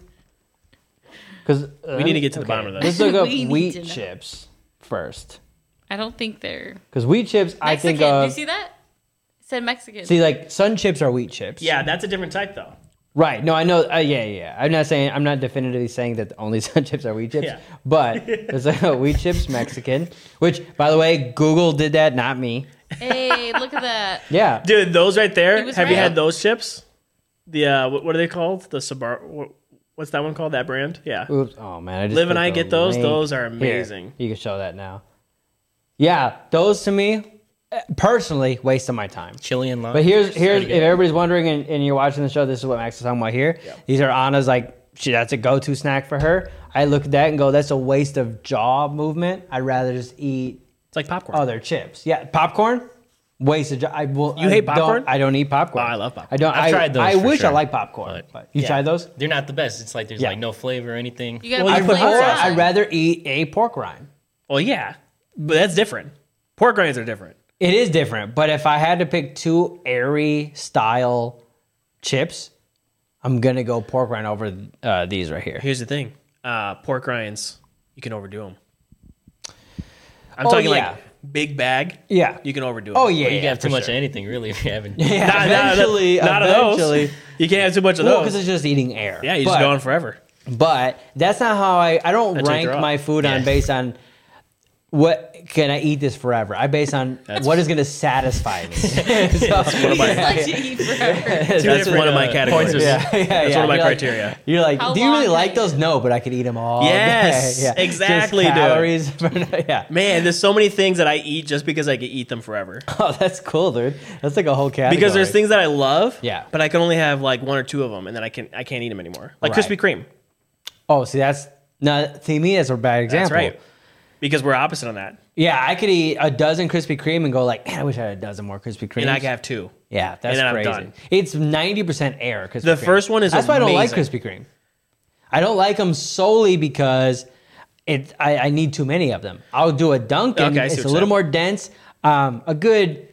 [SPEAKER 1] Because
[SPEAKER 2] We need to get to the bottom of this.
[SPEAKER 1] Let's look up
[SPEAKER 5] We need to
[SPEAKER 1] wheat
[SPEAKER 5] know.
[SPEAKER 1] chips first.
[SPEAKER 5] I don't think they're
[SPEAKER 1] Because wheat chips, I
[SPEAKER 5] Mexican.
[SPEAKER 1] think of
[SPEAKER 5] you see that? It said Mexican.
[SPEAKER 1] see like sun chips are wheat chips.
[SPEAKER 2] Yeah, that's a different type though.
[SPEAKER 1] Right. No, I know. Uh, yeah, yeah, yeah. I'm not saying I'm not definitively saying that only sun chips are wheat chips,
[SPEAKER 2] Yeah.
[SPEAKER 1] but there's a wheat chips Mexican, which by the way, Google did that, not me.
[SPEAKER 5] hey, look at that.
[SPEAKER 1] Yeah.
[SPEAKER 2] Dude, those right there.
[SPEAKER 5] He was
[SPEAKER 2] Have you
[SPEAKER 5] right.
[SPEAKER 2] had those chips? The uh, what, what are they called? The Sabar. What, what's that one called? That brand? Yeah.
[SPEAKER 1] Oops. Oh man, I just
[SPEAKER 2] Liv and
[SPEAKER 1] clicked
[SPEAKER 2] I
[SPEAKER 1] the
[SPEAKER 2] get those.
[SPEAKER 1] link.
[SPEAKER 2] Those are
[SPEAKER 1] Here,
[SPEAKER 2] amazing.
[SPEAKER 1] you can show that now. Yeah, those to me, eh, personally, waste of my time.
[SPEAKER 4] Chili and lime.
[SPEAKER 1] But here's here's
[SPEAKER 4] Pretty
[SPEAKER 1] if
[SPEAKER 4] good.
[SPEAKER 1] everybody's wondering and, and you're watching the show, this is what Max is talking about here. These are Anna's like she, that's a go-to snack for her. I look at that and go, that's a waste of jaw movement. I'd rather just eat Uh,
[SPEAKER 2] It's like popcorn.
[SPEAKER 1] other chips. Yeah, popcorn. ways to. ju- I will.
[SPEAKER 2] You
[SPEAKER 1] I
[SPEAKER 2] hate
[SPEAKER 1] don't-
[SPEAKER 2] popcorn?
[SPEAKER 1] I don't eat popcorn.
[SPEAKER 2] Oh, I love popcorn.
[SPEAKER 1] I don't.
[SPEAKER 4] I've
[SPEAKER 1] I,
[SPEAKER 4] tried those
[SPEAKER 1] I
[SPEAKER 4] for
[SPEAKER 1] wish I
[SPEAKER 4] sure,
[SPEAKER 1] liked popcorn.
[SPEAKER 4] but-
[SPEAKER 1] you
[SPEAKER 2] Yeah.
[SPEAKER 1] tried those?
[SPEAKER 4] They're not the best. It's like there's
[SPEAKER 1] Yeah.
[SPEAKER 4] like no flavor or anything.
[SPEAKER 5] You gotta
[SPEAKER 2] Well,
[SPEAKER 5] put
[SPEAKER 1] I
[SPEAKER 2] you
[SPEAKER 5] plates
[SPEAKER 1] prefer.
[SPEAKER 2] put
[SPEAKER 5] on.
[SPEAKER 1] I'd rather eat a pork rind.
[SPEAKER 2] Well, yeah, but that's different. Pork rinds are different.
[SPEAKER 1] It is different, but if I had to pick two airy style chips, I'm gonna go pork rind over uh, these right here.
[SPEAKER 2] Here's the thing: uh, pork rinds, you can overdo them. I'm
[SPEAKER 1] Oh,
[SPEAKER 2] talking
[SPEAKER 1] yeah.
[SPEAKER 2] like big bag.
[SPEAKER 1] Yeah.
[SPEAKER 2] you can overdo. 'em.
[SPEAKER 1] Oh yeah,
[SPEAKER 4] You
[SPEAKER 1] yeah,
[SPEAKER 4] have
[SPEAKER 1] for
[SPEAKER 4] too much
[SPEAKER 1] sure.
[SPEAKER 4] of anything, really, if you haven't.
[SPEAKER 1] Yeah,
[SPEAKER 2] Not,
[SPEAKER 1] eventually,
[SPEAKER 2] not, not
[SPEAKER 1] eventually.
[SPEAKER 2] of those. You can't have too much of
[SPEAKER 1] Well,
[SPEAKER 2] those.
[SPEAKER 1] because it's just eating air.
[SPEAKER 2] yeah, you
[SPEAKER 1] but,
[SPEAKER 2] just go on forever.
[SPEAKER 1] But that's not how I. I don't
[SPEAKER 2] That's what
[SPEAKER 1] rank
[SPEAKER 2] they're up.
[SPEAKER 1] my food on
[SPEAKER 4] Yeah.
[SPEAKER 1] based on what can I eat this forever. I base on what is going to satisfy me. So, yeah,
[SPEAKER 5] Like to eat forever.
[SPEAKER 1] yeah.
[SPEAKER 2] Two
[SPEAKER 1] That's-
[SPEAKER 2] different,
[SPEAKER 4] one of my
[SPEAKER 2] uh,
[SPEAKER 4] categories.
[SPEAKER 2] points of-
[SPEAKER 1] yeah, yeah,
[SPEAKER 2] That's
[SPEAKER 1] yeah.
[SPEAKER 2] one of my
[SPEAKER 1] You're like-
[SPEAKER 2] criteria.
[SPEAKER 1] you're like,
[SPEAKER 5] How
[SPEAKER 1] do you really
[SPEAKER 5] long
[SPEAKER 1] like
[SPEAKER 5] can I
[SPEAKER 1] those? No, but I could eat them all. day."
[SPEAKER 2] Yes,
[SPEAKER 1] yeah. Just
[SPEAKER 2] exactly, dude.
[SPEAKER 1] calories. yeah.
[SPEAKER 2] Man, there's so many things that I eat just because I could eat them forever.
[SPEAKER 1] Oh, that's cool, dude. That's like a whole category.
[SPEAKER 2] Because there's things that I love,
[SPEAKER 1] Yeah.
[SPEAKER 2] but I can only have like one or two of them, and then I can I can't eat them anymore. Like
[SPEAKER 1] Right.
[SPEAKER 2] Krispy Kreme,
[SPEAKER 1] Oh, see, that's no. To me, that's a bad
[SPEAKER 2] that's
[SPEAKER 1] example.
[SPEAKER 2] right, because we're opposite on that,
[SPEAKER 1] Yeah, I could eat a dozen Krispy Kreme and go like, man, I wish I had a dozen more Krispy Kreme.
[SPEAKER 2] and I can have two.
[SPEAKER 1] Yeah, that's
[SPEAKER 2] then I'm
[SPEAKER 1] crazy.
[SPEAKER 2] done.
[SPEAKER 1] It's ninety percent air. Krispy
[SPEAKER 2] The
[SPEAKER 1] Kreme.
[SPEAKER 2] first one is
[SPEAKER 1] that's why I don't like
[SPEAKER 2] amazing.
[SPEAKER 1] Krispy Kreme. I don't like them solely because it. I, I need too many of them. I'll do a Dunkin'.
[SPEAKER 2] Okay, I see
[SPEAKER 1] it's
[SPEAKER 2] what
[SPEAKER 1] a
[SPEAKER 2] you're
[SPEAKER 1] little
[SPEAKER 2] saying.
[SPEAKER 1] more dense. Um, a good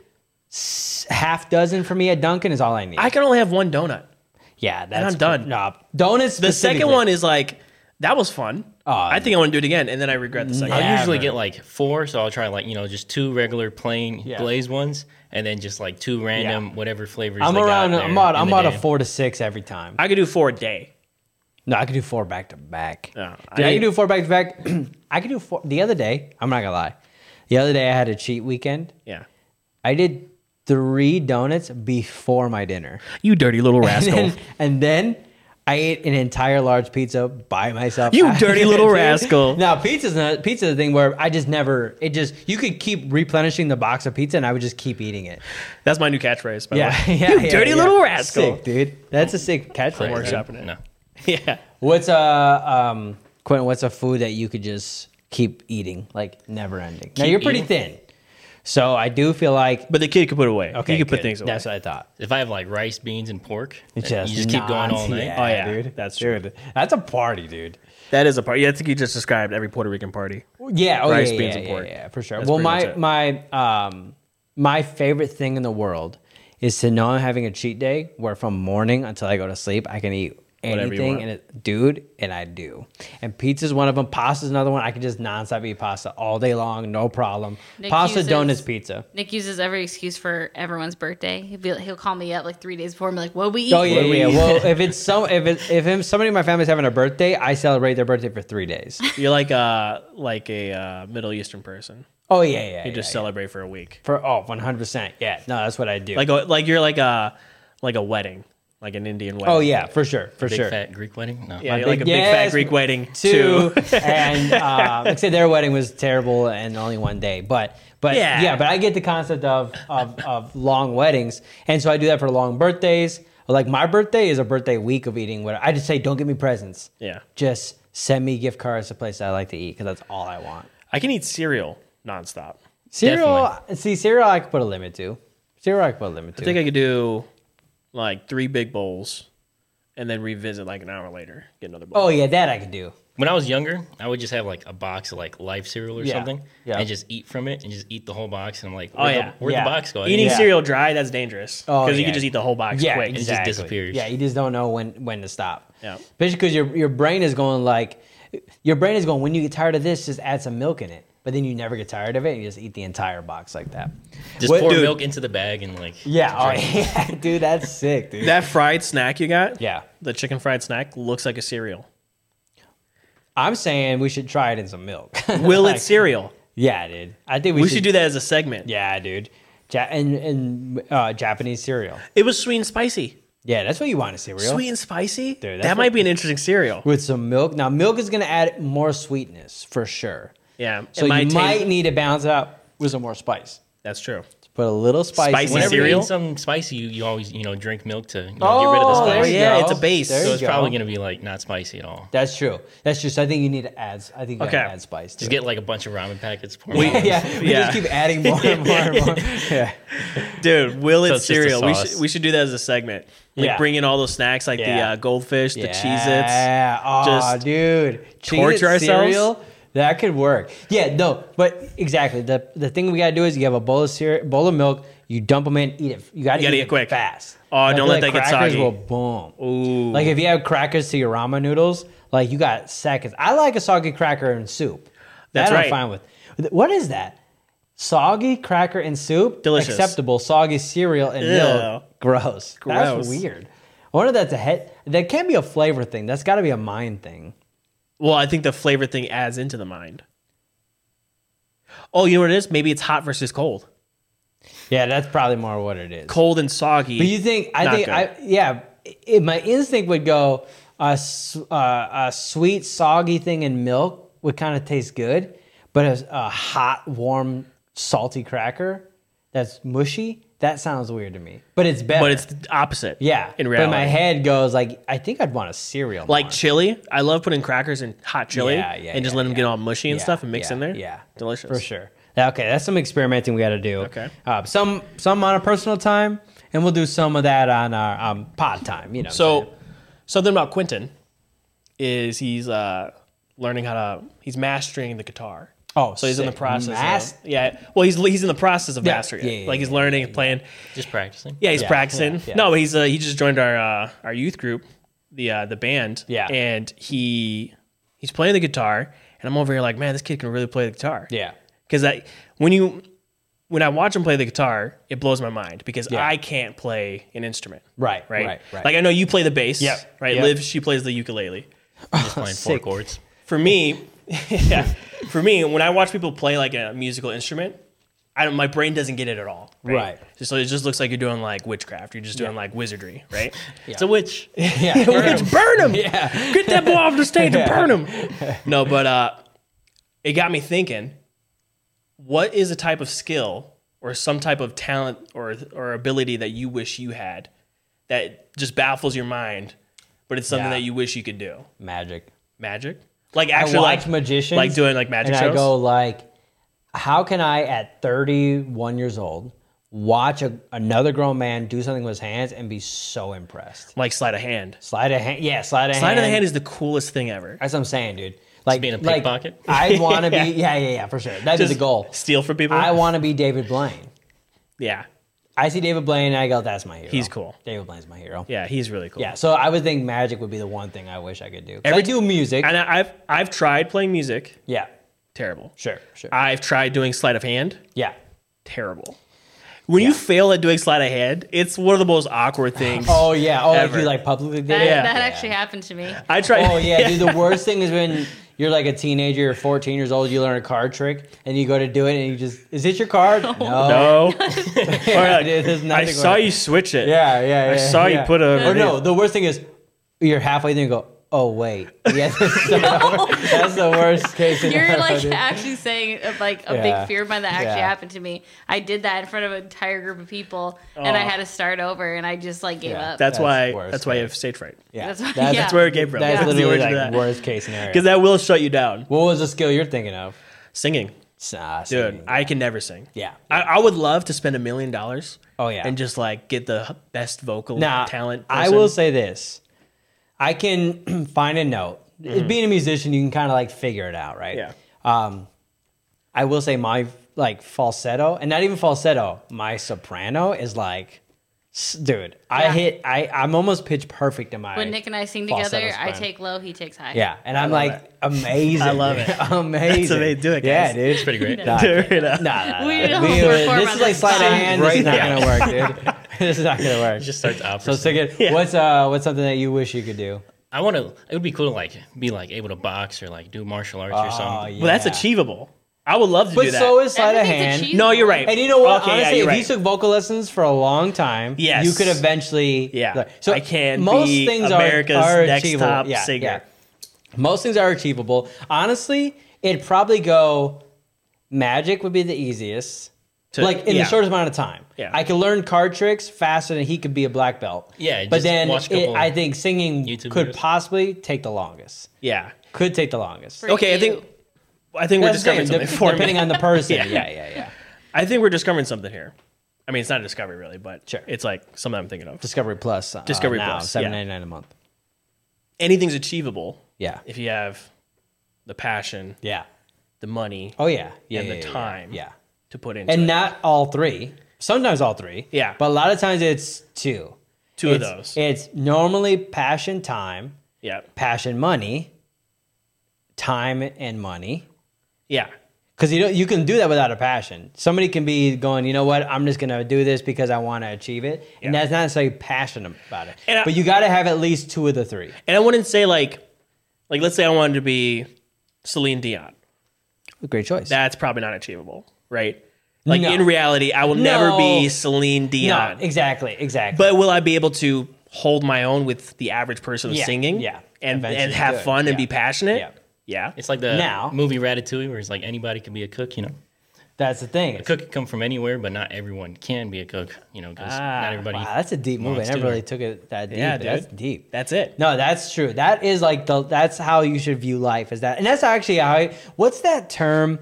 [SPEAKER 1] s- half dozen for me at Dunkin' is all I need.
[SPEAKER 2] I can only have one donut.
[SPEAKER 1] yeah, that's
[SPEAKER 2] I'm done.
[SPEAKER 1] Nah, donuts.
[SPEAKER 2] The second one is like that was fun.
[SPEAKER 1] Oh,
[SPEAKER 2] I think I want to do it again, and then I regret the second.
[SPEAKER 1] yeah.
[SPEAKER 2] one.
[SPEAKER 4] I usually
[SPEAKER 1] Never.
[SPEAKER 4] get like four, so I'll try like you know just two regular plain
[SPEAKER 1] Yeah.
[SPEAKER 4] glazed ones, and then just like two random whatever flavors.
[SPEAKER 1] I'm
[SPEAKER 4] they got
[SPEAKER 2] oh,
[SPEAKER 1] around.
[SPEAKER 4] there
[SPEAKER 1] I'm on.
[SPEAKER 4] in
[SPEAKER 1] I'm
[SPEAKER 4] the
[SPEAKER 1] on a
[SPEAKER 4] day.
[SPEAKER 1] four to six every time.
[SPEAKER 2] I could do four a day.
[SPEAKER 1] No, I could do four back to back.
[SPEAKER 2] Yeah,
[SPEAKER 1] Dude, I,
[SPEAKER 2] I-
[SPEAKER 1] could do four back to back. I could do four. The other day, I'm not gonna lie. The other day, I had a cheat weekend.
[SPEAKER 2] Yeah,
[SPEAKER 1] I did three donuts before my dinner,
[SPEAKER 2] you dirty little rascal.
[SPEAKER 1] and, and then I ate an entire large pizza by myself.
[SPEAKER 2] You dirty little
[SPEAKER 1] Dude,
[SPEAKER 2] rascal.
[SPEAKER 1] Now pizza's not pizza's the thing where I just never. It just you could keep replenishing the box of pizza, and I would just keep eating it.
[SPEAKER 2] That's my new catchphrase. By
[SPEAKER 1] Yeah,
[SPEAKER 2] the way.
[SPEAKER 1] yeah,
[SPEAKER 2] you
[SPEAKER 1] yeah,
[SPEAKER 2] dirty
[SPEAKER 1] yeah.
[SPEAKER 2] little rascal.
[SPEAKER 1] Sick, dude. That's a sick catchphrase.
[SPEAKER 4] Right,
[SPEAKER 2] workshop
[SPEAKER 4] right?
[SPEAKER 2] in it.
[SPEAKER 4] No.
[SPEAKER 2] Yeah.
[SPEAKER 1] What's a um, Quentin? What's a food that you could just keep eating, like never ending? now
[SPEAKER 4] Keep
[SPEAKER 1] you're pretty thin, so I do feel like
[SPEAKER 2] But the kid could put away.
[SPEAKER 1] okay,
[SPEAKER 2] he could put
[SPEAKER 1] good.
[SPEAKER 2] things away.
[SPEAKER 1] That's what I thought.
[SPEAKER 4] If I have like rice, beans, and pork,
[SPEAKER 1] It's
[SPEAKER 4] then you just keep going all
[SPEAKER 1] nonstop.
[SPEAKER 4] night.
[SPEAKER 1] Yeah,
[SPEAKER 2] Oh, yeah.
[SPEAKER 1] dude.
[SPEAKER 2] That's
[SPEAKER 1] dude. That's a party, dude.
[SPEAKER 2] that is a part. Yeah, I think you just described every Puerto Rican party.
[SPEAKER 1] Yeah, oh
[SPEAKER 2] Rice,
[SPEAKER 1] yeah,
[SPEAKER 2] beans,
[SPEAKER 1] yeah,
[SPEAKER 2] and
[SPEAKER 1] yeah,
[SPEAKER 2] pork.
[SPEAKER 1] yeah, for sure.
[SPEAKER 2] That's
[SPEAKER 1] well,
[SPEAKER 2] pretty
[SPEAKER 1] my my um my favorite thing in the world is to know I'm having a cheat day where from morning until I go to sleep I can eat
[SPEAKER 2] Whatever you
[SPEAKER 1] anything
[SPEAKER 2] want.
[SPEAKER 1] and it, dude, and I do. And pizza's one of them. Pasta's another one. I can just nonstop eat pasta all day long, no problem.
[SPEAKER 5] Nick
[SPEAKER 1] pasta,
[SPEAKER 5] uses-
[SPEAKER 1] donuts, pizza.
[SPEAKER 5] Nick uses every excuse for everyone's birthday. He'll, be, he'll call me up like three days before and be like, "What we eat?"
[SPEAKER 1] Oh yeah,
[SPEAKER 2] we
[SPEAKER 1] yeah.
[SPEAKER 2] eat.
[SPEAKER 1] Well, if it's some, if it, if him, somebody in my family's having a birthday, I celebrate their birthday for three days.
[SPEAKER 2] You're like a like a uh, Middle Eastern person.
[SPEAKER 1] Oh yeah, yeah.
[SPEAKER 2] You just
[SPEAKER 1] yeah, yeah.
[SPEAKER 2] celebrate for a week.
[SPEAKER 1] for oh 100. percent Yeah, no, that's what I do.
[SPEAKER 2] Like a, like you're like a like a wedding, like an Indian wedding.
[SPEAKER 1] oh yeah, for sure, for
[SPEAKER 4] Big
[SPEAKER 1] sure.
[SPEAKER 4] fat Greek wedding. No.
[SPEAKER 2] Yeah,
[SPEAKER 1] My
[SPEAKER 2] you're like a
[SPEAKER 1] big-
[SPEAKER 2] big fat
[SPEAKER 1] Yes,
[SPEAKER 2] Greek wedding
[SPEAKER 1] two,
[SPEAKER 2] too.
[SPEAKER 1] and uh, like I said, their wedding was terrible and only one day. But but yeah,
[SPEAKER 2] Yeah.
[SPEAKER 1] but I get the concept of, of of long weddings, and so I do that for long birthdays. Like my birthday is a birthday week of eating. What I just say, don't give me presents.
[SPEAKER 2] Yeah.
[SPEAKER 1] just send me gift cards to places I like to eat because that's all I want.
[SPEAKER 2] I can eat cereal nonstop.
[SPEAKER 1] Cereal, see, cereal I could put a limit to. Cereal I could put a limit to.
[SPEAKER 2] I think I could do like three big bowls, and then revisit like an hour later, get another bowl.
[SPEAKER 1] oh yeah, that I could do.
[SPEAKER 4] When I was younger, I would just have like a box of like life cereal or
[SPEAKER 1] Yeah,
[SPEAKER 4] something,
[SPEAKER 1] yeah. Oh,
[SPEAKER 4] and just eat from it, and just eat the whole box. And I'm like, where'd
[SPEAKER 2] yeah,
[SPEAKER 4] the, where'd
[SPEAKER 1] yeah.
[SPEAKER 4] the box go? I
[SPEAKER 2] Oh, Eating
[SPEAKER 4] didn't-
[SPEAKER 1] Yeah.
[SPEAKER 2] cereal dry, that's dangerous
[SPEAKER 1] Oh,
[SPEAKER 2] because you
[SPEAKER 1] yeah.
[SPEAKER 2] can just eat the whole box
[SPEAKER 1] Yeah,
[SPEAKER 2] quick.
[SPEAKER 4] just
[SPEAKER 1] exactly.
[SPEAKER 4] disappears.
[SPEAKER 1] Yeah, you just don't know when when to stop.
[SPEAKER 2] Yeah.
[SPEAKER 1] especially because your your brain is going like, your brain is going when you get tired of this, just add some milk in it. But then you never get tired of it, and you just eat the entire box like that.
[SPEAKER 4] Just
[SPEAKER 1] What-
[SPEAKER 4] pour
[SPEAKER 1] dude,
[SPEAKER 4] milk into the bag and like.
[SPEAKER 1] Yeah, oh, yeah, dude, that's sick, dude.
[SPEAKER 2] That fried snack you got,
[SPEAKER 1] yeah,
[SPEAKER 2] the chicken fried snack looks like a cereal.
[SPEAKER 1] I'm saying we should try it in some milk.
[SPEAKER 2] Will
[SPEAKER 1] Like,
[SPEAKER 2] it cereal?
[SPEAKER 1] Yeah, dude. I think we,
[SPEAKER 2] We should do that as a segment.
[SPEAKER 1] Yeah, dude. Ja- and and uh, Japanese cereal.
[SPEAKER 2] It was sweet and spicy.
[SPEAKER 1] Yeah, that's what you want to cereal.
[SPEAKER 2] Sweet and spicy?
[SPEAKER 1] Dude, that's
[SPEAKER 2] that might be an interesting cereal.
[SPEAKER 1] with some milk. Now, milk is going to add more sweetness for sure.
[SPEAKER 2] Yeah.
[SPEAKER 1] So
[SPEAKER 2] it
[SPEAKER 1] you
[SPEAKER 2] taste-
[SPEAKER 1] might need to balance it out with some more spice.
[SPEAKER 2] That's true.
[SPEAKER 1] Put a little spice.
[SPEAKER 2] Spicy
[SPEAKER 1] in it.
[SPEAKER 4] Whenever you
[SPEAKER 2] cereal?
[SPEAKER 4] eat something spicy, you, you always you know drink milk to you know,
[SPEAKER 1] Oh,
[SPEAKER 4] get rid of the
[SPEAKER 1] there
[SPEAKER 4] spice.
[SPEAKER 1] you
[SPEAKER 2] Yeah,
[SPEAKER 1] go.
[SPEAKER 2] it's a base.
[SPEAKER 1] There
[SPEAKER 4] So
[SPEAKER 1] you
[SPEAKER 4] it's probably
[SPEAKER 1] go.
[SPEAKER 4] gonna be like not spicy at all.
[SPEAKER 1] That's true. That's true. So I think you need to add. I think you gotta
[SPEAKER 2] Okay.
[SPEAKER 1] add spice.
[SPEAKER 4] Just
[SPEAKER 1] to it.
[SPEAKER 4] get like a bunch of ramen packets. Pour
[SPEAKER 2] We-
[SPEAKER 4] it on.
[SPEAKER 1] yeah, we
[SPEAKER 2] Yeah.
[SPEAKER 1] just keep adding more and more and more. Yeah.
[SPEAKER 2] Dude, will
[SPEAKER 4] So
[SPEAKER 2] it
[SPEAKER 4] it's just a
[SPEAKER 2] cereal? We
[SPEAKER 4] sauce.
[SPEAKER 2] should we should do that as a segment. Like
[SPEAKER 1] Yeah.
[SPEAKER 2] bring in all those snacks, like the
[SPEAKER 1] Yeah.
[SPEAKER 2] uh, goldfish, the Cheez-Its.
[SPEAKER 1] Yeah. Oh,
[SPEAKER 2] Just
[SPEAKER 1] dude.
[SPEAKER 2] torture
[SPEAKER 1] Cheez-It
[SPEAKER 2] ourselves?
[SPEAKER 1] Cereal, that could work. Yeah, no, but exactly. The the thing we gotta do is you have a bowl of cereal, bowl of milk, you dump them in, eat it. You gotta,
[SPEAKER 2] You gotta
[SPEAKER 1] eat
[SPEAKER 2] eat
[SPEAKER 1] it
[SPEAKER 2] quick.
[SPEAKER 1] fast.
[SPEAKER 2] Oh,
[SPEAKER 1] I
[SPEAKER 2] don't
[SPEAKER 1] feel
[SPEAKER 2] let that get
[SPEAKER 1] crackers
[SPEAKER 2] soggy.
[SPEAKER 1] Will boom.
[SPEAKER 2] Ooh.
[SPEAKER 1] Like if you have crackers to your ramen noodles, like you got seconds. I like a soggy cracker and soup.
[SPEAKER 2] That's
[SPEAKER 1] that
[SPEAKER 2] right.
[SPEAKER 1] I'm fine with. What is that? Soggy cracker and soup?
[SPEAKER 2] Delicious.
[SPEAKER 1] Acceptable. Soggy cereal and milk. Gross. That's
[SPEAKER 2] Gross.
[SPEAKER 1] weird. I wonder if that's a head. That can't be a flavor thing. That's got to be a mind thing.
[SPEAKER 2] Well, I think the flavor thing adds into the mind. Oh, you know what it is? Maybe it's hot versus cold.
[SPEAKER 1] Yeah, that's probably more what it is.
[SPEAKER 2] Cold and soggy.
[SPEAKER 1] But you think? I
[SPEAKER 2] Not
[SPEAKER 1] think.
[SPEAKER 2] good.
[SPEAKER 1] I yeah. It, my instinct would go a s- uh, a sweet soggy thing in milk would kind of taste good, but a, a hot warm salty cracker that's mushy that sounds weird to me. But it's better.
[SPEAKER 2] but it's the opposite.
[SPEAKER 1] yeah.
[SPEAKER 2] In reality.
[SPEAKER 1] but my head goes like I think I'd want a cereal.
[SPEAKER 2] like
[SPEAKER 1] more.
[SPEAKER 2] chili. I love putting crackers in hot chili
[SPEAKER 1] Yeah, yeah,
[SPEAKER 2] and just
[SPEAKER 1] yeah,
[SPEAKER 2] let them
[SPEAKER 1] yeah.
[SPEAKER 2] get all mushy and
[SPEAKER 1] Yeah,
[SPEAKER 2] stuff and mix
[SPEAKER 1] yeah,
[SPEAKER 2] in there.
[SPEAKER 1] Yeah,
[SPEAKER 2] Delicious.
[SPEAKER 1] for sure. Yeah, Okay, that's some experimenting we got to do.
[SPEAKER 2] Okay.
[SPEAKER 1] uh, some some on a personal time, and we'll do some of that on our um, pod time. You know, what I'm saying?
[SPEAKER 2] So, something about Quentin is he's uh, learning how to, he's mastering the guitar.
[SPEAKER 1] Oh,
[SPEAKER 2] So he's in the
[SPEAKER 1] sick.
[SPEAKER 2] process.
[SPEAKER 1] Mas-
[SPEAKER 2] of, yeah. Well, he's he's in the process of
[SPEAKER 1] Yeah,
[SPEAKER 2] mastering
[SPEAKER 1] yeah,
[SPEAKER 2] it.
[SPEAKER 1] yeah,
[SPEAKER 2] like he's
[SPEAKER 1] yeah,
[SPEAKER 2] learning and playing.
[SPEAKER 4] just practicing.
[SPEAKER 2] Yeah, he's
[SPEAKER 1] Yeah,
[SPEAKER 2] practicing.
[SPEAKER 1] yeah, yeah.
[SPEAKER 2] No, he's uh, he just joined our uh, our youth group, the uh, the band.
[SPEAKER 1] Yeah.
[SPEAKER 2] and he he's playing the guitar, and I'm over here like, man, this kid can really play the guitar.
[SPEAKER 1] yeah,
[SPEAKER 2] because I when you when I watch him play the guitar, it blows my mind because
[SPEAKER 1] Yeah.
[SPEAKER 2] I can't play an instrument.
[SPEAKER 1] right,
[SPEAKER 2] Right?
[SPEAKER 1] right, right.
[SPEAKER 2] Like I know you play the bass.
[SPEAKER 1] Yep,
[SPEAKER 2] Right.
[SPEAKER 1] yep.
[SPEAKER 2] Liv, she plays the ukulele
[SPEAKER 4] Just playing four
[SPEAKER 1] Sick.
[SPEAKER 4] chords.
[SPEAKER 2] for me, yeah, for me, when I watch people play like a musical instrument, I don't, my brain doesn't get it at all.
[SPEAKER 1] Right.
[SPEAKER 2] So it just looks like you're doing like witchcraft. You're just doing like wizardry, right? It's a witch.
[SPEAKER 1] yeah,
[SPEAKER 2] witch, burn him. Get that boy off the stage and burn him. No, but uh, it got me thinking. What is a type of skill or some type of talent or or ability that you wish you had that just baffles your mind, but it's something
[SPEAKER 1] Yeah.
[SPEAKER 2] that you wish you could do?
[SPEAKER 1] magic.
[SPEAKER 2] magic? Like
[SPEAKER 1] I
[SPEAKER 2] actually
[SPEAKER 1] watch
[SPEAKER 2] like
[SPEAKER 1] magicians,
[SPEAKER 2] like doing like magic
[SPEAKER 1] and
[SPEAKER 2] shows.
[SPEAKER 1] I go like, how can I at 31 years old watch a, another grown man do something with his hands and be so impressed?
[SPEAKER 2] like sleight of hand.
[SPEAKER 1] Slide a hand, yeah, slide a
[SPEAKER 2] Sleight
[SPEAKER 1] hand.
[SPEAKER 2] of the hand is the coolest thing ever.
[SPEAKER 1] That's what I'm saying, dude. Like
[SPEAKER 4] being a
[SPEAKER 1] like,
[SPEAKER 4] pickpocket?
[SPEAKER 1] I want to be. Yeah, yeah, yeah, for sure. That'd be
[SPEAKER 2] Just
[SPEAKER 1] the goal.
[SPEAKER 2] Steal from people.
[SPEAKER 1] I want to be David Blaine.
[SPEAKER 2] yeah,
[SPEAKER 1] I see David Blaine and I go, "That's my hero."
[SPEAKER 2] He's cool.
[SPEAKER 1] David Blaine's my hero. Yeah.
[SPEAKER 2] yeah, he's really cool.
[SPEAKER 1] so I would think magic would be the one thing I wish I could do. 'Cause I
[SPEAKER 2] Every-
[SPEAKER 1] do music.
[SPEAKER 2] And I, I've I've tried playing music.
[SPEAKER 1] yeah,
[SPEAKER 2] Terrible.
[SPEAKER 1] sure, sure.
[SPEAKER 2] I've tried doing sleight of hand.
[SPEAKER 1] yeah.
[SPEAKER 2] Terrible. When you fail at doing sleight of hand, it's one of the most awkward things.
[SPEAKER 1] Oh yeah. Oh, like
[SPEAKER 2] Ever.
[SPEAKER 1] you like publicly did
[SPEAKER 5] That,
[SPEAKER 1] it.
[SPEAKER 5] that actually happened to me.
[SPEAKER 2] I tried.
[SPEAKER 1] Oh yeah, dude. The worst thing is when you're like a teenager, you're 14 years old, you learn a card trick, and you go to do it, and you just, is it your card? No.
[SPEAKER 2] No. Or like,
[SPEAKER 1] Dude, there's
[SPEAKER 2] I
[SPEAKER 1] nothing
[SPEAKER 2] saw
[SPEAKER 1] going on.
[SPEAKER 2] you switch it.
[SPEAKER 1] Yeah, yeah, yeah.
[SPEAKER 2] I saw you
[SPEAKER 1] yeah.
[SPEAKER 2] put a-
[SPEAKER 1] Or no, the worst thing is you're halfway there and go, oh wait, yeah, this is so- that's the worst case.
[SPEAKER 5] You're
[SPEAKER 1] scenario,
[SPEAKER 5] like
[SPEAKER 1] dude.
[SPEAKER 5] actually saying uh, like a
[SPEAKER 1] Yeah.
[SPEAKER 5] big fear of mine that actually
[SPEAKER 1] Yeah.
[SPEAKER 5] happened to me. I did that in front of an entire group of people, and I
[SPEAKER 2] Aw.
[SPEAKER 5] had to start over, and I just like gave
[SPEAKER 1] Oh. Yeah.
[SPEAKER 5] up.
[SPEAKER 2] That's,
[SPEAKER 1] That's
[SPEAKER 2] why.
[SPEAKER 1] worse,
[SPEAKER 2] That's why
[SPEAKER 1] man.
[SPEAKER 2] you have stage fright.
[SPEAKER 1] yeah,
[SPEAKER 5] That's
[SPEAKER 1] that's,
[SPEAKER 5] why-
[SPEAKER 1] that's,
[SPEAKER 5] yeah.
[SPEAKER 2] That's where it came from.
[SPEAKER 5] That's
[SPEAKER 2] the
[SPEAKER 1] literally
[SPEAKER 2] origin
[SPEAKER 1] like
[SPEAKER 2] of that.
[SPEAKER 1] worst case scenario.
[SPEAKER 2] Because that will shut you down.
[SPEAKER 1] what was the skill you're thinking of?
[SPEAKER 2] Singing.
[SPEAKER 1] Nah,
[SPEAKER 2] Dude,
[SPEAKER 1] singing.
[SPEAKER 2] I can never sing.
[SPEAKER 1] Yeah.
[SPEAKER 2] I, I would love to spend a million dollars.
[SPEAKER 1] Oh, yeah.
[SPEAKER 2] And just like get the best vocal
[SPEAKER 1] Now,
[SPEAKER 2] talent.
[SPEAKER 1] I
[SPEAKER 2] person.
[SPEAKER 1] will say this: I can find a note. It- Being a musician, you can kind of like figure it out, right?
[SPEAKER 2] Yeah.
[SPEAKER 1] Um, I will say my like falsetto, and not even falsetto. My soprano is like, s- dude, I
[SPEAKER 5] Yeah.
[SPEAKER 1] hit. I I'm almost pitch perfect in my.
[SPEAKER 5] when Nick and I sing
[SPEAKER 1] falsetto
[SPEAKER 5] together, I
[SPEAKER 1] soprano.
[SPEAKER 5] take low, he takes high.
[SPEAKER 1] Yeah, and I'm like amazing.
[SPEAKER 2] I love it.
[SPEAKER 1] amazing.
[SPEAKER 2] That's the way to do it,
[SPEAKER 1] Yeah,
[SPEAKER 2] guys.
[SPEAKER 1] dude, it's
[SPEAKER 4] pretty great.
[SPEAKER 1] Nah,
[SPEAKER 2] Tear it up.
[SPEAKER 1] nah, nah, nah.
[SPEAKER 5] We don't
[SPEAKER 1] We-
[SPEAKER 5] perform
[SPEAKER 1] this
[SPEAKER 5] on
[SPEAKER 1] is like
[SPEAKER 5] this
[SPEAKER 1] slide of
[SPEAKER 5] side.
[SPEAKER 1] hand. This is not gonna work, dude. This is not gonna work.
[SPEAKER 4] It just starts opposite.
[SPEAKER 1] So sing it. What's uh what's something that you wish you could do?
[SPEAKER 4] I want to. It would be cool to like be like able to box or like do martial arts or something.
[SPEAKER 2] Well, that's
[SPEAKER 1] Ah, Uh, yeah.
[SPEAKER 2] achievable. I would love to do
[SPEAKER 1] But
[SPEAKER 2] that.
[SPEAKER 1] so is sleight of
[SPEAKER 5] Everything's
[SPEAKER 1] hand.
[SPEAKER 5] achievable.
[SPEAKER 2] no, you're right.
[SPEAKER 1] And you know what?
[SPEAKER 2] Okay, yeah,
[SPEAKER 1] Honestly,
[SPEAKER 2] you're
[SPEAKER 1] if
[SPEAKER 2] right.
[SPEAKER 1] you took vocal lessons for a long time,
[SPEAKER 2] Yes.
[SPEAKER 1] you could eventually.
[SPEAKER 2] Yeah.
[SPEAKER 1] Like,
[SPEAKER 2] I can be America's next top singer.
[SPEAKER 1] Most things are achievable. Honestly, it'd probably go. Magic would be the easiest.
[SPEAKER 2] To-
[SPEAKER 1] like in
[SPEAKER 2] yeah.
[SPEAKER 1] the shortest amount of time.
[SPEAKER 2] Yeah.
[SPEAKER 1] I could learn card tricks faster than he could be a black belt.
[SPEAKER 4] Yeah,
[SPEAKER 1] but
[SPEAKER 4] just
[SPEAKER 1] then
[SPEAKER 4] watch a
[SPEAKER 1] it-
[SPEAKER 4] couple
[SPEAKER 1] I think singing
[SPEAKER 4] YouTube
[SPEAKER 1] could
[SPEAKER 4] videos.
[SPEAKER 1] possibly take the longest.
[SPEAKER 2] Yeah.
[SPEAKER 1] Could take the longest.
[SPEAKER 5] For
[SPEAKER 2] Okay, I think
[SPEAKER 5] you.
[SPEAKER 2] I think we're
[SPEAKER 1] That's the
[SPEAKER 2] discovering
[SPEAKER 1] thing,
[SPEAKER 2] something.
[SPEAKER 1] dep-
[SPEAKER 2] for me.
[SPEAKER 1] depending on the person.
[SPEAKER 2] Yeah.
[SPEAKER 1] yeah, yeah, yeah, yeah.
[SPEAKER 2] I think we're discovering something here. I mean, it's not a discovery really, but
[SPEAKER 1] Sure.
[SPEAKER 2] it's like something I'm thinking of.
[SPEAKER 1] Discovery Plus. uh,
[SPEAKER 2] Discovery
[SPEAKER 1] now,
[SPEAKER 2] Plus, yeah.
[SPEAKER 1] seven ninety nine a month.
[SPEAKER 2] Anything's achievable
[SPEAKER 1] Yeah,
[SPEAKER 2] if you have the passion,
[SPEAKER 1] yeah.
[SPEAKER 2] the money
[SPEAKER 1] Oh yeah, yeah.
[SPEAKER 2] And the
[SPEAKER 1] yeah, yeah, yeah,
[SPEAKER 2] time.
[SPEAKER 1] Yeah,
[SPEAKER 2] to put into
[SPEAKER 1] and
[SPEAKER 2] it.
[SPEAKER 1] not all three. Sometimes all three.
[SPEAKER 2] Yeah.
[SPEAKER 1] but a lot of times it's two.
[SPEAKER 2] two of
[SPEAKER 1] It's-
[SPEAKER 2] those.
[SPEAKER 1] It's normally passion, time,
[SPEAKER 2] yeah.
[SPEAKER 1] passion, money, time and money.
[SPEAKER 2] Yeah.
[SPEAKER 1] Because you know you can do that without a passion. Somebody can be going, you know what? I'm just gonna do this because I want to achieve it, and
[SPEAKER 2] Yeah.
[SPEAKER 1] that's not necessarily passionate about it.
[SPEAKER 2] And I-
[SPEAKER 1] but you got to have at least two of the three.
[SPEAKER 2] And I wouldn't say like like let's say I wanted to be Celine Dion.
[SPEAKER 1] Great choice.
[SPEAKER 2] That's probably not achievable, right? Like
[SPEAKER 1] No.
[SPEAKER 2] in reality, I will never be
[SPEAKER 1] No.
[SPEAKER 2] Celine
[SPEAKER 1] no,
[SPEAKER 2] Dion.
[SPEAKER 1] exactly, exactly.
[SPEAKER 2] But will I be able to hold my own with the average person
[SPEAKER 1] Yeah,
[SPEAKER 2] singing?
[SPEAKER 1] yeah.
[SPEAKER 2] And
[SPEAKER 1] Eventually
[SPEAKER 2] and
[SPEAKER 1] do
[SPEAKER 2] have
[SPEAKER 1] it,
[SPEAKER 2] fun and
[SPEAKER 1] yeah.
[SPEAKER 2] be passionate?
[SPEAKER 1] Yeah.
[SPEAKER 2] Yeah.
[SPEAKER 4] It's like the
[SPEAKER 1] Now-
[SPEAKER 4] movie Ratatouille, where it's like anybody can be a cook. You know,
[SPEAKER 1] that's the thing.
[SPEAKER 4] a cook can come from anywhere, but not everyone can be a cook. You know, because not everybody.
[SPEAKER 1] Ah, Wow, that's a deep movie. I
[SPEAKER 4] wants
[SPEAKER 1] never
[SPEAKER 4] to.
[SPEAKER 1] really took it that deep.
[SPEAKER 2] Yeah,
[SPEAKER 1] but That's
[SPEAKER 2] dude.
[SPEAKER 1] deep.
[SPEAKER 2] That's it.
[SPEAKER 1] No, that's true. That is like the that's how you should view life is that. And that's actually how I, what's that term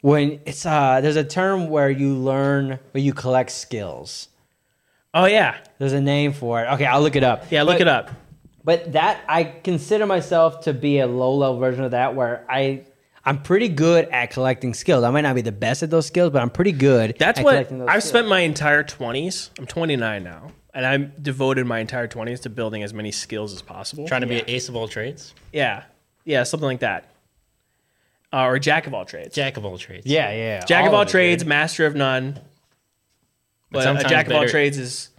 [SPEAKER 1] when it's uh there's a term where you learn where you collect skills.
[SPEAKER 2] Oh yeah.
[SPEAKER 1] There's a name for it. Okay, I'll look it up.
[SPEAKER 2] Yeah, look
[SPEAKER 1] But-
[SPEAKER 2] it up.
[SPEAKER 1] But that I consider myself to be a low level version of that where I I'm pretty good at collecting skills. I might not be the best at those skills, but I'm pretty good
[SPEAKER 2] That's
[SPEAKER 1] at
[SPEAKER 2] what I've
[SPEAKER 1] collecting those skills.
[SPEAKER 2] spent my entire 20s. I'm 29 now, and I'm devoted my entire 20s to building as many skills as possible.
[SPEAKER 4] Trying to be an ace of all trades,
[SPEAKER 2] yeah, yeah, something like that, uh, or jack of all trades.
[SPEAKER 4] jack of all trades.
[SPEAKER 1] Yeah, yeah. yeah.
[SPEAKER 2] jack of all
[SPEAKER 1] it, dude.
[SPEAKER 2] trades, master of none. But, a
[SPEAKER 4] sometimes
[SPEAKER 2] jack of all
[SPEAKER 4] better-
[SPEAKER 2] trades is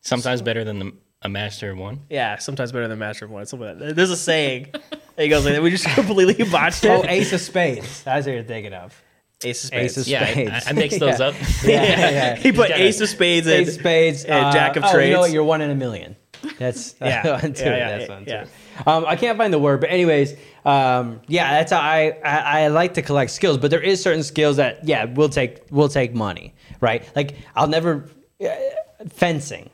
[SPEAKER 4] Sometimes better than the, a master of one.
[SPEAKER 2] yeah, sometimes better than master of one. Something like that. There's a saying. It goes like that. We just completely botched it.
[SPEAKER 1] Oh, ace of spades. That's what you're thinking of.
[SPEAKER 2] ace of
[SPEAKER 1] Ace
[SPEAKER 2] spades.
[SPEAKER 1] of
[SPEAKER 4] Yeah, I,
[SPEAKER 1] Spades.
[SPEAKER 4] I mixed those
[SPEAKER 1] Yeah.
[SPEAKER 4] up.
[SPEAKER 1] Yeah, yeah.
[SPEAKER 2] He put ace of spades and
[SPEAKER 1] Ace of spades.
[SPEAKER 2] and
[SPEAKER 1] uh,
[SPEAKER 2] jack of
[SPEAKER 1] oh,
[SPEAKER 2] trades.
[SPEAKER 1] You know what? You're one in a million. That's
[SPEAKER 2] Yeah,
[SPEAKER 1] yeah, one too.
[SPEAKER 2] yeah, yeah,
[SPEAKER 1] that's
[SPEAKER 2] yeah,
[SPEAKER 1] one
[SPEAKER 2] yeah.
[SPEAKER 1] too. Um, I can't find the word, but anyways, um, yeah, that's how I, I I like to collect skills, but there is certain skills that yeah will take will take money, right? Like I'll never uh, fencing,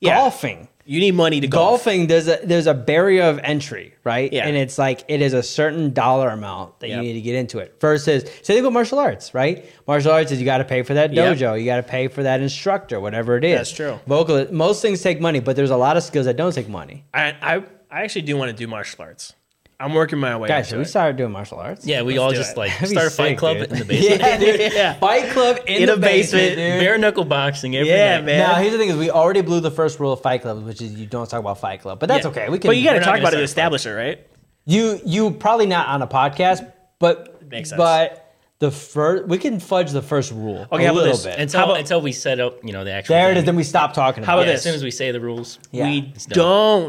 [SPEAKER 2] Yeah.
[SPEAKER 1] golfing.
[SPEAKER 2] you need money to golf.
[SPEAKER 1] Golfing, there's a there's a barrier of entry, right?
[SPEAKER 2] Yeah.
[SPEAKER 1] And it's like it is a certain dollar amount that
[SPEAKER 2] Yep.
[SPEAKER 1] you need to get into it. Versus, say they go martial arts, right? Martial arts is you got to pay for that
[SPEAKER 2] Yep.
[SPEAKER 1] dojo, you got to pay for that instructor, whatever it is.
[SPEAKER 2] That's true.
[SPEAKER 1] Vocal, most things take money, but there's a lot of skills that don't take money.
[SPEAKER 2] I, I I actually do want to do martial arts. I'm working my way.
[SPEAKER 1] Guys,
[SPEAKER 2] up
[SPEAKER 1] should
[SPEAKER 2] to
[SPEAKER 1] we
[SPEAKER 2] it.
[SPEAKER 1] started doing martial arts.
[SPEAKER 4] Yeah, we
[SPEAKER 2] Let's
[SPEAKER 4] all
[SPEAKER 2] do
[SPEAKER 4] just
[SPEAKER 2] it.
[SPEAKER 4] like
[SPEAKER 1] That'd be
[SPEAKER 4] start a fight
[SPEAKER 1] sick,
[SPEAKER 4] club
[SPEAKER 1] dude.
[SPEAKER 4] in the basement.
[SPEAKER 1] yeah, dude.
[SPEAKER 2] Yeah.
[SPEAKER 1] Fight club in,
[SPEAKER 2] In
[SPEAKER 1] the
[SPEAKER 2] the
[SPEAKER 1] basement.
[SPEAKER 2] basement.
[SPEAKER 1] dude.
[SPEAKER 4] Bare knuckle boxing every
[SPEAKER 2] Yeah,
[SPEAKER 4] night.
[SPEAKER 2] man.
[SPEAKER 1] Now, here's the thing: is we already blew the first rule of Fight Club, which is you don't talk about Fight Club. But that's
[SPEAKER 2] Yeah.
[SPEAKER 1] okay. We can.
[SPEAKER 2] But you
[SPEAKER 1] we're
[SPEAKER 2] got to
[SPEAKER 1] not
[SPEAKER 2] talk
[SPEAKER 1] gonna
[SPEAKER 2] about it
[SPEAKER 1] start
[SPEAKER 2] to
[SPEAKER 1] a fight.
[SPEAKER 2] establish it, right?
[SPEAKER 1] You you probably not on a podcast, but
[SPEAKER 2] Makes sense.
[SPEAKER 1] but the first we can fudge the first rule
[SPEAKER 2] Okay,
[SPEAKER 1] a
[SPEAKER 2] how about
[SPEAKER 1] little
[SPEAKER 2] this?
[SPEAKER 1] bit.
[SPEAKER 4] Until until we set up, you know, the actual.
[SPEAKER 1] there it
[SPEAKER 4] game.
[SPEAKER 1] is. Then we stop talking.
[SPEAKER 2] How
[SPEAKER 1] about
[SPEAKER 2] about
[SPEAKER 4] Yeah,
[SPEAKER 2] this?
[SPEAKER 4] as soon as we say the rules,
[SPEAKER 1] Yeah.
[SPEAKER 2] We
[SPEAKER 4] It's done.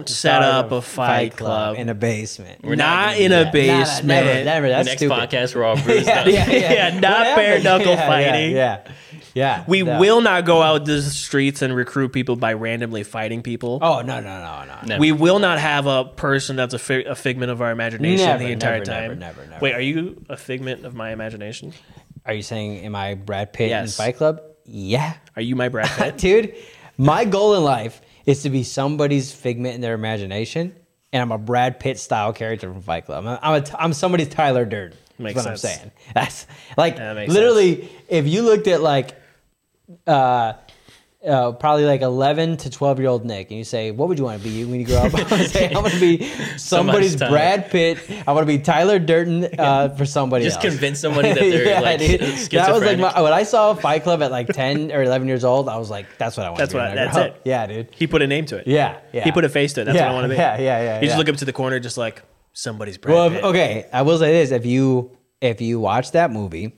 [SPEAKER 2] don't
[SPEAKER 1] it?
[SPEAKER 2] set up a fight club.
[SPEAKER 1] in a basement.
[SPEAKER 2] not,
[SPEAKER 4] We're not gonna
[SPEAKER 2] in
[SPEAKER 4] do
[SPEAKER 2] a
[SPEAKER 4] that.
[SPEAKER 1] Nah, nah,
[SPEAKER 2] basement.
[SPEAKER 1] never, never.
[SPEAKER 4] the
[SPEAKER 1] That's
[SPEAKER 4] next
[SPEAKER 1] stupid.
[SPEAKER 4] podcast we're all bruised up.
[SPEAKER 2] Yeah, not
[SPEAKER 1] Whatever.
[SPEAKER 2] bare knuckle
[SPEAKER 1] Yeah, yeah,
[SPEAKER 2] fighting.
[SPEAKER 1] Yeah, yeah.
[SPEAKER 2] We
[SPEAKER 1] No.
[SPEAKER 2] will not go out to the streets and recruit people by randomly fighting people.
[SPEAKER 1] Oh no no no no.
[SPEAKER 4] No.
[SPEAKER 2] We will not have a person that's a, fi- a figment of our imagination
[SPEAKER 1] Never,
[SPEAKER 2] the entire
[SPEAKER 1] never,
[SPEAKER 2] time.
[SPEAKER 1] never, never, never.
[SPEAKER 2] Wait, are you a figment of my imagination?
[SPEAKER 1] Are you saying am I Brad Pitt
[SPEAKER 2] Yes.
[SPEAKER 1] in Fight Club? Yeah,
[SPEAKER 2] Are you my Brad Pitt?
[SPEAKER 1] dude. My goal in life is to be somebody's figment in their imagination, and I'm a Brad Pitt style character from Fight Club. I'm I'm, a, I'm somebody's Tyler Durden.
[SPEAKER 2] Makes
[SPEAKER 1] that's what
[SPEAKER 2] sense.
[SPEAKER 1] I'm saying. That's like
[SPEAKER 2] That makes
[SPEAKER 1] literally if you looked at like uh, uh, probably like 11 to 12 year old Nick, and you say, What would you want to be when you grow up? I would say, I want to be somebody's
[SPEAKER 4] Tyler.
[SPEAKER 1] Brad Pitt. I want to be Tyler Durden uh, for somebody
[SPEAKER 4] Just
[SPEAKER 1] else.
[SPEAKER 4] convince somebody that they're like
[SPEAKER 1] dude. That was like
[SPEAKER 4] schizophrenic.
[SPEAKER 1] my, when I saw Fight Club at like 10 or 11 years old, I was like, That's what I want
[SPEAKER 2] That's
[SPEAKER 1] to be.
[SPEAKER 2] what
[SPEAKER 1] when
[SPEAKER 2] I-
[SPEAKER 1] grow
[SPEAKER 2] that's
[SPEAKER 1] up."
[SPEAKER 2] it.
[SPEAKER 1] Yeah, dude.
[SPEAKER 2] he put a name to it.
[SPEAKER 1] Yeah. yeah.
[SPEAKER 2] He put a face to it. That's
[SPEAKER 1] yeah,
[SPEAKER 2] what I want to be.
[SPEAKER 1] Yeah, yeah, yeah. yeah.
[SPEAKER 2] You just look up to the corner, just like somebody's Brad
[SPEAKER 1] Well,
[SPEAKER 2] Pitt.
[SPEAKER 1] if- okay, I will say this: if you if you watch that movie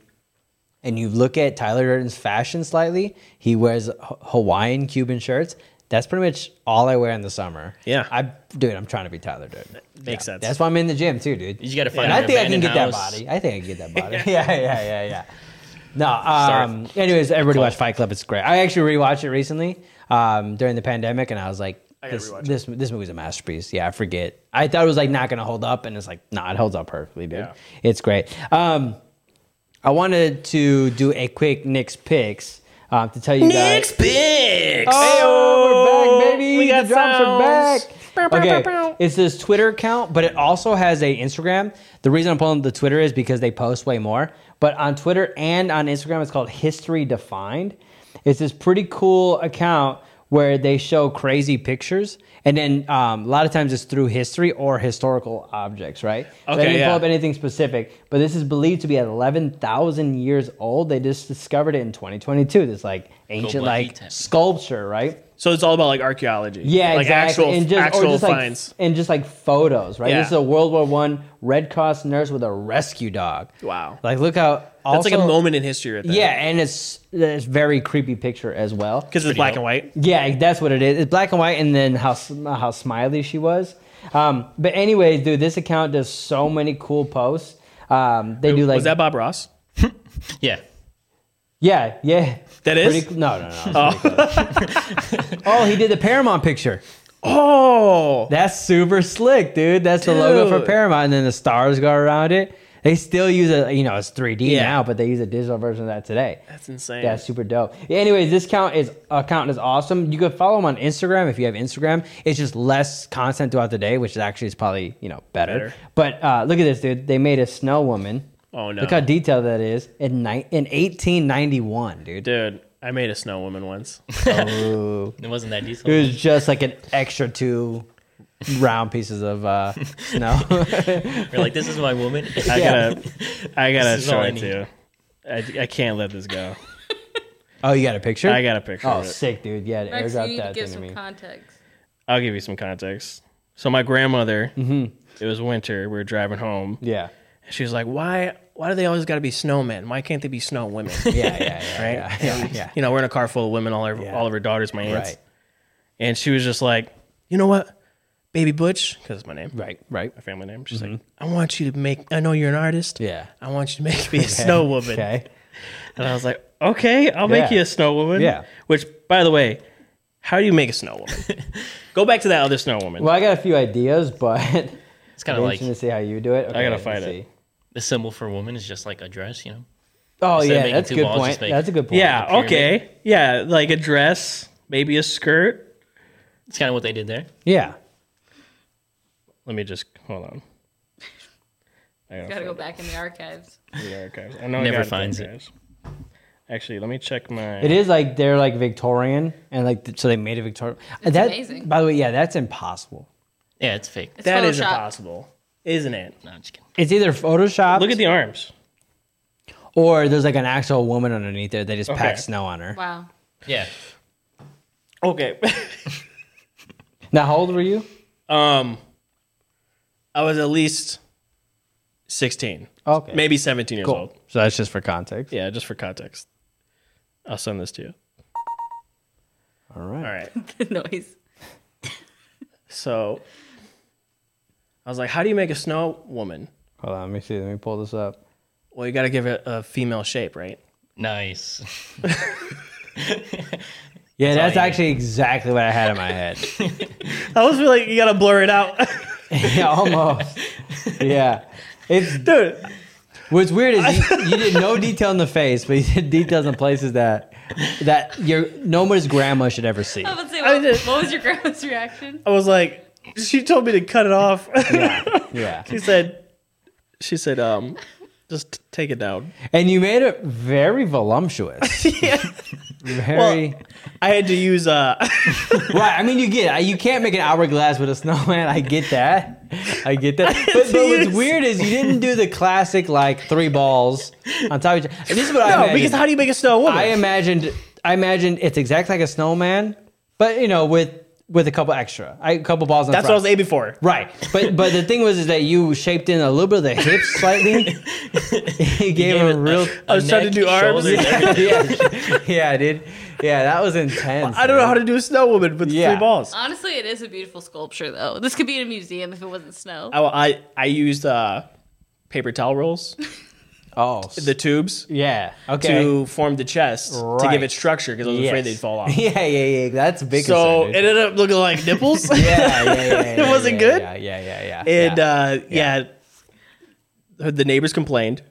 [SPEAKER 1] and you look at Tyler Durden's fashion slightly, he wears H- Hawaiian Cuban shirts. That's pretty much all I wear in the summer.
[SPEAKER 2] Yeah.
[SPEAKER 1] I dude, I'm trying to be Tyler Durden.
[SPEAKER 2] Makes sense.
[SPEAKER 1] That's why I'm in the gym too, dude.
[SPEAKER 4] You just gotta find
[SPEAKER 1] And I
[SPEAKER 4] an
[SPEAKER 1] think I can
[SPEAKER 4] abandoned
[SPEAKER 1] get that
[SPEAKER 4] house.
[SPEAKER 1] body. I think I can get that body. yeah, yeah, yeah, yeah. No. Um, anyways, everybody watch Fight Club. It's great. I actually rewatched it recently um, during the pandemic, and I was like,
[SPEAKER 2] I gotta
[SPEAKER 1] this,
[SPEAKER 2] rewatch it.
[SPEAKER 1] this this movie's a masterpiece. Yeah, I forget. I thought it was like not gonna hold up, and it's like, nah, it holds up perfectly, dude.
[SPEAKER 2] Yeah.
[SPEAKER 1] It's great. Um, I wanted to do a quick Nick's picks um, to tell you guys.
[SPEAKER 2] picks.
[SPEAKER 1] Oh, we're back, baby.
[SPEAKER 2] We got
[SPEAKER 1] the drums
[SPEAKER 2] sounds.
[SPEAKER 1] are back.
[SPEAKER 2] Bow, bow, bow,
[SPEAKER 1] Okay,
[SPEAKER 2] bow.
[SPEAKER 1] it's this Twitter account, but it also has a Instagram. The reason I'm pulling the Twitter is because they post way more. But on Twitter and on Instagram, it's called History Defined. It's this pretty cool account where they show crazy pictures, and then um, a lot of times it's through history or historical objects, right? So I
[SPEAKER 2] Okay,
[SPEAKER 1] didn't
[SPEAKER 2] yeah.
[SPEAKER 1] pull up anything specific, but this is believed to be 11,000 years old. They just discovered it in 2022. This like ancient
[SPEAKER 4] Global
[SPEAKER 1] like
[SPEAKER 4] heat tech.
[SPEAKER 1] sculpture, right?
[SPEAKER 2] So it's all about like archaeology.
[SPEAKER 1] Yeah,
[SPEAKER 2] like
[SPEAKER 1] exactly.
[SPEAKER 2] actual
[SPEAKER 1] and just, or
[SPEAKER 2] actual
[SPEAKER 1] just, like,
[SPEAKER 2] finds.
[SPEAKER 1] and just like photos, right?
[SPEAKER 2] Yeah.
[SPEAKER 1] This is a World War One Red Cross nurse with a rescue dog.
[SPEAKER 2] Wow.
[SPEAKER 1] Like, look how
[SPEAKER 2] That's like a
[SPEAKER 1] also-
[SPEAKER 2] moment in history right there.
[SPEAKER 1] Yeah, and it's it's very creepy picture as well.
[SPEAKER 2] Because it's black and white.
[SPEAKER 1] Yeah, that's what it is. It's black and white, and then how sm- how smiley she was. Um, but anyways, dude, this account does so many cool posts. Um, they do like
[SPEAKER 2] was that Bob Ross?
[SPEAKER 4] Yeah.
[SPEAKER 1] yeah, yeah.
[SPEAKER 2] That is?
[SPEAKER 1] Pretty, no, no, no. it's pretty close. oh, he did the Paramount picture.
[SPEAKER 2] Oh.
[SPEAKER 1] That's super slick, dude. That's the logo for
[SPEAKER 2] Dude.
[SPEAKER 1] Paramount, and then the stars go around it. They still use a, you know, it's 3D
[SPEAKER 2] Yeah.
[SPEAKER 1] now, but they use a digital version of that today.
[SPEAKER 2] That's insane.
[SPEAKER 1] Yeah, super dope. Anyways, this count is account is awesome. You can follow him on Instagram if you have Instagram. It's just less content throughout the day, which is actually is probably you know better.
[SPEAKER 2] Better.
[SPEAKER 1] But uh, look at this, dude. They made a snow woman.
[SPEAKER 2] Oh, no.
[SPEAKER 1] Look how detailed that is in ni- in 1891, dude.
[SPEAKER 2] Dude, I made a snow woman once. Oh.
[SPEAKER 1] Ooh.
[SPEAKER 4] It wasn't that
[SPEAKER 1] It
[SPEAKER 4] detailed.
[SPEAKER 1] was just like an extra two round pieces of uh, snow.
[SPEAKER 4] We're like, this is my woman.
[SPEAKER 2] I
[SPEAKER 1] Yeah.
[SPEAKER 2] gotta, I gotta
[SPEAKER 4] This is all
[SPEAKER 2] show
[SPEAKER 4] I
[SPEAKER 2] it
[SPEAKER 4] need.
[SPEAKER 2] to you. I, I can't let this go.
[SPEAKER 1] Oh, you got a picture?
[SPEAKER 2] I got a picture
[SPEAKER 1] Oh,
[SPEAKER 2] of it.
[SPEAKER 1] sick, dude. Yeah,
[SPEAKER 5] Rex, you
[SPEAKER 1] airdrop
[SPEAKER 5] need to
[SPEAKER 1] that
[SPEAKER 5] give
[SPEAKER 1] thing to
[SPEAKER 5] some
[SPEAKER 1] me.
[SPEAKER 5] context.
[SPEAKER 2] I'll give you some context. So my grandmother,
[SPEAKER 1] Mm-hmm.
[SPEAKER 2] it was winter. We were driving home.
[SPEAKER 1] yeah.
[SPEAKER 2] And she was like, "Why? Why do they always got to be snowmen? Why can't they be snow women?"
[SPEAKER 1] Yeah, yeah, yeah.
[SPEAKER 2] Right?
[SPEAKER 1] Yeah, yeah. yeah.
[SPEAKER 2] You know, we're in a car full of women. All our, all of her daughters, my aunts,
[SPEAKER 1] Right,
[SPEAKER 2] and she was just like, "You know what, baby Butch, because it's my name,
[SPEAKER 1] right, right.
[SPEAKER 2] my family name." She's like, "I want you to make. I know you're an artist.
[SPEAKER 1] Yeah.
[SPEAKER 2] I want you to make me a snow woman."
[SPEAKER 1] Okay.
[SPEAKER 2] And I was like, okay, I'll make
[SPEAKER 1] Yeah.
[SPEAKER 2] you a snow woman.
[SPEAKER 1] Yeah.
[SPEAKER 2] Which, by the way, how do you make a snow woman? Go back to that other snow woman.
[SPEAKER 1] Well, I got a few ideas, but
[SPEAKER 4] It's kind
[SPEAKER 1] I'm
[SPEAKER 4] of like
[SPEAKER 1] interested to see how you do it. Okay,
[SPEAKER 2] gotta
[SPEAKER 1] let's
[SPEAKER 2] find it.
[SPEAKER 1] see.
[SPEAKER 4] the symbol for woman is just like a dress, you know?
[SPEAKER 1] Oh,
[SPEAKER 4] Instead of
[SPEAKER 1] yeah,
[SPEAKER 4] making
[SPEAKER 1] that's a
[SPEAKER 4] two
[SPEAKER 1] good
[SPEAKER 4] balls,
[SPEAKER 1] point.
[SPEAKER 4] just make-
[SPEAKER 1] That's a good point.
[SPEAKER 2] yeah,
[SPEAKER 4] pyramid.
[SPEAKER 2] okay. Yeah, like a dress, maybe a skirt.
[SPEAKER 4] It's kind of what they did there.
[SPEAKER 1] Yeah.
[SPEAKER 2] Let me just hold on. I gotta
[SPEAKER 5] Got to
[SPEAKER 2] find
[SPEAKER 5] go back in the archives.
[SPEAKER 2] the archives. I know I
[SPEAKER 4] Never
[SPEAKER 2] got the
[SPEAKER 4] finds it.
[SPEAKER 2] archives. Actually, let me check my.
[SPEAKER 1] It is like they're like Victorian, and like th- so they made it Victorian. It's that,
[SPEAKER 5] amazing.
[SPEAKER 1] By the way, yeah, that's impossible.
[SPEAKER 4] Yeah, it's fake.
[SPEAKER 5] It's
[SPEAKER 2] That is
[SPEAKER 5] Photoshop.
[SPEAKER 2] impossible, isn't it?
[SPEAKER 4] No, I'm just kidding.
[SPEAKER 1] It's either Photoshop
[SPEAKER 2] Look at the arms.
[SPEAKER 1] or there's like an actual woman underneath there. They just
[SPEAKER 2] Okay.
[SPEAKER 1] packed snow on her.
[SPEAKER 5] Wow.
[SPEAKER 4] Yeah.
[SPEAKER 2] Okay.
[SPEAKER 1] Now, how old were you?
[SPEAKER 2] um, I was at least sixteen,
[SPEAKER 1] Okay.
[SPEAKER 2] maybe seventeen years old.
[SPEAKER 1] Cool. So that's just for context.
[SPEAKER 2] Yeah, just for context. I'll send this to you.
[SPEAKER 1] All right.
[SPEAKER 2] All right.
[SPEAKER 5] the noise.
[SPEAKER 2] So I was like, how do you make a snow woman?
[SPEAKER 1] Hold on. Let me see. Let me pull this up.
[SPEAKER 2] Well, you got to give it a female shape, right?
[SPEAKER 4] Nice.
[SPEAKER 1] Yeah, that's,
[SPEAKER 4] all you
[SPEAKER 1] actually exactly what I had in my head.
[SPEAKER 2] I was like, you got to blur it out.
[SPEAKER 1] yeah, almost. Yeah. It's
[SPEAKER 2] Dude,
[SPEAKER 1] what's weird is you, you did no detail in the face, but you did details in places that that your nobody's grandma should ever see.
[SPEAKER 5] I was say,
[SPEAKER 2] I
[SPEAKER 5] what,
[SPEAKER 2] just-
[SPEAKER 5] what was your grandma's reaction?
[SPEAKER 2] I was like, she told me to cut it off.
[SPEAKER 1] Yeah.
[SPEAKER 2] she said, she said, um, just take it down.
[SPEAKER 1] And you made it very voluptuous. Very
[SPEAKER 2] I had to use, uh,
[SPEAKER 1] right. I mean, you get it. you can't make an hourglass with a snowman. I get that. I get that. But, but what's
[SPEAKER 2] Yes.
[SPEAKER 1] weird is you didn't do the classic like three balls on top of each. other. This is what I
[SPEAKER 2] no,
[SPEAKER 1] imagine.
[SPEAKER 2] because how do you make a snow woman?
[SPEAKER 1] I imagined I imagined it's exactly like a snowman, but you know, with with a couple extra, I, a couple balls. In
[SPEAKER 2] That's
[SPEAKER 1] the
[SPEAKER 2] what I
[SPEAKER 1] front.
[SPEAKER 2] was aiming for.
[SPEAKER 1] Right, but but the thing was is that you shaped in a little bit of the hips slightly. you gave him a real
[SPEAKER 2] I was trying to do arms.
[SPEAKER 1] yeah, yeah, dude, yeah, that was intense.
[SPEAKER 2] I don't know
[SPEAKER 1] man.
[SPEAKER 2] how to do a snow woman with
[SPEAKER 1] Yeah.
[SPEAKER 2] three balls.
[SPEAKER 5] Honestly, it is a beautiful sculpture, though. This could be in a museum if it wasn't snow.
[SPEAKER 2] I, I, I used, uh, paper towel rolls,
[SPEAKER 1] Oh,
[SPEAKER 2] the tubes.
[SPEAKER 1] yeah, okay,
[SPEAKER 2] to form the chest to
[SPEAKER 1] Right.
[SPEAKER 2] give it structure because I was afraid
[SPEAKER 1] Yes.
[SPEAKER 2] they'd fall off.
[SPEAKER 1] Yeah, yeah, yeah. That's a big.
[SPEAKER 2] so
[SPEAKER 1] concern,
[SPEAKER 2] it
[SPEAKER 1] dude.
[SPEAKER 2] ended up looking like nipples.
[SPEAKER 1] yeah, yeah, yeah, yeah,
[SPEAKER 2] it wasn't
[SPEAKER 1] yeah,
[SPEAKER 2] good. uh,
[SPEAKER 1] Yeah, yeah, yeah, yeah.
[SPEAKER 2] And
[SPEAKER 1] yeah.
[SPEAKER 2] uh, yeah. the neighbors complained.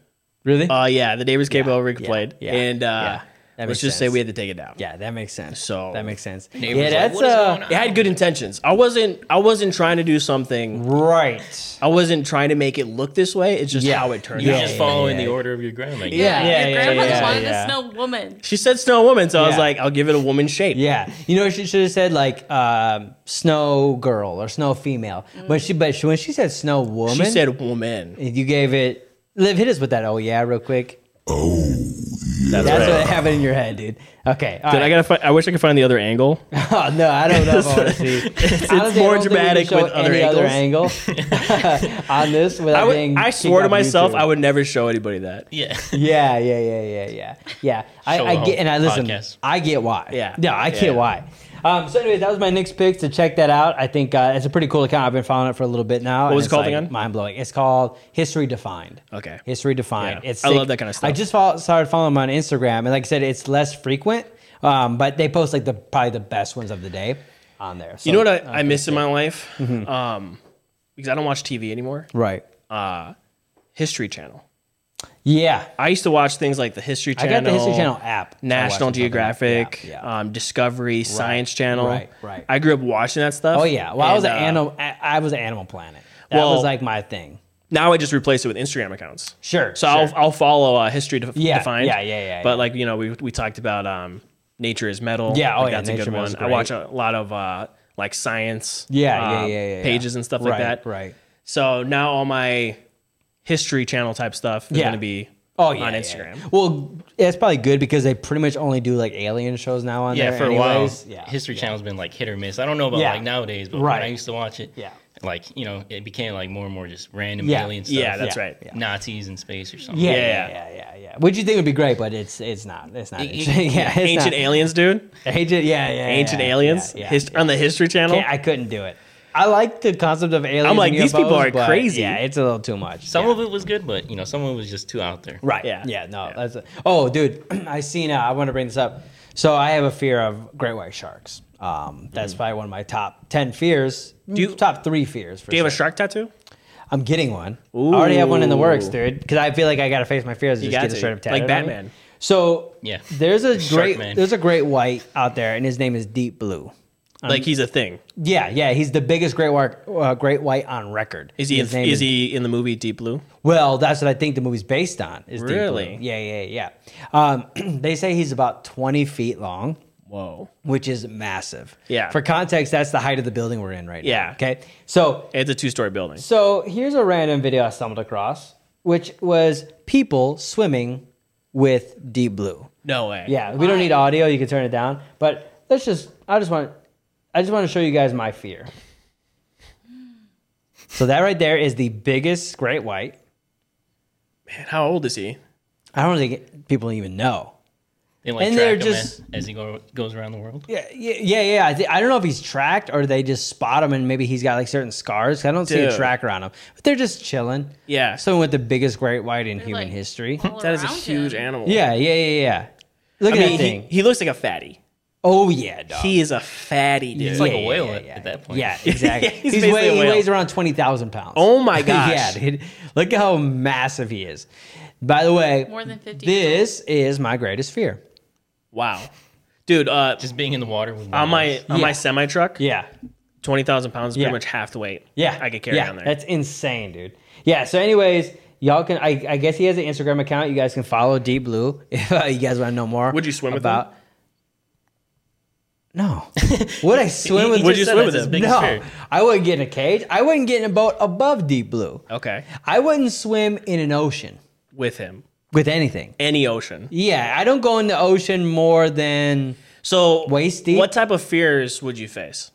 [SPEAKER 1] Really?
[SPEAKER 2] Uh, yeah, the neighbors came
[SPEAKER 1] Yeah,
[SPEAKER 2] over and
[SPEAKER 1] yeah,
[SPEAKER 2] played,
[SPEAKER 1] yeah,
[SPEAKER 2] and
[SPEAKER 1] yeah.
[SPEAKER 2] uh,
[SPEAKER 1] That
[SPEAKER 2] let's
[SPEAKER 1] makes
[SPEAKER 2] just say
[SPEAKER 1] sense.
[SPEAKER 2] we had to take it down.
[SPEAKER 1] yeah, that makes sense.
[SPEAKER 2] So-
[SPEAKER 1] that makes sense.
[SPEAKER 4] Neighbor's
[SPEAKER 1] Yeah,
[SPEAKER 4] like,
[SPEAKER 1] that's
[SPEAKER 4] "What is
[SPEAKER 1] uh,
[SPEAKER 4] going on?"
[SPEAKER 2] it had good intentions. I wasn't. I wasn't trying to do something.
[SPEAKER 1] right.
[SPEAKER 2] I wasn't trying to make it look this way. It's just
[SPEAKER 1] Yeah.
[SPEAKER 2] how it turned
[SPEAKER 4] You're
[SPEAKER 1] Yeah,
[SPEAKER 2] out.
[SPEAKER 4] just
[SPEAKER 1] yeah,
[SPEAKER 4] following
[SPEAKER 1] yeah.
[SPEAKER 4] the order of your grandma.
[SPEAKER 2] Yeah.
[SPEAKER 1] Yeah,
[SPEAKER 5] Your
[SPEAKER 1] yeah,
[SPEAKER 5] grandmother
[SPEAKER 1] yeah,
[SPEAKER 5] wanted
[SPEAKER 1] yeah.
[SPEAKER 5] a snow woman.
[SPEAKER 2] She said snow woman, so I was
[SPEAKER 1] Yeah.
[SPEAKER 2] like, I'll give it a woman shape.
[SPEAKER 1] Yeah, you know she should have said like um, snow girl or snow female, but she but she, when she said snow woman,
[SPEAKER 2] Mm. She said woman.
[SPEAKER 1] you gave it. Liv, hit us with that. Oh yeah, real quick.
[SPEAKER 2] That's
[SPEAKER 1] That's
[SPEAKER 2] right.
[SPEAKER 1] what happened in your head, dude. Okay, all
[SPEAKER 2] Dude, I
[SPEAKER 1] right.
[SPEAKER 2] gotta. Find, I wish I could find the other angle.
[SPEAKER 1] Oh, no, I don't know if I want to see. It's,
[SPEAKER 2] more dramatic with other
[SPEAKER 1] any other angle on this without
[SPEAKER 2] I, would,
[SPEAKER 1] being.
[SPEAKER 2] I
[SPEAKER 1] kicked
[SPEAKER 2] swore to
[SPEAKER 1] off
[SPEAKER 2] myself
[SPEAKER 1] YouTube.
[SPEAKER 2] I would never show anybody that.
[SPEAKER 4] Yeah.
[SPEAKER 1] Yeah, yeah, yeah, yeah, yeah, yeah. I,
[SPEAKER 4] Show
[SPEAKER 1] I
[SPEAKER 4] the
[SPEAKER 1] get
[SPEAKER 4] whole
[SPEAKER 1] and I listen.
[SPEAKER 4] podcast.
[SPEAKER 1] I get why.
[SPEAKER 2] Yeah.
[SPEAKER 1] no, I
[SPEAKER 2] Yeah.
[SPEAKER 1] get why. Um, so, anyways, that was my Knicks picks. To check that out, I think uh, it's a pretty cool account. I've been following it for a little bit now. What
[SPEAKER 2] was it called again?
[SPEAKER 1] Mind blowing. It's called History Defined.
[SPEAKER 2] Okay.
[SPEAKER 1] History Defined.
[SPEAKER 2] Yeah.
[SPEAKER 1] It's
[SPEAKER 2] I
[SPEAKER 1] sick.
[SPEAKER 2] love that kinda stuff.
[SPEAKER 1] I just follow, started following them on Instagram, and like I said, it's less frequent, um, but they post like the probably the best ones of the day on there. So,
[SPEAKER 2] You know what I, I miss in my life?
[SPEAKER 1] Mm-hmm.
[SPEAKER 2] Um, because I don't watch TV anymore.
[SPEAKER 1] Right.
[SPEAKER 2] History Channel.
[SPEAKER 1] Yeah.
[SPEAKER 2] I used to watch things like the History
[SPEAKER 1] I
[SPEAKER 2] Channel.
[SPEAKER 1] got the History Channel app. I watch
[SPEAKER 2] National
[SPEAKER 1] it from there.
[SPEAKER 2] Geographic,
[SPEAKER 1] Yeah, yeah.
[SPEAKER 2] Um, Discovery, Science Channel.
[SPEAKER 1] right, right.
[SPEAKER 2] I grew up watching that stuff.
[SPEAKER 1] Oh yeah. Well, I was an
[SPEAKER 2] And, uh,
[SPEAKER 1] animal. I, I was an Animal Planet. That
[SPEAKER 2] well-
[SPEAKER 1] was like my thing.
[SPEAKER 2] Now I just replace it with Instagram accounts.
[SPEAKER 1] Sure.
[SPEAKER 2] So
[SPEAKER 1] sure.
[SPEAKER 2] I'll, I'll follow uh, history def-
[SPEAKER 1] Yeah,
[SPEAKER 2] defined.
[SPEAKER 1] yeah, yeah, yeah,
[SPEAKER 2] But
[SPEAKER 1] yeah.
[SPEAKER 2] like you know, we we talked about um, nature is metal.
[SPEAKER 1] Yeah, oh
[SPEAKER 2] Like,
[SPEAKER 1] yeah,
[SPEAKER 2] that's a
[SPEAKER 1] Nature
[SPEAKER 2] good
[SPEAKER 1] Metal's
[SPEAKER 2] one. I
[SPEAKER 1] great.
[SPEAKER 2] watch a lot of uh, like science.
[SPEAKER 1] Yeah, yeah, yeah,
[SPEAKER 2] um,
[SPEAKER 1] yeah, yeah.
[SPEAKER 2] Pages and stuff like
[SPEAKER 1] Right,
[SPEAKER 2] that.
[SPEAKER 1] right.
[SPEAKER 2] So now all my history channel type stuff is
[SPEAKER 1] Yeah.
[SPEAKER 2] gonna be
[SPEAKER 1] oh yeah,
[SPEAKER 2] on
[SPEAKER 1] yeah,
[SPEAKER 2] Instagram.
[SPEAKER 1] yeah. Well, that's probably good because they pretty much only do like alien shows now on
[SPEAKER 4] Yeah,
[SPEAKER 1] there.
[SPEAKER 4] for a
[SPEAKER 1] anyways.
[SPEAKER 4] while,
[SPEAKER 1] Yeah.
[SPEAKER 4] History Channel's been like hit or miss. I don't know about
[SPEAKER 1] Yeah.
[SPEAKER 4] like nowadays, but
[SPEAKER 1] Right.
[SPEAKER 4] when I used to watch it,
[SPEAKER 1] Yeah.
[SPEAKER 4] like you know, it became like more and more just random
[SPEAKER 1] Yeah.
[SPEAKER 4] alien stuff.
[SPEAKER 2] Yeah, that's
[SPEAKER 1] Yeah.
[SPEAKER 2] right.
[SPEAKER 1] Yeah.
[SPEAKER 4] Nazis in space or something.
[SPEAKER 1] yeah, yeah, yeah,
[SPEAKER 2] Yeah.
[SPEAKER 1] yeah, yeah, yeah. Which you think would be great, but it's it's not. It's not.
[SPEAKER 4] It- it-
[SPEAKER 1] interesting. yeah, it's
[SPEAKER 2] Ancient
[SPEAKER 1] not.
[SPEAKER 2] aliens, dude.
[SPEAKER 1] Ancient. Yeah, yeah. uh, yeah,
[SPEAKER 2] Ancient
[SPEAKER 1] yeah,
[SPEAKER 2] aliens.
[SPEAKER 1] Yeah, yeah,
[SPEAKER 2] Hist- on the history channel.
[SPEAKER 1] Can't- I couldn't do it. I like the concept of aliens.
[SPEAKER 2] like,
[SPEAKER 1] and
[SPEAKER 2] these people
[SPEAKER 1] UFOs,
[SPEAKER 2] are
[SPEAKER 1] but
[SPEAKER 2] crazy.
[SPEAKER 1] Yeah, it's a little too much.
[SPEAKER 4] Some
[SPEAKER 1] yeah.
[SPEAKER 4] of it was good, but you know, some of it was just too out there.
[SPEAKER 1] Right.
[SPEAKER 2] Yeah.
[SPEAKER 1] Yeah. Yeah. No. That's. A, oh, dude, I seen. Uh, I want to bring this up. So I have a fear of great white sharks. Um, that's
[SPEAKER 2] Mm.
[SPEAKER 1] probably one of my top ten fears. Do
[SPEAKER 2] you-
[SPEAKER 1] top three fears? For
[SPEAKER 2] Mm. Do you have a
[SPEAKER 1] sure.
[SPEAKER 2] shark tattoo?
[SPEAKER 1] I'm getting one. I already have one in the works,
[SPEAKER 2] Ooh.
[SPEAKER 1] dude. Because I feel like I gotta face my fears. And
[SPEAKER 2] You
[SPEAKER 1] just
[SPEAKER 2] got
[SPEAKER 1] get
[SPEAKER 2] to,
[SPEAKER 1] a straight up
[SPEAKER 2] like
[SPEAKER 1] tattoo on me.
[SPEAKER 2] Batman.
[SPEAKER 1] So
[SPEAKER 4] Yeah.
[SPEAKER 1] there's a great
[SPEAKER 4] man.
[SPEAKER 1] there's a great white out there, and his name is Deep Blue.
[SPEAKER 2] like he's a thing.
[SPEAKER 1] Yeah, yeah, he's the biggest great white uh, great white on record.
[SPEAKER 2] Is he? In,
[SPEAKER 1] His name
[SPEAKER 2] is, he in the movie Deep Blue?
[SPEAKER 1] well, that's what I think the movie's based on. Is Deep Blue.
[SPEAKER 2] Really?
[SPEAKER 1] Yeah, yeah, yeah. Um, they say he's about 20 feet long,
[SPEAKER 2] Whoa.
[SPEAKER 1] which is massive.
[SPEAKER 2] Yeah.
[SPEAKER 1] For context, that's the height of the building we're in right now.
[SPEAKER 2] Yeah.
[SPEAKER 1] Okay. So,
[SPEAKER 2] It's a two-story building.
[SPEAKER 1] so here's a random video I stumbled across, which was people swimming with Deep Blue.
[SPEAKER 2] No way.
[SPEAKER 1] Yeah, we don't need audio. You can turn it down. But let's just. I just want. I just want to show you guys my fear. So that right there is the biggest great white.
[SPEAKER 2] Man, how old is he?
[SPEAKER 1] I don't think people even know.
[SPEAKER 4] They like
[SPEAKER 1] And
[SPEAKER 4] track
[SPEAKER 1] they're
[SPEAKER 4] him
[SPEAKER 1] just-
[SPEAKER 4] as, as he go, goes around the world.
[SPEAKER 1] Yeah, yeah, yeah. yeah. I, thi- I don't know if he's tracked or they just spot him and maybe he's got like certain scars. I don't see
[SPEAKER 2] Dude.
[SPEAKER 1] a tracker on him, but they're just chilling.
[SPEAKER 2] Yeah.
[SPEAKER 1] Someone with the biggest great white in
[SPEAKER 5] They're,
[SPEAKER 1] human
[SPEAKER 5] like,
[SPEAKER 1] history.
[SPEAKER 5] all
[SPEAKER 2] That is a
[SPEAKER 5] around
[SPEAKER 2] huge
[SPEAKER 5] him.
[SPEAKER 2] animal.
[SPEAKER 1] Yeah, yeah, yeah, yeah. Look
[SPEAKER 2] I
[SPEAKER 1] at
[SPEAKER 2] mean,
[SPEAKER 1] that
[SPEAKER 2] he,
[SPEAKER 1] thing.
[SPEAKER 2] he looks like a fatty.
[SPEAKER 1] oh yeah, dog.
[SPEAKER 2] He is a fatty dude.
[SPEAKER 4] It's
[SPEAKER 1] Yeah,
[SPEAKER 4] like a
[SPEAKER 1] yeah,
[SPEAKER 4] whale
[SPEAKER 1] yeah,
[SPEAKER 4] at,
[SPEAKER 1] yeah.
[SPEAKER 4] at that point.
[SPEAKER 1] Yeah, exactly.
[SPEAKER 2] He's
[SPEAKER 1] he's
[SPEAKER 2] basically
[SPEAKER 1] weigh-
[SPEAKER 2] a
[SPEAKER 1] he
[SPEAKER 2] whale.
[SPEAKER 1] weighs around 20,000 pounds.
[SPEAKER 2] Oh my gosh.
[SPEAKER 1] yeah, dude. Look how massive he is. By the way,
[SPEAKER 5] More than 50
[SPEAKER 1] this is my greatest fear.
[SPEAKER 2] Wow. Dude, uh,
[SPEAKER 4] Just being in the water with
[SPEAKER 2] on my
[SPEAKER 4] whales.
[SPEAKER 2] on my
[SPEAKER 1] Yeah.
[SPEAKER 2] semi truck,
[SPEAKER 1] Yeah.
[SPEAKER 2] twenty thousand pounds is
[SPEAKER 1] Yeah.
[SPEAKER 2] pretty much half the weight.
[SPEAKER 1] Yeah.
[SPEAKER 2] I could carry
[SPEAKER 1] yeah,
[SPEAKER 2] on there.
[SPEAKER 1] That's insane, dude. Yeah. So, anyways, y'all can, I, I guess he has an Instagram account. You guys can follow Deep Blue if uh, you guys want to know more.
[SPEAKER 2] Would you swim with
[SPEAKER 1] about. No. Would I swim with
[SPEAKER 4] he
[SPEAKER 2] Would
[SPEAKER 4] just
[SPEAKER 2] you
[SPEAKER 4] said
[SPEAKER 2] swim
[SPEAKER 4] that's
[SPEAKER 2] with
[SPEAKER 4] his
[SPEAKER 2] him?
[SPEAKER 4] biggest
[SPEAKER 1] No.
[SPEAKER 4] fear.
[SPEAKER 1] I wouldn't get in a cage. I wouldn't get in a boat above Deep Blue.
[SPEAKER 2] okay,
[SPEAKER 1] I wouldn't swim in an ocean
[SPEAKER 2] with him,
[SPEAKER 1] with anything.
[SPEAKER 2] any ocean.
[SPEAKER 1] Yeah, I don't go in the ocean more than
[SPEAKER 2] So
[SPEAKER 1] Waist deep?
[SPEAKER 2] What type of fears would you face?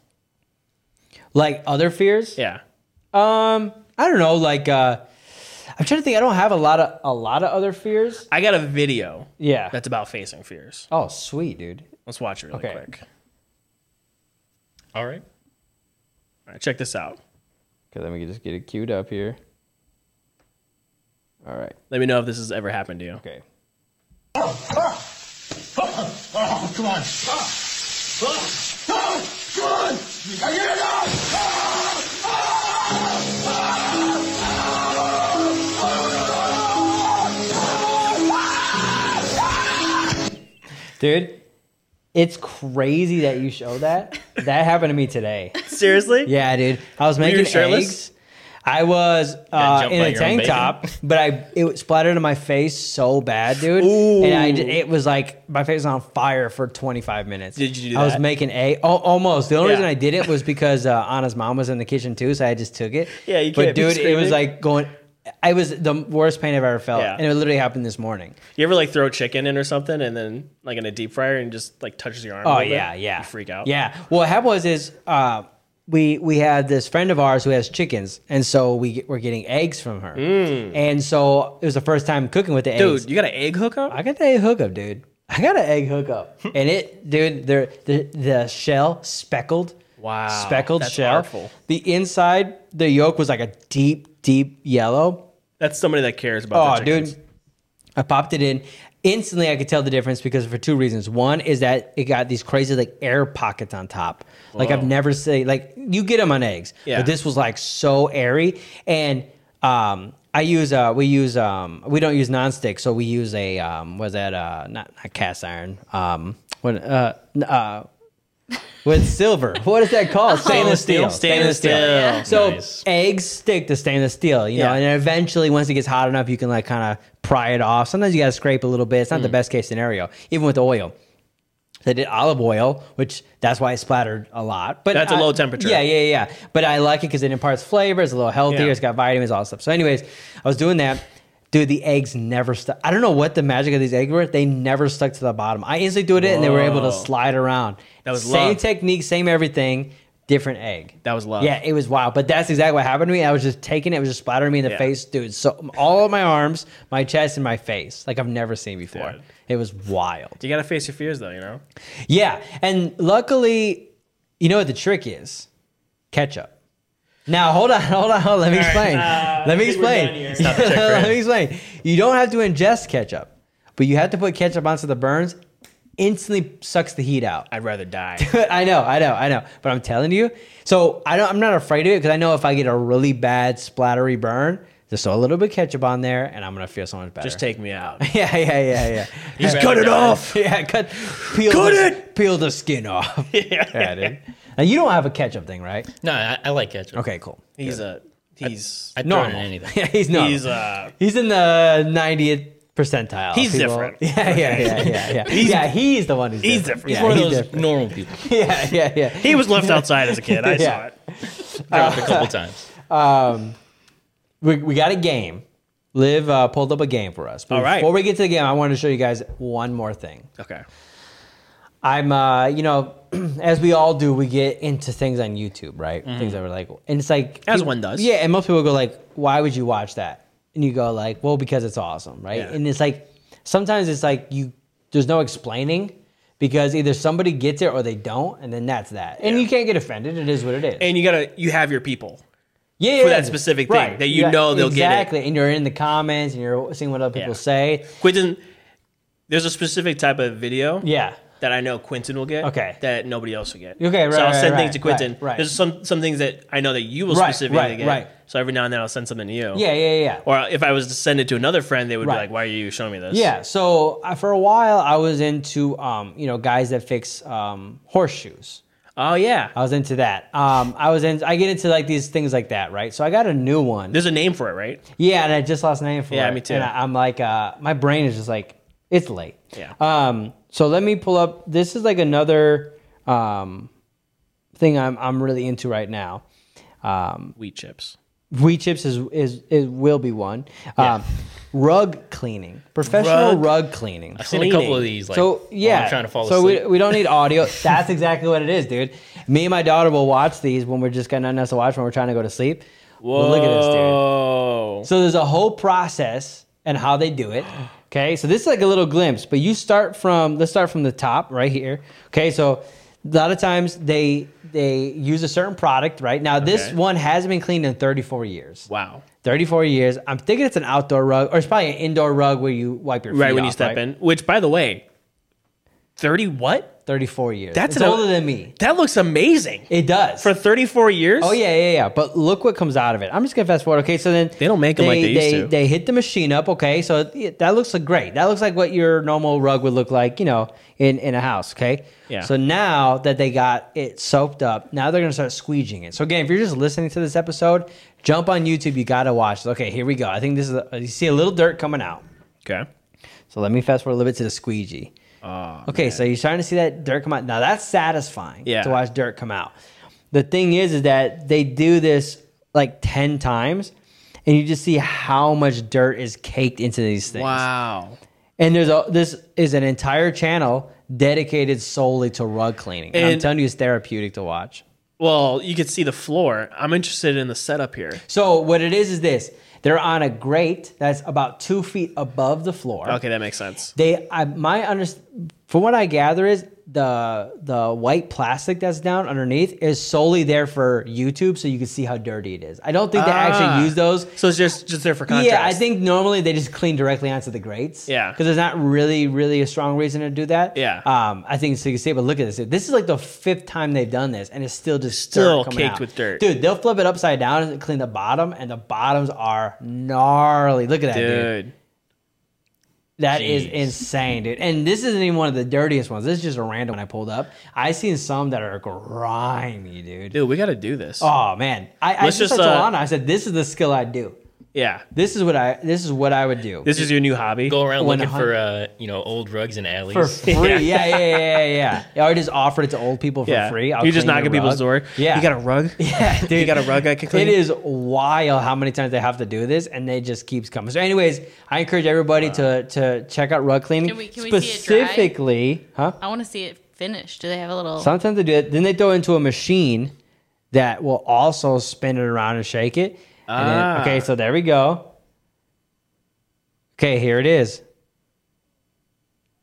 [SPEAKER 1] like other fears.
[SPEAKER 2] Yeah.
[SPEAKER 1] Um, I don't know. Like, uh, I'm trying to think. I don't have a lot of a lot of other fears.
[SPEAKER 2] I got a video
[SPEAKER 1] Yeah.
[SPEAKER 2] that's about facing fears.
[SPEAKER 1] oh, sweet, dude.
[SPEAKER 2] Let's watch it really
[SPEAKER 1] Okay.
[SPEAKER 2] quick.
[SPEAKER 4] All right.
[SPEAKER 2] All right, check this out.
[SPEAKER 1] Okay, let me just get it queued up here. All right.
[SPEAKER 2] Let me know if this has ever happened to you.
[SPEAKER 1] Okay.
[SPEAKER 6] Oh, come on. Ah. Ah. Ah. Come on. I get it out. Ah. Ah. Ah. Ah. Ah.
[SPEAKER 1] dude. It's crazy that you show that. That happened to me today.
[SPEAKER 2] Seriously?
[SPEAKER 1] Yeah, dude. I was making
[SPEAKER 2] you shirtless?
[SPEAKER 1] eggs. I was uh,
[SPEAKER 4] jumped
[SPEAKER 1] in
[SPEAKER 4] by
[SPEAKER 1] a
[SPEAKER 4] your own
[SPEAKER 1] tank
[SPEAKER 4] bacon?
[SPEAKER 1] top, but I it splattered in my face so bad, dude. And I d- it was like my face was on fire for 25 minutes.
[SPEAKER 2] Did you do
[SPEAKER 1] I was
[SPEAKER 2] that?
[SPEAKER 1] making a oh, almost. The only
[SPEAKER 2] Yeah.
[SPEAKER 1] reason I did it was because uh, Anna's mom was in the kitchen too, so I just took it.
[SPEAKER 2] Yeah, you
[SPEAKER 1] But
[SPEAKER 2] can't be
[SPEAKER 1] dude, it was
[SPEAKER 2] screaming.
[SPEAKER 1] like going. I was the worst pain I've ever felt,
[SPEAKER 2] Yeah.
[SPEAKER 1] and it literally happened this morning.
[SPEAKER 2] You ever like throw chicken in or something and then like in a deep fryer and just like touches your arm? a
[SPEAKER 1] Oh
[SPEAKER 2] little bit?
[SPEAKER 1] yeah, yeah.
[SPEAKER 2] You freak out.
[SPEAKER 1] Yeah. Well, what happened was is uh, we we had this friend of ours who has chickens, and so we get, we're getting eggs from her, and so it was the first time cooking with the eggs.
[SPEAKER 2] Mm. Dude, you got an egg hookup?
[SPEAKER 1] I got the egg hookup, dude. I got an egg hookup, and it, dude, the the the shell speckled.
[SPEAKER 2] Wow,
[SPEAKER 1] speckled
[SPEAKER 2] that's
[SPEAKER 1] shell.
[SPEAKER 2] artful.
[SPEAKER 1] The inside, the yolk was like a deep, deep yellow.
[SPEAKER 2] That's somebody that cares about.
[SPEAKER 1] Oh,
[SPEAKER 2] their chickens.
[SPEAKER 1] dude. I popped it in. Instantly, I could tell the difference because for two reasons. One is that it got these crazy like air pockets on top. Like I've never seen. Like you get them on eggs,
[SPEAKER 2] Yeah.
[SPEAKER 1] but this was like so airy. And um, I use uh, we use um, we don't use nonstick, so we use a um, was that uh, not, not cast iron um, what uh, n- uh, with silver. What is that called? Stainless steel.
[SPEAKER 2] Stainless steel.
[SPEAKER 1] So
[SPEAKER 4] Nice.
[SPEAKER 1] eggs stick to stainless steel, you know,
[SPEAKER 2] Yeah.
[SPEAKER 1] and then eventually once it gets hot enough, you can like kind of pry it off. Sometimes you got to scrape a little bit. It's not the
[SPEAKER 2] Mm.
[SPEAKER 1] best case scenario, even with oil. They did olive oil, which that's why it splattered a lot. But
[SPEAKER 2] That's a
[SPEAKER 1] I-
[SPEAKER 2] low temperature.
[SPEAKER 1] Yeah, yeah, yeah. But I like it because it imparts flavor. It's a little healthier.
[SPEAKER 2] Yeah.
[SPEAKER 1] It's got vitamins, all that stuff. So, anyways, I was doing that. Dude, the eggs never stuck. I don't know what the magic of these eggs were. They never stuck to the bottom. I instantly threw it in, and they were able to
[SPEAKER 2] Whoa.
[SPEAKER 1] slide around. That
[SPEAKER 2] was
[SPEAKER 1] same
[SPEAKER 2] love.
[SPEAKER 1] technique, same everything, different egg.
[SPEAKER 2] That was love.
[SPEAKER 1] Yeah, it was wild. But that's exactly what happened to me. I was just taking it, it was just splattering me in the
[SPEAKER 2] Yeah.
[SPEAKER 1] face, dude. So all of my arms, my chest, and my face, like I've never seen before.
[SPEAKER 2] Dude.
[SPEAKER 1] It was wild.
[SPEAKER 2] you gotta face your fears though. You know.
[SPEAKER 1] Yeah, and luckily, you know what the trick is? Ketchup. Now hold on, hold on, hold on. Let me explain. let me
[SPEAKER 2] uh, think we're
[SPEAKER 1] explain.
[SPEAKER 2] done here.
[SPEAKER 1] let me explain. You don't have to ingest ketchup, but you have to put ketchup onto the burns. Instantly sucks the heat out.
[SPEAKER 2] I'd rather die.
[SPEAKER 1] I know, I know, I know. But I'm telling you, so I don't. I'm not afraid of it because I know if I get a really bad splattery burn, just throw a little bit of ketchup on there, and I'm gonna feel so much better.
[SPEAKER 2] Just take me out.
[SPEAKER 1] Yeah, yeah, yeah, yeah.
[SPEAKER 2] Just cut it off.
[SPEAKER 1] Yeah, cut, peel,
[SPEAKER 2] Cut
[SPEAKER 1] the,
[SPEAKER 2] it!
[SPEAKER 1] peel the skin off. yeah, dude. Now you don't have a ketchup thing, right?
[SPEAKER 4] No, I, I like ketchup.
[SPEAKER 1] Okay, cool.
[SPEAKER 2] He's a he's
[SPEAKER 4] I throw it in
[SPEAKER 1] Normal.
[SPEAKER 4] anything.
[SPEAKER 1] Yeah, he's normal.
[SPEAKER 2] he's
[SPEAKER 1] He's,
[SPEAKER 2] uh
[SPEAKER 1] in the ninetieth percentile.
[SPEAKER 2] He's
[SPEAKER 1] people.
[SPEAKER 2] different.
[SPEAKER 1] Yeah, yeah, yeah, yeah, yeah. he's, yeah, he's the one who's
[SPEAKER 2] he's
[SPEAKER 1] different.
[SPEAKER 2] different.
[SPEAKER 1] Yeah,
[SPEAKER 4] He's one of
[SPEAKER 1] he's
[SPEAKER 4] those
[SPEAKER 1] different.
[SPEAKER 4] normal people.
[SPEAKER 1] Yeah, yeah, yeah.
[SPEAKER 2] He was left outside as a kid. I
[SPEAKER 1] Yeah.
[SPEAKER 2] saw it.
[SPEAKER 4] Dropped a couple times.
[SPEAKER 1] we, we got a game. Liv uh, pulled up a game for us. But
[SPEAKER 2] All right.
[SPEAKER 1] Before we get to the game, I wanted to show you guys one more thing.
[SPEAKER 2] Okay.
[SPEAKER 1] I'm, uh, you know, as we all do, we get into things on YouTube, right? Things that were like, and it's like,
[SPEAKER 2] Mm-hmm. As one does.
[SPEAKER 1] Yeah, and most people go like, "Why would you watch that?" And you go like, "Well, because it's awesome, right?"
[SPEAKER 2] Yeah.
[SPEAKER 1] And it's like, sometimes it's like you, there's no explaining because either somebody gets it or they don't, and then that's that, and you can't get offended. It is what it is.
[SPEAKER 2] And you gotta you have your people.
[SPEAKER 1] yeah,
[SPEAKER 2] for that specific thing that you know they'll get it.
[SPEAKER 1] Exactly, and you're in the comments and you're seeing what other people
[SPEAKER 2] Yeah.
[SPEAKER 1] say.
[SPEAKER 2] Quentin, there's a specific type of video.
[SPEAKER 1] Yeah.
[SPEAKER 2] That I know Quentin will get.
[SPEAKER 1] Okay.
[SPEAKER 2] That nobody else will get.
[SPEAKER 1] Okay, right,
[SPEAKER 2] So I'll
[SPEAKER 1] right,
[SPEAKER 2] send
[SPEAKER 1] right,
[SPEAKER 2] things to Quentin.
[SPEAKER 1] right, right.
[SPEAKER 2] There's some some things that I know that you will
[SPEAKER 1] Right,
[SPEAKER 2] specifically
[SPEAKER 1] right,
[SPEAKER 2] get.
[SPEAKER 1] right.
[SPEAKER 2] So every now and then I'll send something to you.
[SPEAKER 1] Yeah, yeah, yeah.
[SPEAKER 2] Or if I was to send it to another friend, they would
[SPEAKER 1] Right.
[SPEAKER 2] be like, "Why are you showing me this?"
[SPEAKER 1] Yeah. So I, for a while, I was into um, you know guys that fix um, horseshoes.
[SPEAKER 2] Oh yeah.
[SPEAKER 1] I was into that. Um, I was in. I get into like these things like that, right? So I got a new one.
[SPEAKER 2] There's a name for it, right?
[SPEAKER 1] yeah, and I just lost name for it.
[SPEAKER 2] Yeah, me too.
[SPEAKER 1] And I, I'm like, uh, my brain is just like, it's late.
[SPEAKER 2] Yeah.
[SPEAKER 1] Um. So let me pull up. This is like another um thing I'm I'm really into right now.
[SPEAKER 2] Wheat chips.
[SPEAKER 1] Wheat chips is is, is will be one. Um, Rug cleaning, professional
[SPEAKER 2] Rug-
[SPEAKER 1] rug cleaning.
[SPEAKER 4] I've seen a couple of
[SPEAKER 2] Cleaning.
[SPEAKER 4] these. Like,
[SPEAKER 1] so yeah,
[SPEAKER 4] while I'm trying to fall
[SPEAKER 1] so
[SPEAKER 4] asleep.
[SPEAKER 1] we, we don't need audio. That's exactly what it is, dude. Me and my daughter will watch these when we're just got nothing else to watch when we're trying to go to sleep. Well, look at this, dude.
[SPEAKER 2] Oh.
[SPEAKER 1] So there's a whole process and how they do it. Okay, so this is like a little glimpse, but you start from let's start from the top right here. Okay, so a lot of times they they use a certain product right now. This
[SPEAKER 2] Okay.
[SPEAKER 1] one hasn't been cleaned in 34 years.
[SPEAKER 2] Wow.
[SPEAKER 1] 34 years. I'm thinking it's an outdoor rug, or it's probably an indoor rug where you wipe your feet
[SPEAKER 2] Right when you
[SPEAKER 1] off,
[SPEAKER 2] step
[SPEAKER 1] right?
[SPEAKER 2] in, which by the way, Thirty what?
[SPEAKER 1] 34 years.
[SPEAKER 2] That's
[SPEAKER 1] it's
[SPEAKER 2] an-
[SPEAKER 1] older than me.
[SPEAKER 2] That looks amazing.
[SPEAKER 1] It does.
[SPEAKER 2] For thirty four years.
[SPEAKER 1] Oh yeah, yeah, yeah. But look what comes out of it. I'm just gonna fast forward. Okay, so then
[SPEAKER 2] They don't make 'em like they used
[SPEAKER 1] they,
[SPEAKER 2] to.
[SPEAKER 1] They hit the machine up. Okay, so it- that looks like great. That looks like what your normal rug would look like, you know, in in a house. Okay.
[SPEAKER 2] Yeah.
[SPEAKER 1] So now that they got it soaped up, now they're gonna start squeegeeing it. So again, if you're just listening to this episode, jump on YouTube. You gotta watch. Okay, here we go. I think this is. A, you see a little dirt coming out.
[SPEAKER 2] Okay.
[SPEAKER 1] So let me fast forward a little bit to the squeegee. okay, so you're starting to see that dirt come out. Now that's satisfying
[SPEAKER 2] Yeah.
[SPEAKER 1] to watch dirt come out. The thing is, is that they do this like 10 times and you just see how much dirt is caked into these things.
[SPEAKER 2] Wow.
[SPEAKER 1] And there's a, this is an entire channel dedicated solely to rug cleaning. And I'm
[SPEAKER 2] And-
[SPEAKER 1] telling you, it's therapeutic to watch.
[SPEAKER 2] Well, you could see the floor. I'm interested in the setup here.
[SPEAKER 1] So what it is is this. They're on a grate that's about two feet above the floor.
[SPEAKER 2] Okay, that makes sense.
[SPEAKER 1] They, I, my under, from what I gather is the the white plastic that's down underneath is solely there for YouTube, so you can see how dirty it is. I don't think they
[SPEAKER 2] Ah.
[SPEAKER 1] actually use those.
[SPEAKER 2] So it's just just there for contrast.
[SPEAKER 1] Yeah, I think normally they just clean directly onto the grates.
[SPEAKER 2] Yeah.
[SPEAKER 1] because there's not really, really a strong reason to do that.
[SPEAKER 2] Yeah.
[SPEAKER 1] um, I think so. You can see, but look at this. This is like the fifth time they've done this, and it's still just dirt
[SPEAKER 2] Still
[SPEAKER 1] coming
[SPEAKER 2] caked
[SPEAKER 1] out.
[SPEAKER 2] with dirt.
[SPEAKER 1] dude. They'll flip it upside down and clean the bottom, and the bottoms are gnarly. Look at that, dude.
[SPEAKER 2] Dude.
[SPEAKER 1] That is
[SPEAKER 4] Jeez.
[SPEAKER 1] insane, dude. And this isn't even one of the dirtiest ones. This is just a random one I pulled up. I seen some that are grimy, dude.
[SPEAKER 2] Dude, we got to do this.
[SPEAKER 1] Oh man, I, I
[SPEAKER 2] Let's
[SPEAKER 1] just,
[SPEAKER 2] just,
[SPEAKER 1] told
[SPEAKER 2] uh,
[SPEAKER 1] Alana, I said this is the skill I do.
[SPEAKER 2] Yeah.
[SPEAKER 1] This is what I. This is what I would do
[SPEAKER 2] This is your new hobby.
[SPEAKER 4] Go around looking
[SPEAKER 1] 100
[SPEAKER 4] for uh, you know old rugs and alleys.
[SPEAKER 1] for free. Yeah, yeah, yeah, yeah, yeah. yeah. Or just offer it to old people for
[SPEAKER 2] yeah.
[SPEAKER 1] free. I'll
[SPEAKER 2] You're just
[SPEAKER 1] clean
[SPEAKER 2] knocking
[SPEAKER 1] your
[SPEAKER 2] people's
[SPEAKER 1] rug.
[SPEAKER 2] door.
[SPEAKER 1] Yeah,
[SPEAKER 2] You got a rug?
[SPEAKER 1] Yeah, dude.
[SPEAKER 2] You got a rug I can clean?
[SPEAKER 1] It is wild how many times they have to do this, and they just keeps coming. So, anyways, I encourage everybody to to check out rug cleaning.
[SPEAKER 5] Can we- can we see it dry?
[SPEAKER 1] specifically, huh?
[SPEAKER 5] I want to see it finished. Do they have a little?
[SPEAKER 1] Sometimes they do it. Then they throw it into a machine that will also spin it around and shake it. And then-
[SPEAKER 2] Ah.
[SPEAKER 1] okay, so there we go. Okay, here it is.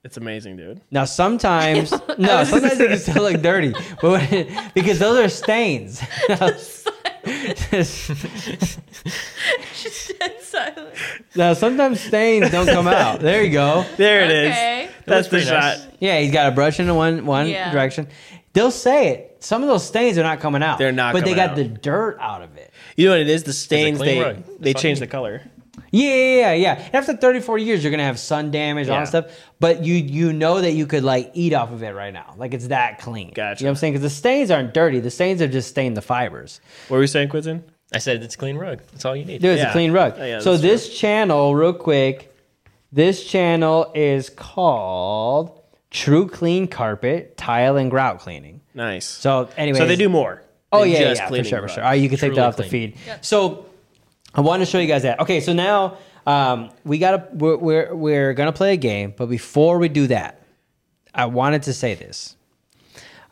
[SPEAKER 2] It's amazing, dude.
[SPEAKER 1] Now sometimes no, sometimes they can still look dirty, but when it, because those are stains.
[SPEAKER 5] Just dead silent.
[SPEAKER 1] now sometimes stains don't come out. There you go.
[SPEAKER 2] There it is.
[SPEAKER 5] Okay.
[SPEAKER 2] That's the
[SPEAKER 4] pretty
[SPEAKER 2] shot.
[SPEAKER 4] nice.
[SPEAKER 1] Yeah, he's got a brush in one one
[SPEAKER 5] Yeah.
[SPEAKER 1] direction. They'll say it. Some of those stains are not coming out.
[SPEAKER 2] They're not
[SPEAKER 1] But they
[SPEAKER 2] coming
[SPEAKER 1] got
[SPEAKER 2] out.
[SPEAKER 1] the dirt out of it.
[SPEAKER 2] You know what it is? The stains
[SPEAKER 4] clean
[SPEAKER 2] they
[SPEAKER 4] rug. That's
[SPEAKER 2] they
[SPEAKER 4] what I
[SPEAKER 2] change
[SPEAKER 4] need.
[SPEAKER 2] the color.
[SPEAKER 1] Yeah, yeah, yeah, yeah. And After 30, 40 years, you're gonna have sun damage, all
[SPEAKER 2] Yeah.
[SPEAKER 1] that stuff. But you you know that you could like eat off of it right now. Like it's that clean.
[SPEAKER 2] Gotcha.
[SPEAKER 1] You know what I'm saying? Because the stains aren't dirty. The stains have just stained the fibers.
[SPEAKER 2] What were you saying, Quinton?
[SPEAKER 4] I said it's a clean rug. That's all you need.
[SPEAKER 1] Dude, it's
[SPEAKER 2] Yeah.
[SPEAKER 1] a clean rug.
[SPEAKER 2] Oh, yeah,
[SPEAKER 1] so
[SPEAKER 2] that's
[SPEAKER 1] this channel, real quick, this channel is called True Clean Carpet Tile and Grout Cleaning.
[SPEAKER 2] Nice.
[SPEAKER 1] So anyway,
[SPEAKER 2] so they do more.
[SPEAKER 1] Oh
[SPEAKER 2] than
[SPEAKER 1] yeah,
[SPEAKER 2] just
[SPEAKER 1] yeah, for
[SPEAKER 2] cleaning
[SPEAKER 1] sure, for
[SPEAKER 2] rug.
[SPEAKER 1] sure. All right, you can take that
[SPEAKER 4] Truly
[SPEAKER 1] off the
[SPEAKER 4] clean.
[SPEAKER 1] feed. So I want to show you guys that. Okay, so now um, we got to we're, we're we're gonna play a game, but before we do that, I wanted to say this.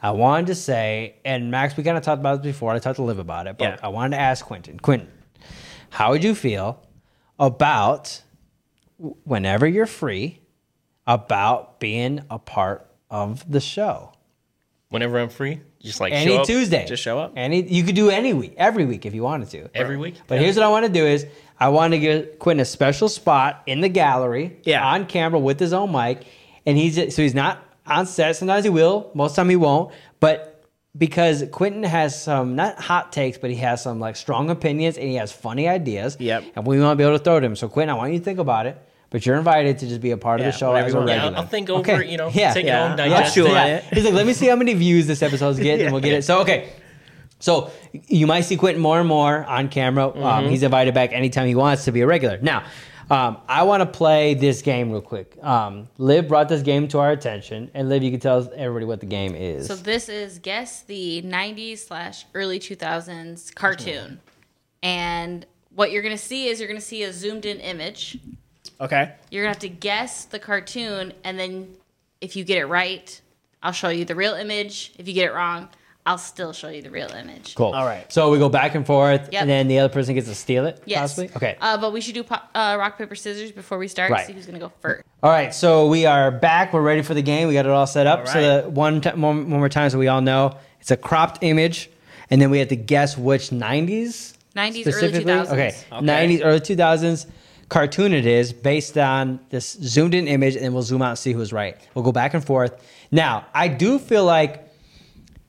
[SPEAKER 1] I wanted to say, and Max, we kind of talked about this before. I talked to Liv about it, but
[SPEAKER 2] Yeah.
[SPEAKER 1] I wanted to ask Quentin. Quentin, how would you feel about w- whenever you're free about being a part of the show?
[SPEAKER 4] Whenever I'm free, just like
[SPEAKER 1] Any
[SPEAKER 4] show up
[SPEAKER 1] Tuesday.
[SPEAKER 2] just show up.
[SPEAKER 1] Any you could do any week, every week if you wanted to.
[SPEAKER 4] every week.
[SPEAKER 1] But here's what I want to do is I want to give Quentin a special spot in the gallery,
[SPEAKER 2] Yeah.
[SPEAKER 1] on camera with his own mic, and he's so he's not on set. Sometimes he will, most time he won't. But because Quentin has some not hot takes, but he has some like strong opinions and he has funny ideas.
[SPEAKER 2] Yep.
[SPEAKER 1] And we want to be able to throw to him. So Quentin, I want you to think about it. But you're invited to just be a part of
[SPEAKER 2] Yeah,
[SPEAKER 1] the show
[SPEAKER 2] whatever
[SPEAKER 1] as
[SPEAKER 2] you
[SPEAKER 1] a
[SPEAKER 2] want.
[SPEAKER 1] regular.
[SPEAKER 2] Yeah,
[SPEAKER 4] I'll- I'll think over it, you know, take it home,
[SPEAKER 1] I'll
[SPEAKER 4] digest
[SPEAKER 1] chew
[SPEAKER 2] it.
[SPEAKER 1] on
[SPEAKER 2] Yeah.
[SPEAKER 1] He's like, let me see how many views this episode's getting, and we'll get it. So okay, so you might see Quentin more and more on camera.
[SPEAKER 2] Mm-hmm.
[SPEAKER 1] Um, he's invited back anytime he wants to be a regular. Now, um, I want to play this game real quick. Um, Liv brought this game to our attention, and Liv, you can tell everybody what the game is.
[SPEAKER 5] So this is guess the '90s slash early 2000s cartoon, and what you're gonna see is you're gonna see a zoomed in image.
[SPEAKER 2] Okay.
[SPEAKER 5] You're gonna have to guess the cartoon, and then if you get it right, I'll show you the real image. If you get it wrong, I'll still show you the real image.
[SPEAKER 1] cool.
[SPEAKER 2] All right.
[SPEAKER 1] So we go back and forth,
[SPEAKER 5] Yep.
[SPEAKER 1] and then the other person gets to steal it.
[SPEAKER 5] Yes.
[SPEAKER 1] Possibly. Okay.
[SPEAKER 5] Uh, but we should do po- uh, rock paper scissors before we start.
[SPEAKER 1] Right.
[SPEAKER 5] See who's gonna go first.
[SPEAKER 1] All right, so we are back. We're ready for the game. We got it all set up.
[SPEAKER 2] All
[SPEAKER 1] So
[SPEAKER 2] right.
[SPEAKER 1] that one, t- one one more time, so we all know it's a cropped image, and then we have to guess which '90s,
[SPEAKER 5] 90s, early
[SPEAKER 1] specifically.
[SPEAKER 5] 2000s.
[SPEAKER 1] Okay.
[SPEAKER 2] Okay.
[SPEAKER 1] '90s, early 2000s cartoon it is based on this zoomed in image, and we'll zoom out and see who's right. We'll go back and forth. Now, I do feel like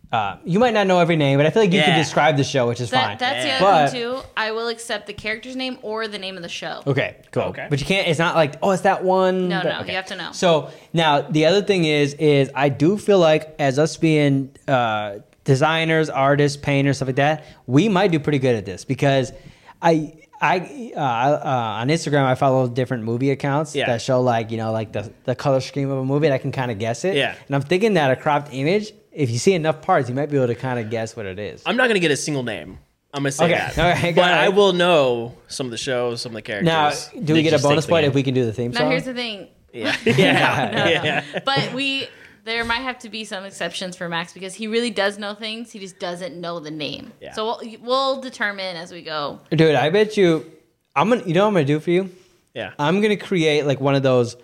[SPEAKER 1] uh, you might not know every name, but I feel like you can
[SPEAKER 2] Yeah.
[SPEAKER 1] describe the show, which is fine.
[SPEAKER 5] That, that's the other
[SPEAKER 1] But-
[SPEAKER 5] thing too. I will accept the character's name or the name of the show.
[SPEAKER 1] Okay, cool.
[SPEAKER 2] Okay.
[SPEAKER 1] But you can't. It's not like oh, it's that one.
[SPEAKER 5] No,
[SPEAKER 1] that-
[SPEAKER 5] no, you have to know.
[SPEAKER 1] So now the other thing is, is I do feel like as us being uh, designers, artists, painters, stuff like that, we might do pretty good at this because I. I uh, uh, on Instagram I follow different movie accounts
[SPEAKER 2] Yeah.
[SPEAKER 1] that show like you know like the, the color scheme of a movie and I can kind of guess it
[SPEAKER 2] Yeah.
[SPEAKER 1] and I'm thinking that a cropped image if you see enough parts you might be able to kind of guess what it is
[SPEAKER 2] I'm not gonna get a single name. I'm gonna say
[SPEAKER 1] Okay.
[SPEAKER 2] that,
[SPEAKER 1] All right,
[SPEAKER 2] but
[SPEAKER 1] all right.
[SPEAKER 2] I will know some of the shows, some of the characters.
[SPEAKER 1] now do we
[SPEAKER 4] They
[SPEAKER 1] get a
[SPEAKER 4] just take
[SPEAKER 1] bonus
[SPEAKER 4] the
[SPEAKER 1] point
[SPEAKER 4] game.
[SPEAKER 1] if we can do the theme
[SPEAKER 5] Now
[SPEAKER 1] song
[SPEAKER 5] here's the thing.
[SPEAKER 2] yeah, yeah, yeah.
[SPEAKER 5] But we there might have to be some exceptions for Max because he really does know things. He just doesn't know the name.
[SPEAKER 2] Yeah.
[SPEAKER 5] So we'll, we'll determine as we go.
[SPEAKER 1] Dude, I bet you. I'm gonna. You know what I'm gonna do for you?
[SPEAKER 2] yeah.
[SPEAKER 1] I'm gonna create like one of those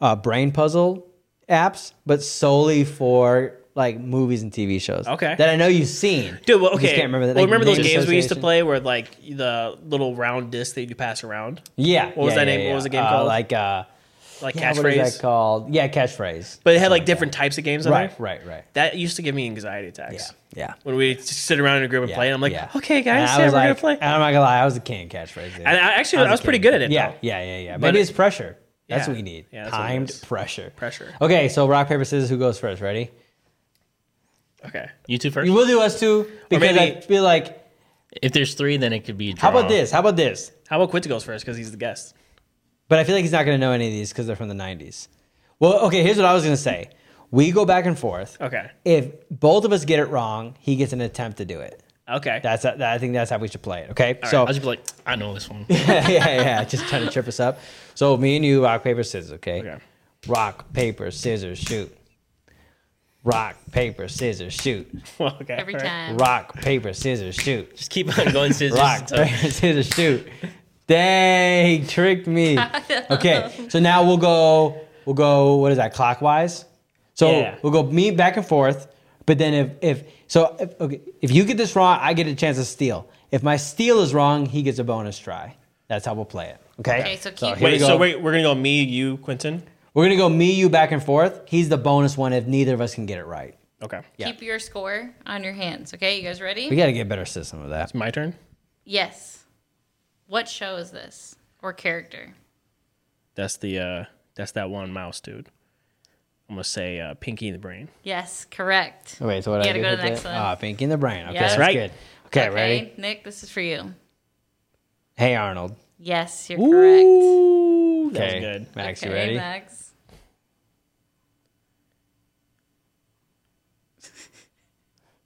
[SPEAKER 1] uh, brain puzzle apps, but solely for like movies and TV shows.
[SPEAKER 2] Okay.
[SPEAKER 1] That I know you've seen.
[SPEAKER 2] Dude, well,
[SPEAKER 1] You
[SPEAKER 2] okay.
[SPEAKER 1] just can't remember that.
[SPEAKER 2] Well,
[SPEAKER 1] like,
[SPEAKER 2] remember those
[SPEAKER 1] name
[SPEAKER 2] games we used to
[SPEAKER 1] association.
[SPEAKER 2] play where like the little round disc that you pass around,
[SPEAKER 1] Yeah.
[SPEAKER 2] What was
[SPEAKER 1] yeah,
[SPEAKER 2] that
[SPEAKER 1] yeah,
[SPEAKER 2] name- what
[SPEAKER 1] yeah.
[SPEAKER 2] was the game
[SPEAKER 1] Uh,
[SPEAKER 2] called?
[SPEAKER 1] Like uh,
[SPEAKER 2] like
[SPEAKER 1] yeah, What is that
[SPEAKER 2] catchphrase.
[SPEAKER 1] called? Yeah, catchphrase.
[SPEAKER 2] But it had like different types of games on
[SPEAKER 1] Right,
[SPEAKER 2] there.
[SPEAKER 1] right, right.
[SPEAKER 2] That used to give me anxiety attacks.
[SPEAKER 1] Yeah, yeah.
[SPEAKER 2] When we sit around in a group and
[SPEAKER 1] Yeah,
[SPEAKER 2] play, and I'm like,
[SPEAKER 1] yeah.
[SPEAKER 2] okay,
[SPEAKER 1] And
[SPEAKER 2] guys,
[SPEAKER 1] I
[SPEAKER 2] yeah, we're
[SPEAKER 1] was
[SPEAKER 2] gonna
[SPEAKER 1] like-
[SPEAKER 2] play.
[SPEAKER 1] And I'm not gonna lie, I was a king of catchphrase. dude.
[SPEAKER 2] And I actually, I was
[SPEAKER 1] a
[SPEAKER 2] pretty
[SPEAKER 1] kid.
[SPEAKER 2] good at it.
[SPEAKER 1] Yeah,
[SPEAKER 2] though.
[SPEAKER 1] yeah, yeah, yeah.
[SPEAKER 2] But
[SPEAKER 1] But it
[SPEAKER 2] it-
[SPEAKER 1] is pressure. That's
[SPEAKER 2] Yeah.
[SPEAKER 1] what we need.
[SPEAKER 2] Yeah, that's what it
[SPEAKER 1] Timed
[SPEAKER 2] is.
[SPEAKER 1] pressure.
[SPEAKER 2] Pressure.
[SPEAKER 1] Okay, so rock paper scissors. Who goes first? Ready?
[SPEAKER 2] Okay.
[SPEAKER 4] You two first.
[SPEAKER 1] You will do us two because
[SPEAKER 2] maybe-
[SPEAKER 1] I feel like.
[SPEAKER 4] If there's three, then it could be. a
[SPEAKER 1] How about
[SPEAKER 4] draw.
[SPEAKER 1] this? How about this?
[SPEAKER 2] How about Quinta goes first because he's the guest?
[SPEAKER 1] But I feel like he's not going to know any of these because they're from the '90s. Well, okay. Here's what I was going to say. We go back and forth.
[SPEAKER 2] Okay.
[SPEAKER 1] If both of us get it wrong, he gets an attempt to do it.
[SPEAKER 2] Okay.
[SPEAKER 1] That's that, I think that's how we should play it. Okay.
[SPEAKER 4] So
[SPEAKER 1] so
[SPEAKER 4] I'll just be like, I know this one.
[SPEAKER 1] yeah, yeah, yeah. Just trying to trip us up. So me and you, rock paper scissors. Okay.
[SPEAKER 2] Okay.
[SPEAKER 1] Rock paper scissors shoot. Rock paper scissors shoot.
[SPEAKER 2] Well, okay.
[SPEAKER 5] Every
[SPEAKER 2] all right.
[SPEAKER 5] time.
[SPEAKER 1] Rock paper scissors shoot.
[SPEAKER 4] just keep on going, scissors.
[SPEAKER 1] rock,
[SPEAKER 5] uh,
[SPEAKER 4] until-
[SPEAKER 1] paper, scissors, shoot. Dang, he tricked me. Okay, so now we'll go. We'll go. What is that? Clockwise. So
[SPEAKER 2] Yeah.
[SPEAKER 1] we'll go meet back and forth. But then if if so if, okay, if you get this wrong, I get a chance to steal. If my steal is wrong, he gets a bonus try. That's how we'll play it. Okay.
[SPEAKER 5] Okay, so keep-
[SPEAKER 1] here we
[SPEAKER 2] Wait.
[SPEAKER 1] go.
[SPEAKER 2] So wait, we're gonna go me, you, Quentin.
[SPEAKER 1] We're gonna go me, you, back and forth. He's the bonus one if neither of us can get it right.
[SPEAKER 2] Okay.
[SPEAKER 1] Yeah.
[SPEAKER 5] Keep your score on your hands. Okay, you guys ready?
[SPEAKER 1] We gotta get a better system of that.
[SPEAKER 2] My turn.
[SPEAKER 5] Yes. What show is this or character?
[SPEAKER 2] That's the uh that's that one mouse dude. I'm gonna say uh, Pinky in the Brain.
[SPEAKER 5] Yes, correct.
[SPEAKER 1] Wait, so what
[SPEAKER 5] You
[SPEAKER 1] I
[SPEAKER 5] gotta
[SPEAKER 1] do
[SPEAKER 5] go to
[SPEAKER 1] with
[SPEAKER 5] the next
[SPEAKER 1] it?
[SPEAKER 5] one.
[SPEAKER 1] Ah, Pinky in the Brain. Okay,
[SPEAKER 5] Yeah.
[SPEAKER 1] that's
[SPEAKER 5] That's
[SPEAKER 2] right.
[SPEAKER 1] good. Okay, ready?
[SPEAKER 5] Nick, this is for you.
[SPEAKER 1] Hey Arnold.
[SPEAKER 5] Yes, you're correct.
[SPEAKER 2] Ooh, that
[SPEAKER 1] Okay,
[SPEAKER 2] was good.
[SPEAKER 1] Max, you
[SPEAKER 5] Okay,
[SPEAKER 1] ready?
[SPEAKER 5] Max.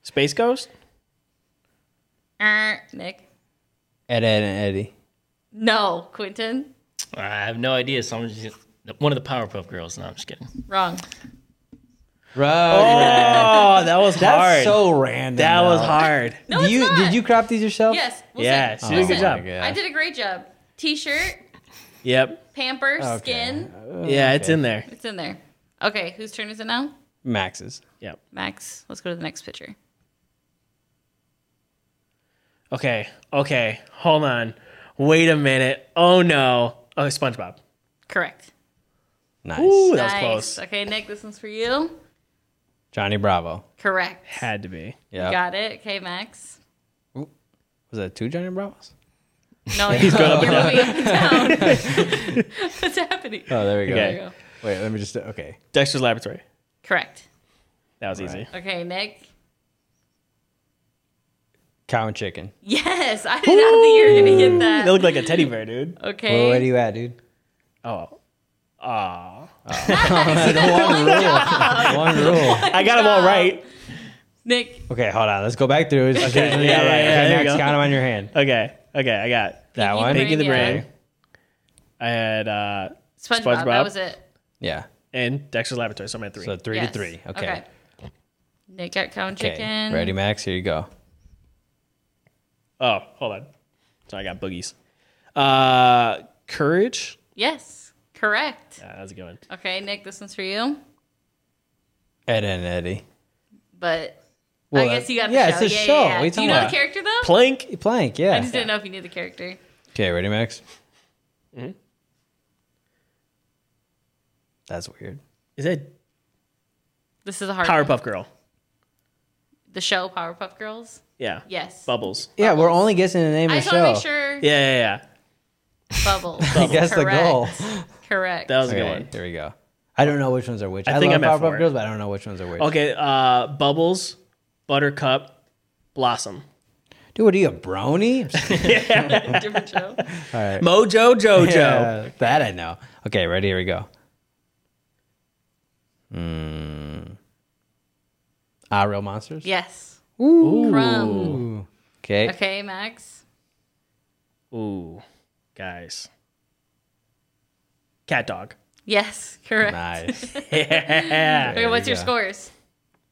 [SPEAKER 2] Space Ghost.
[SPEAKER 5] Er, Nick.
[SPEAKER 1] Ed, Ed, and Eddie.
[SPEAKER 5] No, Quentin.
[SPEAKER 4] I have no idea. Someone just one of the Powerpuff Girls. No, I'm just kidding.
[SPEAKER 5] Wrong.
[SPEAKER 1] Right.
[SPEAKER 2] Oh, that was
[SPEAKER 1] That's
[SPEAKER 2] hard.
[SPEAKER 1] so random.
[SPEAKER 2] that was
[SPEAKER 1] though.
[SPEAKER 2] hard.
[SPEAKER 5] No, it's
[SPEAKER 1] you
[SPEAKER 5] not.
[SPEAKER 1] did you crop these yourself?
[SPEAKER 5] Yes. Listen,
[SPEAKER 2] Yeah, she did a good
[SPEAKER 5] listen.
[SPEAKER 2] job.
[SPEAKER 1] Yeah.
[SPEAKER 5] I did a great job. T-shirt,
[SPEAKER 2] Yep.
[SPEAKER 5] pamper, skin.
[SPEAKER 2] yeah, it's in there.
[SPEAKER 5] It's in there. Okay, whose turn is it now?
[SPEAKER 1] Max's.
[SPEAKER 2] Yep.
[SPEAKER 5] Max. Let's go to the next picture.
[SPEAKER 2] Okay. Okay. Hold on. Wait a minute. Oh no. Oh, SpongeBob.
[SPEAKER 5] Correct.
[SPEAKER 1] Nice.
[SPEAKER 2] Ooh, that was
[SPEAKER 5] nice.
[SPEAKER 2] close.
[SPEAKER 5] Okay, Nick, this one's for you.
[SPEAKER 1] Johnny Bravo.
[SPEAKER 5] Correct.
[SPEAKER 2] Had to be.
[SPEAKER 1] Yeah.
[SPEAKER 5] Got it. Okay, Max.
[SPEAKER 1] was that two Johnny Bravos?
[SPEAKER 5] No, he's going up and down. What's happening?
[SPEAKER 1] Oh, there we go.
[SPEAKER 5] There
[SPEAKER 2] Okay.
[SPEAKER 5] you go.
[SPEAKER 1] Wait, let me just. Okay.
[SPEAKER 2] Dexter's Laboratory.
[SPEAKER 5] Correct.
[SPEAKER 2] That was easy.
[SPEAKER 5] Okay, Nick.
[SPEAKER 1] Cow and chicken.
[SPEAKER 5] Yes, I did not think you were gonna get that.
[SPEAKER 2] They look like a teddy bear, dude.
[SPEAKER 1] Where, where
[SPEAKER 5] Okay.
[SPEAKER 1] are you at, dude?
[SPEAKER 2] Oh.
[SPEAKER 1] one rule. one rule.
[SPEAKER 2] I got them all right.
[SPEAKER 5] Nick,
[SPEAKER 1] Okay, hold on. Let's go back through. Okay. Yeah,
[SPEAKER 2] yeah,
[SPEAKER 1] right.
[SPEAKER 2] yeah,
[SPEAKER 1] okay,
[SPEAKER 2] there you
[SPEAKER 1] next,
[SPEAKER 2] go.
[SPEAKER 1] count them on your hand.
[SPEAKER 2] Okay. Okay. I got.
[SPEAKER 1] That one.
[SPEAKER 5] Pinky the Brain,
[SPEAKER 1] Okay.
[SPEAKER 2] I had uh
[SPEAKER 5] SpongeBob,
[SPEAKER 2] SpongeBob.
[SPEAKER 5] That was it.
[SPEAKER 1] Yeah.
[SPEAKER 2] and Dexter's Laboratory. So I'm at three.
[SPEAKER 1] So three
[SPEAKER 5] Yes.
[SPEAKER 1] to three. Okay.
[SPEAKER 5] Nick got cow and
[SPEAKER 1] Okay.
[SPEAKER 5] chicken.
[SPEAKER 1] Ready, Max? Here you go.
[SPEAKER 2] oh, hold on. So I got boogies. Uh, courage.
[SPEAKER 5] Yes, correct.
[SPEAKER 2] Yeah, how's it going?
[SPEAKER 5] Okay, Nick, this one's for you.
[SPEAKER 1] Ed, Ed, and Eddie.
[SPEAKER 5] But
[SPEAKER 1] Well,
[SPEAKER 5] I guess you got the
[SPEAKER 1] yeah,
[SPEAKER 5] show.
[SPEAKER 1] it's a
[SPEAKER 5] yeah,
[SPEAKER 1] show.
[SPEAKER 5] Yeah, yeah.
[SPEAKER 1] What are you
[SPEAKER 5] Do you
[SPEAKER 1] talking
[SPEAKER 5] know
[SPEAKER 1] about?
[SPEAKER 5] the character though?
[SPEAKER 2] Plank.
[SPEAKER 1] Plank. Yeah.
[SPEAKER 5] I just didn't know if you knew the character.
[SPEAKER 1] Okay, ready, Max?
[SPEAKER 2] Mm-hmm.
[SPEAKER 1] That's weird.
[SPEAKER 2] Is that
[SPEAKER 5] This is a hard one.
[SPEAKER 2] Powerpuff Girl?
[SPEAKER 5] The show Powerpuff Girls.
[SPEAKER 2] Yeah.
[SPEAKER 5] Yes.
[SPEAKER 2] Bubbles.
[SPEAKER 1] Yeah, we're only guessing the name
[SPEAKER 5] I
[SPEAKER 1] of
[SPEAKER 5] just
[SPEAKER 1] the
[SPEAKER 5] want to
[SPEAKER 1] show.
[SPEAKER 5] make sure.
[SPEAKER 2] Yeah, yeah, yeah.
[SPEAKER 5] Bubbles.
[SPEAKER 1] That's the goal.
[SPEAKER 5] Correct.
[SPEAKER 2] That was a
[SPEAKER 1] Okay,
[SPEAKER 2] good one.
[SPEAKER 1] here we go. I don't know which ones are which. I,
[SPEAKER 2] I think
[SPEAKER 1] love
[SPEAKER 2] I'm at
[SPEAKER 1] Powerpuff
[SPEAKER 2] four.
[SPEAKER 1] Girls, but I don't know which ones are which.
[SPEAKER 2] Okay, uh, Bubbles, Buttercup, Blossom.
[SPEAKER 1] Dude, what are you, a brony?
[SPEAKER 5] Different show.
[SPEAKER 2] Mojo Jojo.
[SPEAKER 1] Yeah, that I know. Okay, ready? Here we go. Hmm. Ah, real monsters.
[SPEAKER 5] Yes. Crumb.
[SPEAKER 1] Ooh. Okay.
[SPEAKER 5] Okay, Max.
[SPEAKER 2] Ooh, guys. Cat Dog.
[SPEAKER 5] Yes. Correct.
[SPEAKER 1] Nice.
[SPEAKER 5] Okay, what's
[SPEAKER 1] you
[SPEAKER 5] your
[SPEAKER 1] go.
[SPEAKER 5] scores?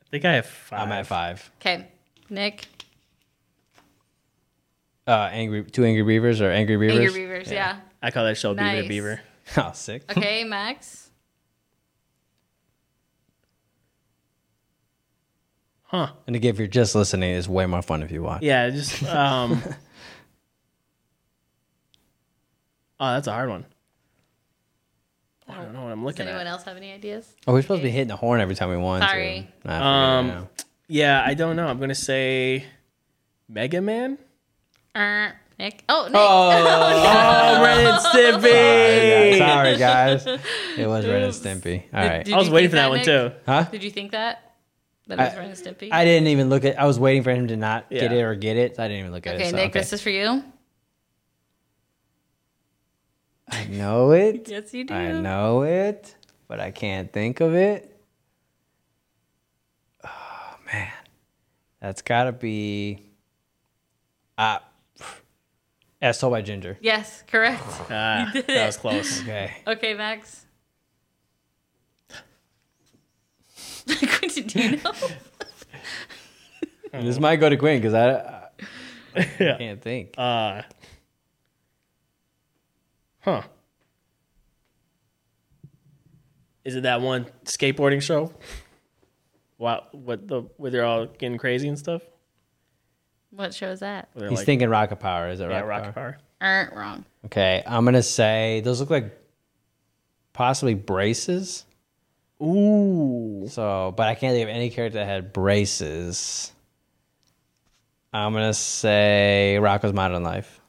[SPEAKER 2] I think I have 5
[SPEAKER 1] I'm at five.
[SPEAKER 5] Okay, Nick.
[SPEAKER 1] Uh, angry two angry beavers or angry beavers.
[SPEAKER 5] Angry Beavers. Yeah.
[SPEAKER 2] I call that show Beaver
[SPEAKER 5] Nice.
[SPEAKER 2] to Beaver.
[SPEAKER 1] Oh, sick.
[SPEAKER 5] Okay, Max.
[SPEAKER 1] And again, if you're just listening, it's way more fun if you watch.
[SPEAKER 2] Yeah, just um. oh, that's a hard one. I don't know what I'm
[SPEAKER 5] Does
[SPEAKER 2] looking
[SPEAKER 5] anyone
[SPEAKER 2] at.
[SPEAKER 5] else have any ideas?
[SPEAKER 1] Oh, we're supposed to be hitting the horn every time we want. to.
[SPEAKER 5] Sorry.
[SPEAKER 1] Nah, I forget it now.
[SPEAKER 2] Yeah, I don't know. I'm gonna say Mega Man.
[SPEAKER 5] Er, Nick. Oh, Nick.
[SPEAKER 2] Oh, Ren and
[SPEAKER 1] Sorry, guys.
[SPEAKER 2] Stimpy.
[SPEAKER 1] Sorry, guys. It was Ren and Stimpy. All right.
[SPEAKER 5] Did
[SPEAKER 2] I was
[SPEAKER 5] you
[SPEAKER 2] waiting
[SPEAKER 5] think
[SPEAKER 2] for that one
[SPEAKER 5] Nick?
[SPEAKER 2] too.
[SPEAKER 1] Huh?
[SPEAKER 5] Did you think that? That was Ren and Stimpy.
[SPEAKER 1] I didn't even look at. I was waiting for him to not get
[SPEAKER 2] Yeah.
[SPEAKER 1] it or get it. So I didn't even look at
[SPEAKER 5] okay,
[SPEAKER 1] it. so,
[SPEAKER 5] Nick. This is for you.
[SPEAKER 1] I know it.
[SPEAKER 5] Yes, you do.
[SPEAKER 1] I know it, but I can't think of it. Oh man, that's gotta be. Uh, as told by Ginger.
[SPEAKER 5] Yes, correct.
[SPEAKER 2] Ah, that was close.
[SPEAKER 1] Okay.
[SPEAKER 5] Okay, Max. Quentin, do you know?
[SPEAKER 1] This might go to Quinn because I, I can't think.
[SPEAKER 2] Uh, huh. Is it that one skateboarding show? Wow, what the where they're all getting crazy and stuff?
[SPEAKER 5] What show is that?
[SPEAKER 2] Where they're
[SPEAKER 1] He's
[SPEAKER 2] like,
[SPEAKER 1] thinking Rocket Power. Is it
[SPEAKER 2] yeah,
[SPEAKER 1] Rocket,
[SPEAKER 2] rock
[SPEAKER 1] Power?
[SPEAKER 2] power.
[SPEAKER 5] Aren't wrong.
[SPEAKER 1] Okay, I'm gonna say those look like possibly braces.
[SPEAKER 2] Ooh,
[SPEAKER 1] So, but I can't think of any character that had braces. I'm gonna say Rocco's Modern Life.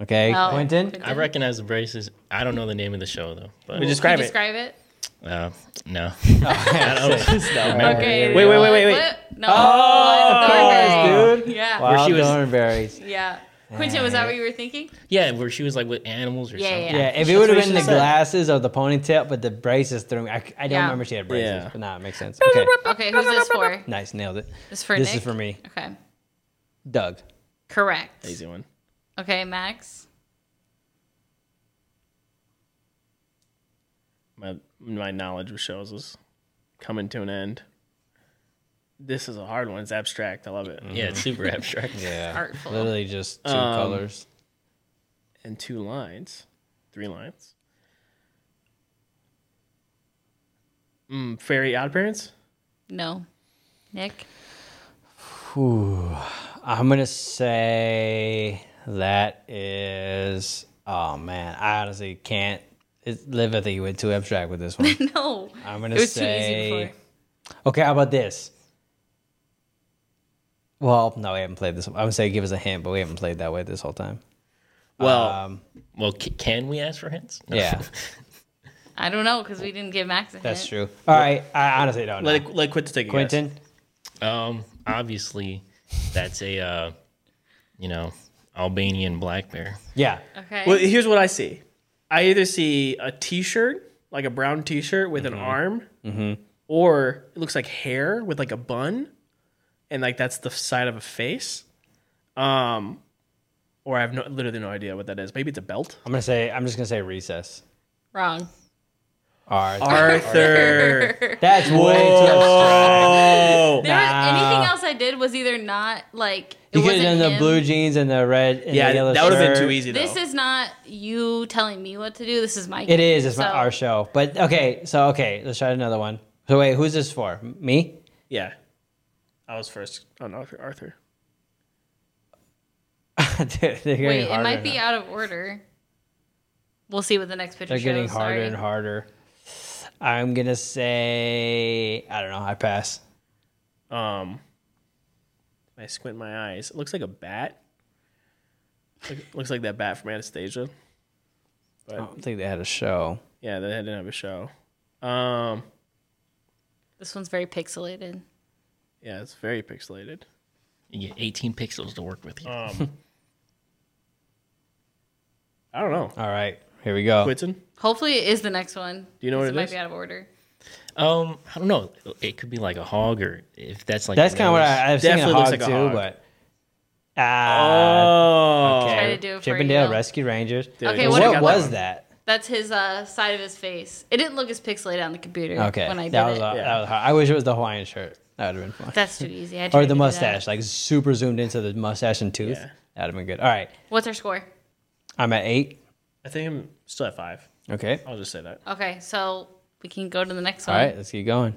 [SPEAKER 1] Okay,
[SPEAKER 5] Oh.
[SPEAKER 1] Quentin.
[SPEAKER 5] Quentin.
[SPEAKER 4] I recognize the braces. I I don't know the name of the show though. But
[SPEAKER 2] we describe,
[SPEAKER 5] Can you describe it.
[SPEAKER 4] uh, no.
[SPEAKER 2] it. No.
[SPEAKER 5] Okay.
[SPEAKER 2] Wait, wait, wait, wait, wait.
[SPEAKER 5] What? No. Oh,
[SPEAKER 1] dude.
[SPEAKER 5] Yeah.
[SPEAKER 1] Wild
[SPEAKER 4] she was-
[SPEAKER 1] Thornberries.
[SPEAKER 5] Yeah. Quentin, was that what you were thinking?
[SPEAKER 4] Yeah, where she was like with animals or
[SPEAKER 5] Yeah,
[SPEAKER 4] something.
[SPEAKER 1] Yeah, if it would have been the glasses or the ponytail, but the braces threw me. I, I don't
[SPEAKER 5] Yeah.
[SPEAKER 1] remember she had braces,
[SPEAKER 2] Yeah.
[SPEAKER 1] but nah, it makes sense. Okay,
[SPEAKER 5] Okay, who's this for?
[SPEAKER 1] nice, nailed it.
[SPEAKER 5] This for
[SPEAKER 1] this
[SPEAKER 5] Nick?
[SPEAKER 1] is for me,
[SPEAKER 5] Okay.
[SPEAKER 1] Doug.
[SPEAKER 5] Correct.
[SPEAKER 2] Easy one.
[SPEAKER 5] Okay, Max.
[SPEAKER 2] My my knowledge of shows is coming to an end. This is a hard one. It's abstract. I love
[SPEAKER 5] Mm-hmm.
[SPEAKER 2] it.
[SPEAKER 4] Yeah, it's super abstract.
[SPEAKER 1] Yeah,
[SPEAKER 5] Artful.
[SPEAKER 1] literally just two colors.
[SPEAKER 2] and two lines, three lines. Mm, fairy odd parents.
[SPEAKER 5] No. Nick.
[SPEAKER 1] I'm gonna say that is. Oh man, I honestly can't. It, Liv, I think you went too abstract with this one.
[SPEAKER 5] No.
[SPEAKER 1] I'm gonna
[SPEAKER 5] It was too easy
[SPEAKER 1] say.
[SPEAKER 5] before.
[SPEAKER 1] Okay, how about this? Well, no, we haven't played this. I would say give us a hint, but we haven't played that way this whole time.
[SPEAKER 2] Well,
[SPEAKER 1] Um,
[SPEAKER 4] Well, c- can we ask for hints? No.
[SPEAKER 1] yeah,
[SPEAKER 5] I don't know because we didn't give Max a hint.
[SPEAKER 1] that's true. All right, I honestly don't know.
[SPEAKER 2] let it, let quit to take a
[SPEAKER 1] Quentin,
[SPEAKER 4] Um, obviously, that's a uh, you know Albanian black bear.
[SPEAKER 1] yeah,
[SPEAKER 5] Okay.
[SPEAKER 2] guess. Well, here's what I see. I either see a T-shirt, like a brown T-shirt with
[SPEAKER 1] Mm-hmm.
[SPEAKER 2] an arm, or it looks like hair with like a bun, and like that's the side of a face. Um, or I have no, literally no idea what that is. Maybe it's a belt.
[SPEAKER 1] I'm gonna say. I'm just gonna say recess.
[SPEAKER 5] Wrong.
[SPEAKER 1] All right,
[SPEAKER 2] Arthur.
[SPEAKER 1] that's way too abstract.
[SPEAKER 2] oh.
[SPEAKER 5] There was,
[SPEAKER 1] Nah.
[SPEAKER 5] anything else I did was either not like it
[SPEAKER 1] You could
[SPEAKER 5] wasn't
[SPEAKER 1] have done the
[SPEAKER 5] him.
[SPEAKER 1] blue jeans and the red and
[SPEAKER 2] Yeah,
[SPEAKER 1] the yellow
[SPEAKER 2] that would have been
[SPEAKER 1] shirt.
[SPEAKER 2] too easy though.
[SPEAKER 5] This is not you telling me what to do. This is my.
[SPEAKER 1] It is. It's my,
[SPEAKER 5] So-
[SPEAKER 1] our show. But okay, so okay, let's try another one. So wait, who's this for? M- Me?
[SPEAKER 2] Yeah. I was first on Oh, Arthur. Arthur.
[SPEAKER 1] Dude, they're getting
[SPEAKER 5] Wait, it
[SPEAKER 1] harder
[SPEAKER 5] might be
[SPEAKER 1] now.
[SPEAKER 5] out of order. We'll see what the next picture
[SPEAKER 1] They're getting
[SPEAKER 5] shows.
[SPEAKER 1] harder
[SPEAKER 5] Sorry.
[SPEAKER 1] and harder. I'm gonna say I don't know. I pass.
[SPEAKER 2] Um, I squint my eyes. It looks like a bat. Look- Looks like that bat from Anastasia.
[SPEAKER 1] I don't think they had a show.
[SPEAKER 2] Yeah, they didn't have a show. Um,
[SPEAKER 5] This one's very pixelated.
[SPEAKER 2] yeah, it's very pixelated.
[SPEAKER 4] You get 18 pixels to work with. here.
[SPEAKER 2] I don't know.
[SPEAKER 1] All right, here we go.
[SPEAKER 2] Quinton,
[SPEAKER 5] Hopefully, it is the next one.
[SPEAKER 2] Do you know what
[SPEAKER 5] 'cause
[SPEAKER 2] it
[SPEAKER 5] might
[SPEAKER 2] is?
[SPEAKER 5] be out of order.
[SPEAKER 4] Um, I don't know. It could be like a hog, or if that's like
[SPEAKER 1] That's kind of what I, I've seen a
[SPEAKER 2] Definitely looks
[SPEAKER 1] hog
[SPEAKER 2] like
[SPEAKER 1] too,
[SPEAKER 2] a hog.
[SPEAKER 1] but ah,
[SPEAKER 2] Oh,
[SPEAKER 1] okay.
[SPEAKER 5] Try to do it for
[SPEAKER 1] Chip and Dale
[SPEAKER 5] you.
[SPEAKER 1] Rescue Rangers.
[SPEAKER 5] Okay,
[SPEAKER 2] you
[SPEAKER 5] what-
[SPEAKER 2] got that
[SPEAKER 1] what was
[SPEAKER 2] one.
[SPEAKER 1] that?
[SPEAKER 5] That's his uh, side of his face. It didn't look as pixelated on the computer
[SPEAKER 1] Okay,
[SPEAKER 5] when I did
[SPEAKER 1] that was
[SPEAKER 5] it.
[SPEAKER 1] a-
[SPEAKER 2] Yeah.
[SPEAKER 1] that was hard. I wish it was the Hawaiian shirt. That would have been fun.
[SPEAKER 5] That's too easy. I tried
[SPEAKER 1] or
[SPEAKER 5] to
[SPEAKER 1] the
[SPEAKER 5] do that.
[SPEAKER 1] mustache, like super zoomed into the mustache and tooth.
[SPEAKER 2] Yeah.
[SPEAKER 1] That'd have been good. All right,
[SPEAKER 5] What's our score?
[SPEAKER 1] I'm at eight.
[SPEAKER 2] I think I'm still at five.
[SPEAKER 1] Okay.
[SPEAKER 2] I'll just say that. Is
[SPEAKER 5] Okay, so we can go to the next
[SPEAKER 1] All
[SPEAKER 5] one.
[SPEAKER 1] right, let's keep going.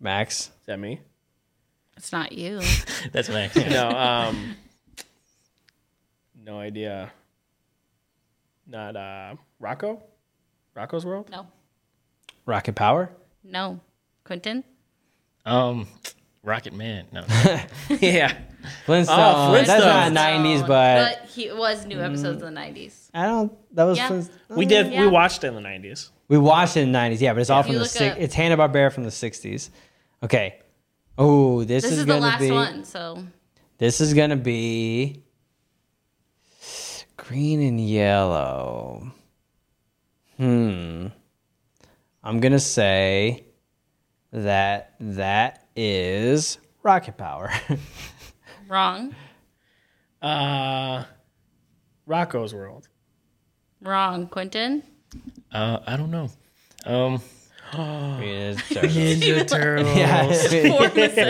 [SPEAKER 1] Max.
[SPEAKER 2] that me?
[SPEAKER 5] It's not you.
[SPEAKER 4] That's what I
[SPEAKER 2] No. Um, no idea. Not uh, Rocco. Rocco's World.
[SPEAKER 5] no,
[SPEAKER 1] Rocket Power.
[SPEAKER 5] no, Quentin.
[SPEAKER 4] Um, Rocket Man. No,
[SPEAKER 2] yeah.
[SPEAKER 1] Flintstone. That's not
[SPEAKER 2] Flintstones.
[SPEAKER 1] '90s, but,
[SPEAKER 5] No,
[SPEAKER 1] Mm.
[SPEAKER 5] but he it was new episodes of the nineties.
[SPEAKER 1] I don't. That was.
[SPEAKER 5] Yeah.
[SPEAKER 1] Flintst-
[SPEAKER 2] We did.
[SPEAKER 5] yeah.
[SPEAKER 2] We watched it in the '90s.
[SPEAKER 1] We watched it in the '90s, yeah, but it's all
[SPEAKER 5] If
[SPEAKER 1] from
[SPEAKER 5] you
[SPEAKER 1] the
[SPEAKER 5] look
[SPEAKER 1] six.
[SPEAKER 5] up-
[SPEAKER 1] It's Hanna Barbera from the '60s. Okay. Oh, this,
[SPEAKER 5] This
[SPEAKER 1] is,
[SPEAKER 5] is the
[SPEAKER 1] gonna
[SPEAKER 5] last
[SPEAKER 1] be.
[SPEAKER 5] one, so
[SPEAKER 1] This is gonna be. Green and yellow. Hmm. I'm gonna say that that is rocket power.
[SPEAKER 5] wrong,
[SPEAKER 2] Uh, Rocco's World.
[SPEAKER 5] wrong, Quentin.
[SPEAKER 4] uh, I don't know. Um,
[SPEAKER 1] Green and turtles.
[SPEAKER 4] Ninja Turtle.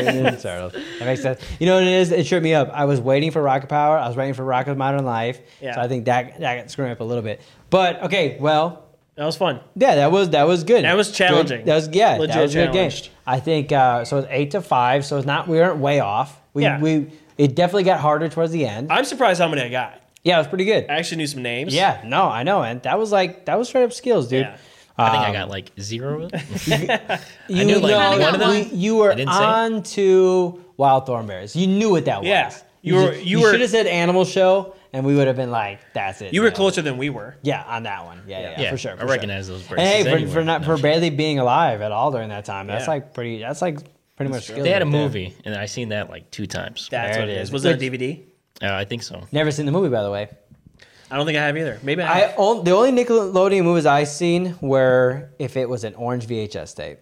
[SPEAKER 1] Ninja Turtles. That makes sense. You know what it is? It tripped me up. I was waiting for Rocket Power. I was waiting for Rocket Modern Life.
[SPEAKER 2] Yeah.
[SPEAKER 1] So I think that that got screwed up a little bit. But okay, well,
[SPEAKER 2] That was fun.
[SPEAKER 1] yeah, that was that was good.
[SPEAKER 2] That was challenging.
[SPEAKER 1] Good- That was yeah,
[SPEAKER 2] Legit
[SPEAKER 1] that was a good game.
[SPEAKER 2] challenged.
[SPEAKER 1] I think uh, so. It's eight to five. So it's not we aren't way off. We
[SPEAKER 2] Yeah. Uh,
[SPEAKER 1] we it definitely got harder towards the end.
[SPEAKER 2] I'm surprised how many I got.
[SPEAKER 1] yeah, it was pretty good.
[SPEAKER 2] I actually knew some names.
[SPEAKER 1] yeah, no, I know, and that was like that was straight up skills, dude. Um,
[SPEAKER 2] Yeah.
[SPEAKER 4] I think I got like zero.
[SPEAKER 1] You
[SPEAKER 4] knew, like,
[SPEAKER 1] know,
[SPEAKER 5] one of them.
[SPEAKER 1] You, you were
[SPEAKER 4] didn't say it.
[SPEAKER 1] on to Wild Thornberries. You knew what that was.
[SPEAKER 2] Yeah. You were-
[SPEAKER 1] should-
[SPEAKER 2] you were-
[SPEAKER 1] should have said Animal Show, and we would have been like, "That's it."
[SPEAKER 2] You were
[SPEAKER 1] man.
[SPEAKER 2] closer than we were.
[SPEAKER 1] Yeah, on that one. Yeah, yeah, yeah,
[SPEAKER 4] Yeah,
[SPEAKER 1] for sure.
[SPEAKER 4] I
[SPEAKER 1] for sure.
[SPEAKER 4] recognize those
[SPEAKER 1] And hey,
[SPEAKER 4] braces
[SPEAKER 1] for, for
[SPEAKER 4] anywhere.
[SPEAKER 1] not for
[SPEAKER 4] No.
[SPEAKER 1] barely being alive at all during that time. That's
[SPEAKER 2] Yeah.
[SPEAKER 1] like pretty. That's like pretty much. skills
[SPEAKER 4] They had a
[SPEAKER 1] right there.
[SPEAKER 4] movie, and I seen that like two times.
[SPEAKER 2] That's
[SPEAKER 1] There
[SPEAKER 2] what
[SPEAKER 1] it
[SPEAKER 2] it
[SPEAKER 1] is.
[SPEAKER 2] is. Was it on
[SPEAKER 1] Which-
[SPEAKER 2] DVD?
[SPEAKER 4] Uh, I think so.
[SPEAKER 1] Never seen the movie, by the way.
[SPEAKER 2] I don't think I have either. Maybe
[SPEAKER 4] Ah.
[SPEAKER 2] I.
[SPEAKER 1] I
[SPEAKER 2] Have.
[SPEAKER 1] on, the only Nickelodeon movies I seen were if it was an orange VHS tape,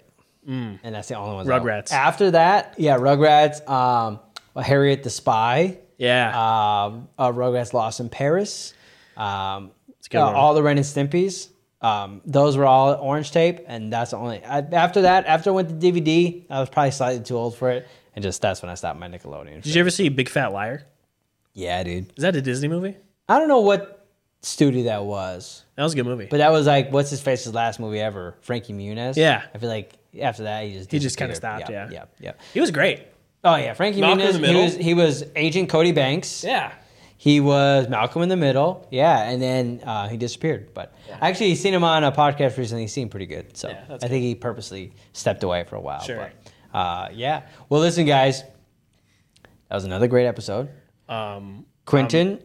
[SPEAKER 4] Mm.
[SPEAKER 1] and that's the only ones. I-
[SPEAKER 2] Rugrats.
[SPEAKER 1] After that, yeah, Rugrats. Um, Harriet the Spy.
[SPEAKER 2] yeah.
[SPEAKER 1] um, uh, Rugrats Lost in Paris, um,
[SPEAKER 2] good
[SPEAKER 1] uh,
[SPEAKER 2] one.
[SPEAKER 1] all the Ren and Stimpies. Um, those were all orange tape, and that's the only. I, after that, after I went to DVD, I was probably slightly too old for it, and just that's when I stopped my Nickelodeon.
[SPEAKER 2] Did you ever see Big Fat Liar?
[SPEAKER 1] Yeah, dude.
[SPEAKER 2] Is that a Disney movie?
[SPEAKER 1] I don't know what studio that was,
[SPEAKER 2] That was a good movie.
[SPEAKER 1] but that was like what's his face's last movie ever, Frankie Muniz.
[SPEAKER 2] Yeah.
[SPEAKER 1] I feel like after that he just
[SPEAKER 2] He just kinda
[SPEAKER 1] disappeared.
[SPEAKER 2] stopped, yeah.
[SPEAKER 1] yeah, yeah.
[SPEAKER 2] he was great.
[SPEAKER 1] Oh yeah, Frankie
[SPEAKER 2] Malcolm in
[SPEAKER 1] Muniz.
[SPEAKER 2] the
[SPEAKER 1] He
[SPEAKER 2] Middle.
[SPEAKER 1] was he was Agent Cody Banks.
[SPEAKER 2] Yeah.
[SPEAKER 1] He was Malcolm in the Middle, yeah, and then uh, he disappeared. But actually, he seen him on a podcast recently. He seemed pretty good, so I
[SPEAKER 2] that's
[SPEAKER 1] think he purposely stepped away for a while.
[SPEAKER 2] Sure.
[SPEAKER 1] But, uh, yeah. Well, listen, guys, that was another great episode.
[SPEAKER 2] Um,
[SPEAKER 1] Quentin,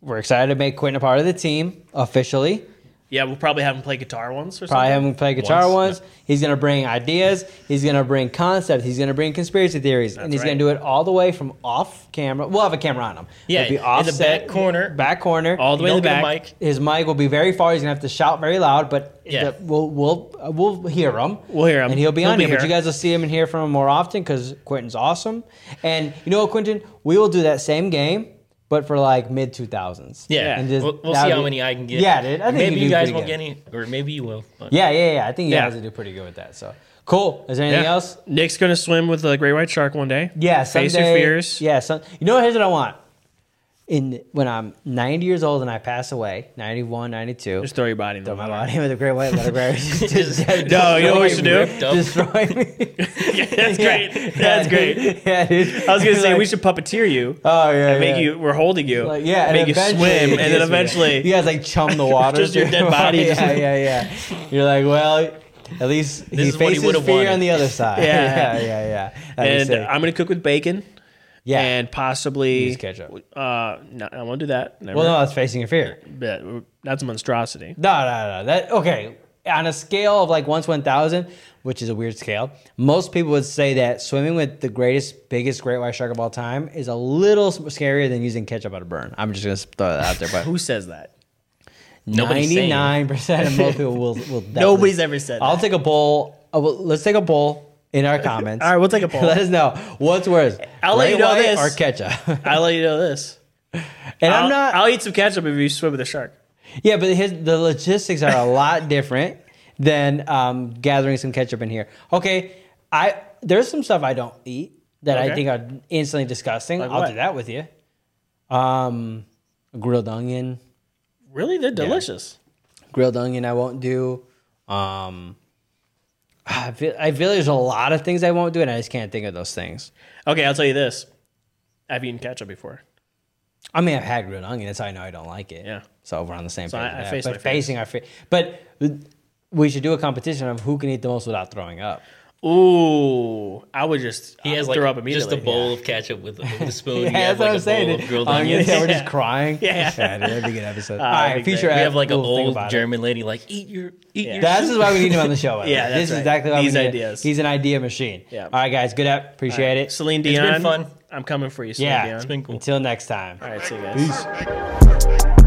[SPEAKER 1] we're excited to make Quentin a part of the team officially.
[SPEAKER 2] yeah, we'll probably have him play guitar once or
[SPEAKER 1] Probably
[SPEAKER 2] something.
[SPEAKER 1] have him play guitar once.
[SPEAKER 4] Once,
[SPEAKER 1] He's gonna bring ideas. He's gonna bring concepts. He's gonna bring conspiracy theories, and he's
[SPEAKER 2] right.
[SPEAKER 1] gonna do it all the way from off camera. We'll have a camera on him.
[SPEAKER 4] Yeah,
[SPEAKER 1] It'll be
[SPEAKER 4] in the
[SPEAKER 1] offset,
[SPEAKER 4] back corner.
[SPEAKER 1] back corner,
[SPEAKER 2] All the way in
[SPEAKER 4] Don't
[SPEAKER 2] the
[SPEAKER 4] get a
[SPEAKER 2] back.
[SPEAKER 4] mic.
[SPEAKER 1] His mic will be very far. He's gonna have to shout very loud, but
[SPEAKER 4] Yeah.
[SPEAKER 1] the- we'll we'll uh, we'll hear him.
[SPEAKER 2] We'll hear him.
[SPEAKER 1] and he'll be
[SPEAKER 2] He'll
[SPEAKER 1] on
[SPEAKER 2] be
[SPEAKER 1] here. But
[SPEAKER 2] here.
[SPEAKER 1] you guys will see him and hear from him more often because Quentin's awesome. And you know what, Quentin, we will do that same game, but for like mid two thousands.
[SPEAKER 4] Yeah,
[SPEAKER 1] and just-
[SPEAKER 4] we'll, we'll
[SPEAKER 1] that'll
[SPEAKER 4] see how
[SPEAKER 1] be-
[SPEAKER 4] many I can get.
[SPEAKER 1] Yeah, dude, I think
[SPEAKER 4] maybe
[SPEAKER 1] you,
[SPEAKER 4] you
[SPEAKER 1] do
[SPEAKER 4] guys
[SPEAKER 1] pretty
[SPEAKER 4] won't
[SPEAKER 1] good.
[SPEAKER 4] get any, or maybe you will. But
[SPEAKER 1] Yeah, yeah, yeah. I think you
[SPEAKER 2] Yeah.
[SPEAKER 1] guys will do pretty good with that. So cool. Is there anything
[SPEAKER 2] Yeah.
[SPEAKER 1] else?
[SPEAKER 2] Nick's gonna swim with a great white shark one day.
[SPEAKER 1] Yeah,
[SPEAKER 2] Face
[SPEAKER 1] someday-
[SPEAKER 2] your fears.
[SPEAKER 1] Yeah, some, you know what? Here's what I want. in when I'm 90 years old and I pass away, 91, 92.
[SPEAKER 2] Just throw your body in the
[SPEAKER 1] throw my
[SPEAKER 2] water.
[SPEAKER 1] body with a great white letter grabber. Just-
[SPEAKER 2] No, you know what we should do?
[SPEAKER 4] Ripped up.
[SPEAKER 1] Destroy me.
[SPEAKER 2] That's great. That's great.
[SPEAKER 1] Yeah, dude.
[SPEAKER 2] I was gonna say
[SPEAKER 1] Like,
[SPEAKER 2] we should puppeteer you.
[SPEAKER 1] Oh yeah,
[SPEAKER 2] and make
[SPEAKER 1] yeah.
[SPEAKER 2] you. We're holding you.
[SPEAKER 1] Like, yeah, and
[SPEAKER 2] make you swim,
[SPEAKER 1] eventually-
[SPEAKER 2] and then
[SPEAKER 1] Yeah.
[SPEAKER 2] eventually
[SPEAKER 1] you guys like chum the water.
[SPEAKER 2] Just your
[SPEAKER 1] through
[SPEAKER 2] dead body, just-
[SPEAKER 1] Yeah, yeah, yeah. You're like, well, at least he
[SPEAKER 4] is what he
[SPEAKER 1] faces
[SPEAKER 4] would've
[SPEAKER 1] fear
[SPEAKER 4] wanted.
[SPEAKER 1] on the other side.
[SPEAKER 2] Yeah.
[SPEAKER 1] yeah, yeah. yeah. That'd be
[SPEAKER 2] and
[SPEAKER 1] sick.
[SPEAKER 2] I'm gonna cook with bacon
[SPEAKER 1] yeah.
[SPEAKER 2] and possibly
[SPEAKER 1] Use ketchup.
[SPEAKER 2] Uh, no, I won't do that. Never.
[SPEAKER 1] well, uh, no, that's facing your fear.
[SPEAKER 2] But that's a monstrosity.
[SPEAKER 1] No, no, no. That okay. On a scale of like once one thousand, which is a weird scale, most people would say that swimming with the greatest, biggest great white shark of all time is a little s- scarier than using ketchup on a burn. I'm just gonna throw that out there, but
[SPEAKER 2] Who says that?
[SPEAKER 4] Nobody's
[SPEAKER 1] ninety
[SPEAKER 4] saying.
[SPEAKER 1] nine percent of most people will will. definitely-
[SPEAKER 2] Nobody's ever said
[SPEAKER 1] I'll
[SPEAKER 2] that.
[SPEAKER 1] take a bowl. uh, well, let's take a bowl in our comments.
[SPEAKER 2] All right, we'll take a poll.
[SPEAKER 1] Let us know what's worse.
[SPEAKER 2] I'll let you
[SPEAKER 1] great
[SPEAKER 2] know
[SPEAKER 1] white
[SPEAKER 2] this.
[SPEAKER 1] or ketchup.
[SPEAKER 2] I'll let you know this.
[SPEAKER 1] And
[SPEAKER 2] I'll,
[SPEAKER 1] I'm not.
[SPEAKER 2] I'll eat some ketchup if you swim with a shark.
[SPEAKER 1] Yeah, but his the logistics are a lot different than um, gathering some ketchup in here. Okay, I there's some stuff I don't eat that I
[SPEAKER 2] Okay.
[SPEAKER 1] think are instantly disgusting. I'll
[SPEAKER 2] what?
[SPEAKER 1] do that with you. Um, grilled onion,
[SPEAKER 2] Really, they're delicious.
[SPEAKER 1] grilled onion. I won't do. Um, I feel I feel there's a lot of things I won't do, and I just can't think of those things.
[SPEAKER 2] Okay, I'll tell you this. I've eaten ketchup before.
[SPEAKER 1] I mean, I've had grilled onion. That's how I know I don't like it.
[SPEAKER 2] Yeah.
[SPEAKER 1] So we're on the same page.
[SPEAKER 2] I-
[SPEAKER 1] with
[SPEAKER 2] I
[SPEAKER 1] that.
[SPEAKER 2] face my
[SPEAKER 1] but
[SPEAKER 2] fears.
[SPEAKER 1] facing our fear. But we should do a competition of who can eat the most without throwing up.
[SPEAKER 2] Ooh, I would just
[SPEAKER 4] He has
[SPEAKER 2] I'd
[SPEAKER 4] like
[SPEAKER 2] throw up
[SPEAKER 4] just
[SPEAKER 2] immediately.
[SPEAKER 4] a bowl of ketchup with, with a spoon.
[SPEAKER 1] Yeah,
[SPEAKER 4] You
[SPEAKER 1] that's
[SPEAKER 4] have,
[SPEAKER 1] what
[SPEAKER 4] like,
[SPEAKER 1] I'm
[SPEAKER 4] a
[SPEAKER 1] saying.
[SPEAKER 4] bowl of grilled
[SPEAKER 1] onions
[SPEAKER 4] onions.
[SPEAKER 1] that we're
[SPEAKER 2] Yeah.
[SPEAKER 1] just crying.
[SPEAKER 2] Yeah. Ah,
[SPEAKER 1] dude, that'd be a good episode. All
[SPEAKER 2] that'd
[SPEAKER 1] right,
[SPEAKER 2] be
[SPEAKER 1] feature.
[SPEAKER 2] great.
[SPEAKER 1] app,
[SPEAKER 4] We have like an
[SPEAKER 1] we'll think
[SPEAKER 4] old
[SPEAKER 1] about it.
[SPEAKER 4] German lady like eat your eat your.
[SPEAKER 1] That's just why we need him on the show. by the
[SPEAKER 2] Yeah,
[SPEAKER 1] way.
[SPEAKER 2] that's
[SPEAKER 1] this is
[SPEAKER 2] right.
[SPEAKER 1] exactly why
[SPEAKER 2] These
[SPEAKER 1] we need
[SPEAKER 2] ideas.
[SPEAKER 1] Him. He's an idea machine.
[SPEAKER 2] Yeah.
[SPEAKER 1] All right, guys. Good app. Appreciate it.
[SPEAKER 2] Celine
[SPEAKER 4] been
[SPEAKER 2] Dion.
[SPEAKER 4] fun.
[SPEAKER 2] I'm coming for you, Celine
[SPEAKER 1] yeah.
[SPEAKER 2] Dion.
[SPEAKER 4] been cool.
[SPEAKER 1] Until next time.
[SPEAKER 2] All right, see you guys.
[SPEAKER 1] Peace.
[SPEAKER 7] Thank you.